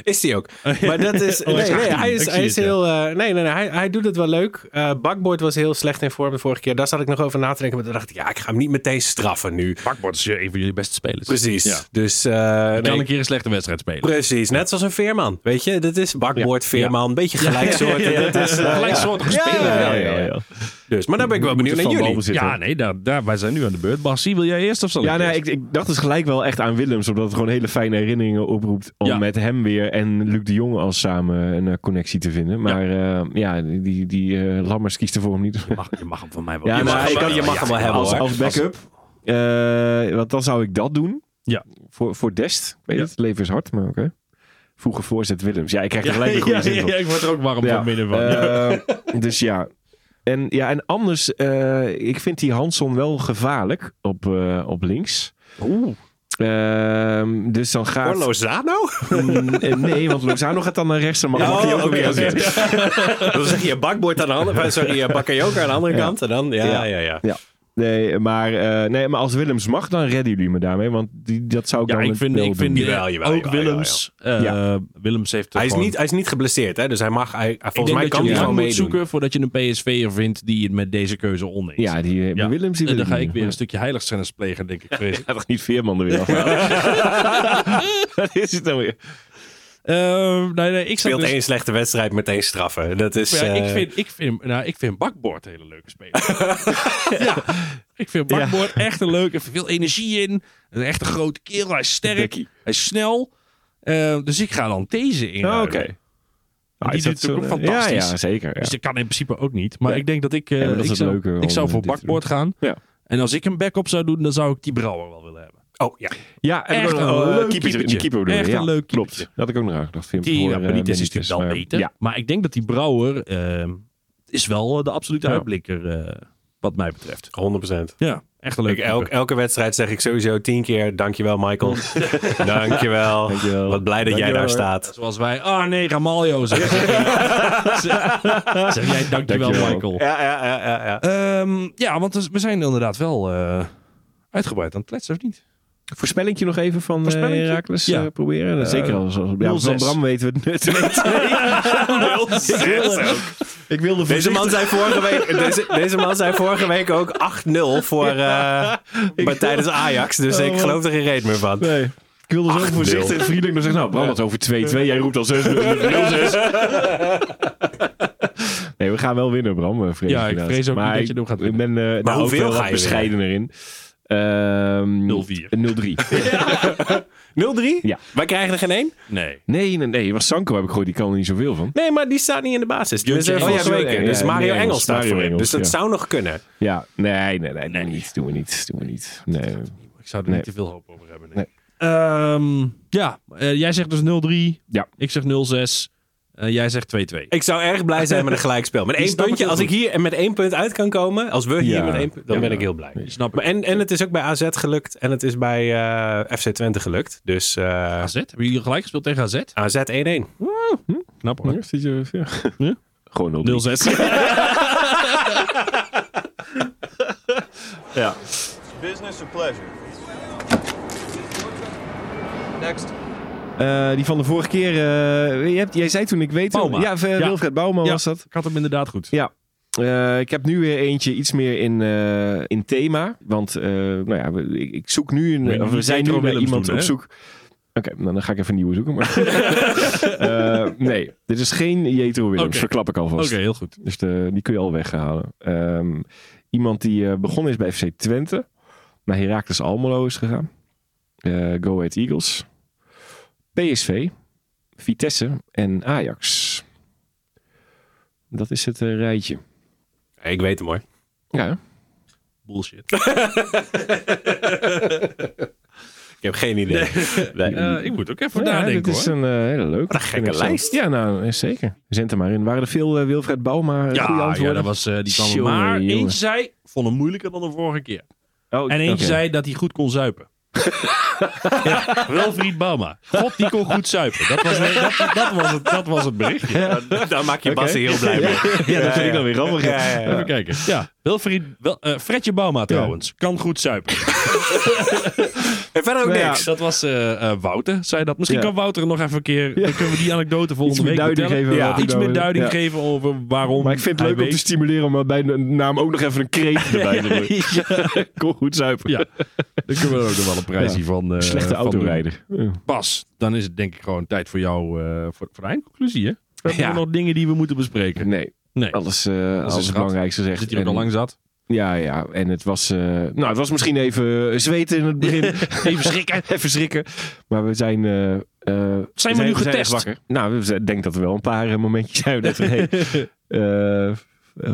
Speaker 6: is die ook. Oh, Maar dat is,
Speaker 1: hij
Speaker 6: nee,
Speaker 1: is
Speaker 6: nee,
Speaker 1: 18.
Speaker 6: hij
Speaker 1: Ik
Speaker 6: is,
Speaker 1: zie
Speaker 6: hij is
Speaker 1: het, ja.
Speaker 6: heel, eh, nee, nee, nee, hij, hij doet het wel leuk. Eh Bakboord was heel slecht in vorm de vorige keer. Daar zat ik nog over na te denken, maar toen dacht ik, ja, ik ga hem niet meteen straffen nu.
Speaker 1: Bakbord is eh, een van jullie beste spelers.
Speaker 6: Precies.
Speaker 1: Ja.
Speaker 6: Dus eh
Speaker 1: Kan
Speaker 6: nee,
Speaker 1: een keer een slechte wedstrijd spelen.
Speaker 6: Precies, net zoals een veerman. Weet je, dit is bakboord, veerman, een beetje gelijksoort. Dat is, eh,
Speaker 1: Gelijksoortige
Speaker 6: ja.
Speaker 1: speler.
Speaker 6: Ja, ja, ja,
Speaker 5: ja,
Speaker 6: ja.
Speaker 5: ja.
Speaker 6: Dus, maar daar ben ik wel benieuwd naar
Speaker 5: Van
Speaker 6: jullie.
Speaker 5: balbezit,
Speaker 1: Ja,
Speaker 5: hoor.
Speaker 1: nee, daar, daar, wij zijn nu aan de beurt. Bassie, wil jij eerst of zal
Speaker 5: Ja,
Speaker 1: ik
Speaker 5: nee,
Speaker 1: eerst?
Speaker 5: ik, ik dacht dus gelijk wel echt aan Willems. Omdat het gewoon hele fijne herinneringen oproept. Om
Speaker 1: Ja.
Speaker 5: met hem weer en Luc de Jong als samen een eh, connectie te vinden. Maar ja, ja die, die eh, Lammers kiest er voor hem niet.
Speaker 1: Je mag, je mag hem van mij wel.
Speaker 5: Ja,
Speaker 1: Je
Speaker 5: maar
Speaker 1: mag hem
Speaker 5: ik
Speaker 1: wel.
Speaker 5: kan-
Speaker 6: je mag hem wel hebben,
Speaker 5: als,
Speaker 6: hoor.
Speaker 5: als backup. eh, want dan zou ik dat doen.
Speaker 1: Ja.
Speaker 5: Voor, voor Dest. Ik weet
Speaker 1: Ja.
Speaker 5: het, het leven is hard, maar oké. Vroege voorzet Willems. Ja, ik krijg er gelijk een goede
Speaker 1: Ja,
Speaker 5: zin van.
Speaker 1: ja, ik word er ook warm
Speaker 5: Ja.
Speaker 1: van binnen van. Ja.
Speaker 5: Eh, dus ja. En, ja, en anders, eh, ik vind die Hanson wel gevaarlijk op, eh, op links. Ehm, dus dan gaat...
Speaker 6: Voor
Speaker 1: nou?
Speaker 6: Lozano?
Speaker 5: Mm, eh, nee, want Lozano gaat dan naar rechts. en mag mag hij ook weer aan zitten.
Speaker 6: Dan zeg je bakboord aan de andere kant. Sorry, bakkajoker aan de andere kant. En dan, ja, ja,
Speaker 5: Ja.
Speaker 6: ja.
Speaker 5: Nee, maar, eh, nee, maar als Willems mag, dan redden jullie me daarmee. Want die, dat zou ik
Speaker 1: Ja,
Speaker 5: dan
Speaker 1: ik vind,
Speaker 5: wel
Speaker 1: ik vind
Speaker 5: doen.
Speaker 6: Jawel, jawel,
Speaker 1: ook
Speaker 6: jawel,
Speaker 1: Willems. eh, Willems heeft er
Speaker 6: Hij, is
Speaker 1: gewoon-
Speaker 6: niet, hij is niet geblesseerd, hè? dus hij mag, hij,
Speaker 1: Ik
Speaker 6: volgens
Speaker 1: denk
Speaker 6: mij
Speaker 1: dat
Speaker 6: kan
Speaker 1: je lang
Speaker 6: hij
Speaker 1: moet
Speaker 6: gewoon meedoen.
Speaker 1: zoeken voordat je een PSV'er vindt die het met deze keuze oneens.
Speaker 5: Ja, die eh,
Speaker 1: Ja.
Speaker 5: Willems... Die
Speaker 1: En dan
Speaker 5: wil
Speaker 1: ga ik
Speaker 5: niet.
Speaker 1: weer een stukje heiligschennis plegen, denk ik. vrees ik.
Speaker 5: Ja, toch niet Veerman er weer af. Dat is het dan weer.
Speaker 1: Eh, nee, nee, ik zat
Speaker 6: Speelt
Speaker 1: dus-
Speaker 6: één slechte wedstrijd, meteen straffen. Dat
Speaker 5: Dus,
Speaker 6: is,
Speaker 1: Ja, ik,
Speaker 6: eh,
Speaker 1: vind, ik, vind, nou, ik vind Bakboord een hele leuke speler. ja, ik vind Bakboord echt een leuke. Er zit veel energie in. Een echte grote kerel. Hij is sterk. Hij is snel. Eh, dus ik ga dan deze in.
Speaker 5: Ah, Oké. Nou,
Speaker 1: die
Speaker 5: is
Speaker 1: doet
Speaker 5: dat
Speaker 1: het ook
Speaker 5: zo'n-
Speaker 1: fantastisch.
Speaker 5: Ja, ja zeker. Ja.
Speaker 1: Dus dat kan in principe ook niet. Maar
Speaker 5: Nee.
Speaker 1: ik denk dat ik. eh,
Speaker 5: Ja, maar dat is
Speaker 1: ik,
Speaker 5: het
Speaker 1: zou,
Speaker 5: leuke
Speaker 1: ik
Speaker 5: om,
Speaker 1: zou
Speaker 5: eh,
Speaker 1: voor
Speaker 5: dit te
Speaker 1: Bakboord gaan.
Speaker 5: Ja.
Speaker 1: En als ik een backup zou doen, dan zou ik die Brouwer wel willen hebben.
Speaker 6: Oh, ja.
Speaker 5: Ja, en
Speaker 1: Echt
Speaker 5: dan-
Speaker 1: een
Speaker 5: oh,
Speaker 1: leuk
Speaker 5: eh, keeper,
Speaker 1: keepertje.
Speaker 5: die keeper bedoel je,
Speaker 1: Echt een
Speaker 5: ja.
Speaker 1: leuk
Speaker 5: Klopt.
Speaker 1: keepertje.
Speaker 5: Dat had ik ook nog aangedacht. Vind ik
Speaker 1: nou, Die
Speaker 5: voor,
Speaker 1: ja,
Speaker 5: eh,
Speaker 1: Benitez is
Speaker 5: Benitez,
Speaker 1: natuurlijk wel
Speaker 5: maar-
Speaker 1: beter.
Speaker 5: Ja,
Speaker 1: Maar ik denk dat die Brouwer eh, is wel eh, de absolute
Speaker 5: Ja.
Speaker 1: uitblinker eh, wat mij betreft.
Speaker 6: 100%.
Speaker 1: Ja, echt een
Speaker 6: Ik,
Speaker 1: leuk
Speaker 6: elk- elke wedstrijd zeg ik sowieso tien keer: Dankjewel, Michael. dankjewel.
Speaker 5: Dankjewel.
Speaker 6: Wat blij dat jij daar
Speaker 5: Dankjewel.
Speaker 6: staat.
Speaker 1: Zoals wij, ah nee, Ramaljo. Zeg, zeg jij, dankjewel,
Speaker 5: Dankjewel.
Speaker 1: Michael.
Speaker 6: Ja, ja, ja, ja. ja.
Speaker 1: Ehm, ja, want dus- we zijn inderdaad wel eh, uitgebreid aan het kletsen, of niet?
Speaker 5: Voorspellingje nog even van eh,
Speaker 1: Voorspellingje?
Speaker 5: Heracles
Speaker 1: Ja.
Speaker 5: eh, proberen. Zeker als, als ja, van
Speaker 1: 0-6.
Speaker 5: Bram weten we het nut. Oh, ik wilde
Speaker 6: Deze man, zei vorige week, deze, deze man zei vorige week ook Oh, 8-0 voor, eh, bij, tijdens Ajax. Dus ik geloof er geen reet meer van.
Speaker 5: Nee. Ik wilde zo voorzichtig en vriendelijk. Dan zeg ik, nou, Brandert over 2-2. Jij roept al dus 6 0 Nee, we gaan wel winnen, Bram. eh, Vrees
Speaker 1: Ja, ik
Speaker 5: inderdaad.
Speaker 1: vrees ook niet
Speaker 5: Maar
Speaker 1: dat je door gaat
Speaker 5: Ik ben eh maar
Speaker 6: hoeveel
Speaker 5: hoeveel
Speaker 6: ga
Speaker 5: ga
Speaker 6: je
Speaker 5: bescheidener in. Ehm
Speaker 1: 0-4.
Speaker 5: 0-3.
Speaker 6: 0-3?
Speaker 5: Ja.
Speaker 6: Wij krijgen er geen één?
Speaker 1: Nee.
Speaker 5: Nee, nee, nee. Was Sanko heb ik gehoord. Die kan er niet zoveel van.
Speaker 6: Nee, maar die staat niet in de basis. Die
Speaker 1: Jung
Speaker 6: is er
Speaker 1: Jae
Speaker 6: vorige
Speaker 5: Engels.
Speaker 6: week in.
Speaker 5: Ja,
Speaker 6: Dus
Speaker 5: ja,
Speaker 6: Mario
Speaker 5: Engels,
Speaker 6: Engels staat
Speaker 5: Mario
Speaker 6: voor hem.
Speaker 5: Engels,
Speaker 6: Dus dat
Speaker 5: ja.
Speaker 6: zou nog kunnen.
Speaker 5: Ja, nee, nee, nee. Doen we niet. Doen we niet. Doen we niet. Nee.
Speaker 1: Ik zou er
Speaker 5: Nee.
Speaker 1: niet te veel hoop over hebben. Nee.
Speaker 5: Nee.
Speaker 1: Ehm, ja, eh, jij zegt dus 0-3.
Speaker 5: Ja.
Speaker 1: Ik zeg 0-6. Eh, jij zegt 2-2.
Speaker 6: Ik zou erg blij zijn met een gelijkspel. Met één
Speaker 1: snappen
Speaker 6: puntje,
Speaker 1: het
Speaker 6: als
Speaker 1: heel
Speaker 6: ik hier met één punt uit kan komen, als we hier
Speaker 5: Ja.
Speaker 6: met één punt, dan
Speaker 5: Ja.
Speaker 6: ben ik heel blij.
Speaker 1: Snap
Speaker 6: Maar
Speaker 1: ik.
Speaker 6: en, en het is ook bij AZ gelukt en het is bij eh, FC Twente gelukt. Dus eh,
Speaker 1: AZ? Hebben jullie gelijk gespeeld tegen AZ?
Speaker 6: AZ 1-1.
Speaker 1: Knap hoor.
Speaker 5: Ja, zit je, ja.
Speaker 1: Ja.
Speaker 5: Gewoon 0-3.
Speaker 1: 0-6.
Speaker 5: Ja.
Speaker 7: Business or pleasure?
Speaker 5: Eh, die van de vorige keer. eh, je hebt, jij zei toen, ik weet het.
Speaker 1: Bouma.
Speaker 5: Ja, eh,
Speaker 1: Ja.
Speaker 5: Wilfred Bouwman
Speaker 1: Ja.
Speaker 5: was dat.
Speaker 1: Ik had hem inderdaad goed.
Speaker 5: Ja. Eh, ik heb nu weer eentje iets meer in, eh, in thema. Want eh, nou ja, we- ik, ik zoek nu
Speaker 1: Moet je
Speaker 5: een. Of
Speaker 1: niet
Speaker 5: we zijn nu
Speaker 1: Pedro
Speaker 5: naar
Speaker 1: Willems
Speaker 5: iemand
Speaker 1: doen,
Speaker 5: op
Speaker 1: hè?
Speaker 5: zoek. Oké, nou, dan ga ik even een nieuwe zoeken. Maar... Eh, nee, dit is geen Jetro Willems,
Speaker 1: Oké.
Speaker 5: verklap ik
Speaker 1: Oké,
Speaker 5: alvast.
Speaker 1: heel goed.
Speaker 5: Dus de- die kun je al weghalen. Ehm, iemand die eh, begonnen is bij FC Twente. Naar Heracles Almelo is gegaan. Eh, Go Ahead Eagles. PSV. Vitesse en Ajax. Dat is het eh, rijtje.
Speaker 6: Ik weet hem hoor.
Speaker 5: Ja, hè?
Speaker 1: Bullshit.
Speaker 6: Ik heb geen idee. Nee.
Speaker 1: Eh, ik moet ook even
Speaker 5: ja, dit
Speaker 1: nadenken
Speaker 5: is
Speaker 1: hoor.
Speaker 5: een eh, hele leuke.
Speaker 6: Wat een gekke
Speaker 5: Vind ik zo.
Speaker 6: lijst.
Speaker 5: Ja, nou, eh, zeker. Zend er maar in. Waren er veel eh, Wilfred Bouma eh, goede
Speaker 1: Ja, ja,
Speaker 5: antwoorden?
Speaker 1: dat was, eh, die kwam er.
Speaker 5: Jongen,
Speaker 1: Maar
Speaker 5: jongen.
Speaker 1: eentje zei, vond hem moeilijker dan de vorige keer.
Speaker 5: Oh,
Speaker 1: En eentje
Speaker 5: oké.
Speaker 1: zei dat hij goed kon zuipen. ja, Wilfried Bauma. God, die kon goed zuipen. Dat was, dat, dat was, het, dat was het berichtje.
Speaker 6: Daar maak je Bas heel blij mee.
Speaker 5: Ja, dat vind ik dan weer grappig.
Speaker 6: Ja, ja, ja.
Speaker 1: Even kijken. Ja, Wilfried, wel, eh, Fredje Bauma trouwens. Kan goed zuipen.
Speaker 6: En verder ook
Speaker 5: Nou ja,
Speaker 6: niks.
Speaker 1: Dat was eh, eh, Wouter, zei dat. Misschien
Speaker 5: Ja.
Speaker 1: kan Wouter nog even een keer... Dan kunnen we die anekdote volgende
Speaker 5: meer
Speaker 1: week
Speaker 5: duiding
Speaker 1: vertellen.
Speaker 5: geven
Speaker 1: Ja,
Speaker 5: wat hij
Speaker 1: iets
Speaker 5: nou-
Speaker 1: meer duiding
Speaker 5: ja.
Speaker 1: geven over waarom
Speaker 5: Maar ik vind
Speaker 1: hij
Speaker 5: het leuk om te
Speaker 1: weet-
Speaker 5: stimuleren om er bij de naam ook nog even een kreet erbij te doen. Kom goed zuipen.
Speaker 1: Ja, dan kunnen we er ook nog wel een prijsje
Speaker 5: Ja.
Speaker 1: van... eh,
Speaker 5: Slechte
Speaker 1: van doen.
Speaker 5: autorijder.
Speaker 1: Pas, dan is het denk ik gewoon tijd voor jou eh, voor, voor de eindconclusie. Hè? We hebben
Speaker 5: Ja.
Speaker 1: er nog dingen die we moeten bespreken.
Speaker 5: Nee,
Speaker 1: Nee,
Speaker 5: alles, eh alles
Speaker 1: schat.
Speaker 5: belangrijkste
Speaker 1: we
Speaker 5: gezegd.
Speaker 1: zitten hier ook
Speaker 5: En-
Speaker 1: al lang zat.
Speaker 5: Ja, ja. En het was, eh, nou, het was misschien even eh, zweten in het begin. even schrikken. even schrikken. Maar we zijn... eh, eh, we
Speaker 1: Zijn we nu
Speaker 5: echt
Speaker 1: getest?
Speaker 5: wakker. Nou, we z- ik denk dat er wel een paar eh, momentjes zijn. dat we denken, hey, eh, eh,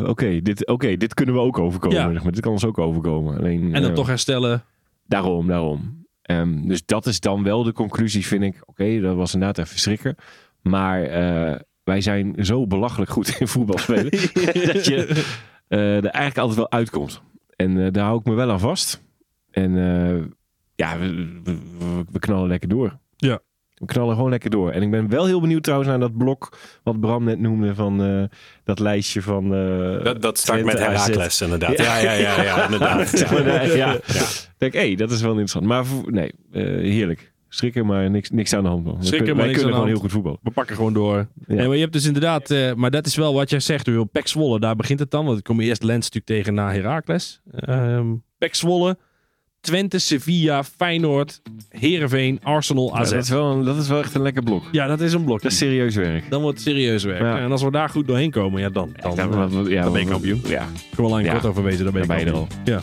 Speaker 5: Oké, dit, oké, dit kunnen we ook overkomen.
Speaker 1: Ja.
Speaker 5: zeg maar. Dit kan ons ook overkomen. Alleen,
Speaker 1: En dan
Speaker 5: eh,
Speaker 1: toch herstellen.
Speaker 5: Daarom, daarom. Ehm, dus dat is dan wel de conclusie, vind ik. Oké, dat was inderdaad even schrikken. Maar eh, wij zijn zo belachelijk goed in voetbal spelen. dat je eh, er eigenlijk altijd wel uitkomt. En eh, daar hou ik me wel aan vast. En eh, ja, we, we- we knallen lekker door.
Speaker 1: Ja.
Speaker 5: We knallen gewoon lekker door. En ik ben wel heel benieuwd trouwens naar dat blok wat Bram net noemde van eh, dat lijstje van... eh,
Speaker 6: Dat, dat start met
Speaker 5: Twente, AZ.
Speaker 6: Herakles inderdaad. Ja, ja, ja, ja, inderdaad.
Speaker 5: Zeg maar, eh, ja. Ik Denk, hé, dat is wel interessant. Maar voor- nee, eh, heerlijk. Schrikken, maar niks, niks aan de hand. Man. We
Speaker 1: Schrikken,
Speaker 5: kunnen-
Speaker 1: maar
Speaker 5: wij
Speaker 1: niks
Speaker 5: kunnen
Speaker 1: aan
Speaker 5: gewoon
Speaker 1: de
Speaker 5: heel goed voetballen.
Speaker 1: We pakken gewoon door.
Speaker 5: Ja.
Speaker 1: Nee, maar je hebt dus inderdaad... eh, maar dat is wel wat jij zegt. Wil Pek Zwolle, daar begint het dan. Want dan kom je eerst Lens natuurlijk tegen na Heracles. Ehm Pek Zwolle, Twente, Sevilla, Feyenoord, Heerenveen, Arsenal, AZ. Ja,
Speaker 5: Ja, dat, is wel een- dat is wel echt een lekker blok.
Speaker 1: een blok.
Speaker 5: Dat is serieus werk.
Speaker 1: Dan wordt het serieus werk.
Speaker 5: Ja.
Speaker 1: En als we daar goed doorheen komen, ja dan. Dan,
Speaker 5: Ja,
Speaker 1: eh,
Speaker 5: wat- wat- ja,
Speaker 1: dan ben je
Speaker 5: wat-
Speaker 1: kampioen.
Speaker 5: Ja,
Speaker 1: Kunnen we lang
Speaker 5: Ja.
Speaker 1: kort over weten. Dan ben je,
Speaker 5: Dan ben je er
Speaker 1: kampioen. Ja.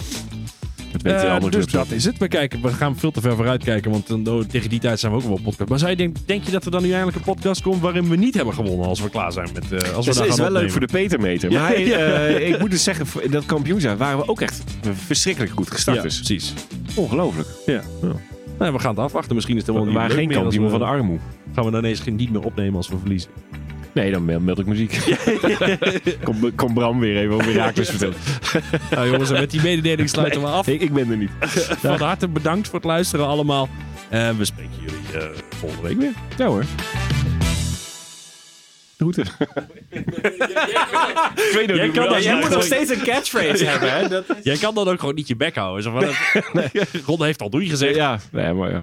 Speaker 5: dat weten
Speaker 1: Eh,
Speaker 5: alle
Speaker 1: dus
Speaker 5: clubs.
Speaker 1: dat is het. We, kijken, we gaan veel te ver vooruit kijken, want dan, oh, tegen die tijd zijn we ook wel podcast. Maar zou je denk, denk je dat er dan nu eindelijk een podcast komt waarin we niet hebben gewonnen als we klaar zijn met... eh als we
Speaker 5: dat
Speaker 1: daar
Speaker 5: dus is
Speaker 1: gaan
Speaker 5: wel leuk
Speaker 1: opnemen?
Speaker 5: voor de Petermeter. Maar hij, eh, ik moet dus zeggen, voor- dat kampioen zijn waren we ook echt verschrikkelijk goed gestart.
Speaker 1: Ja,
Speaker 5: Dus.
Speaker 1: precies.
Speaker 5: Ongelooflijk.
Speaker 1: Ja. Nou, we gaan het afwachten. Misschien is het wel
Speaker 5: We
Speaker 1: niet
Speaker 5: waren
Speaker 1: leuk
Speaker 5: geen
Speaker 1: meer als
Speaker 5: kampioen
Speaker 1: we-
Speaker 5: van de armoe.
Speaker 1: Gaan we dan ineens geen niet meer opnemen als we verliezen.
Speaker 5: Nee, dan meld meld ik muziek. kom, kom Bram weer even over Raakles vertellen.
Speaker 1: Nou jongens, en met die mededeling sluiten we af.
Speaker 5: Ik, ik ben er niet.
Speaker 1: Van harte bedankt voor het luisteren allemaal. En we spreken jullie eh, volgende week weer.
Speaker 5: Ja hoor. Route. ik weet ook
Speaker 1: Jij kan
Speaker 5: niet hoe
Speaker 1: dat- jij
Speaker 5: dat
Speaker 6: Je
Speaker 5: moet
Speaker 6: moet nog steeds een catchphrase hebben. hè? Dat-
Speaker 1: Jij kan dan ook gewoon niet je bek houden. Zo van, Ron heeft al doei gezegd.
Speaker 5: Ja, nee, maar ja.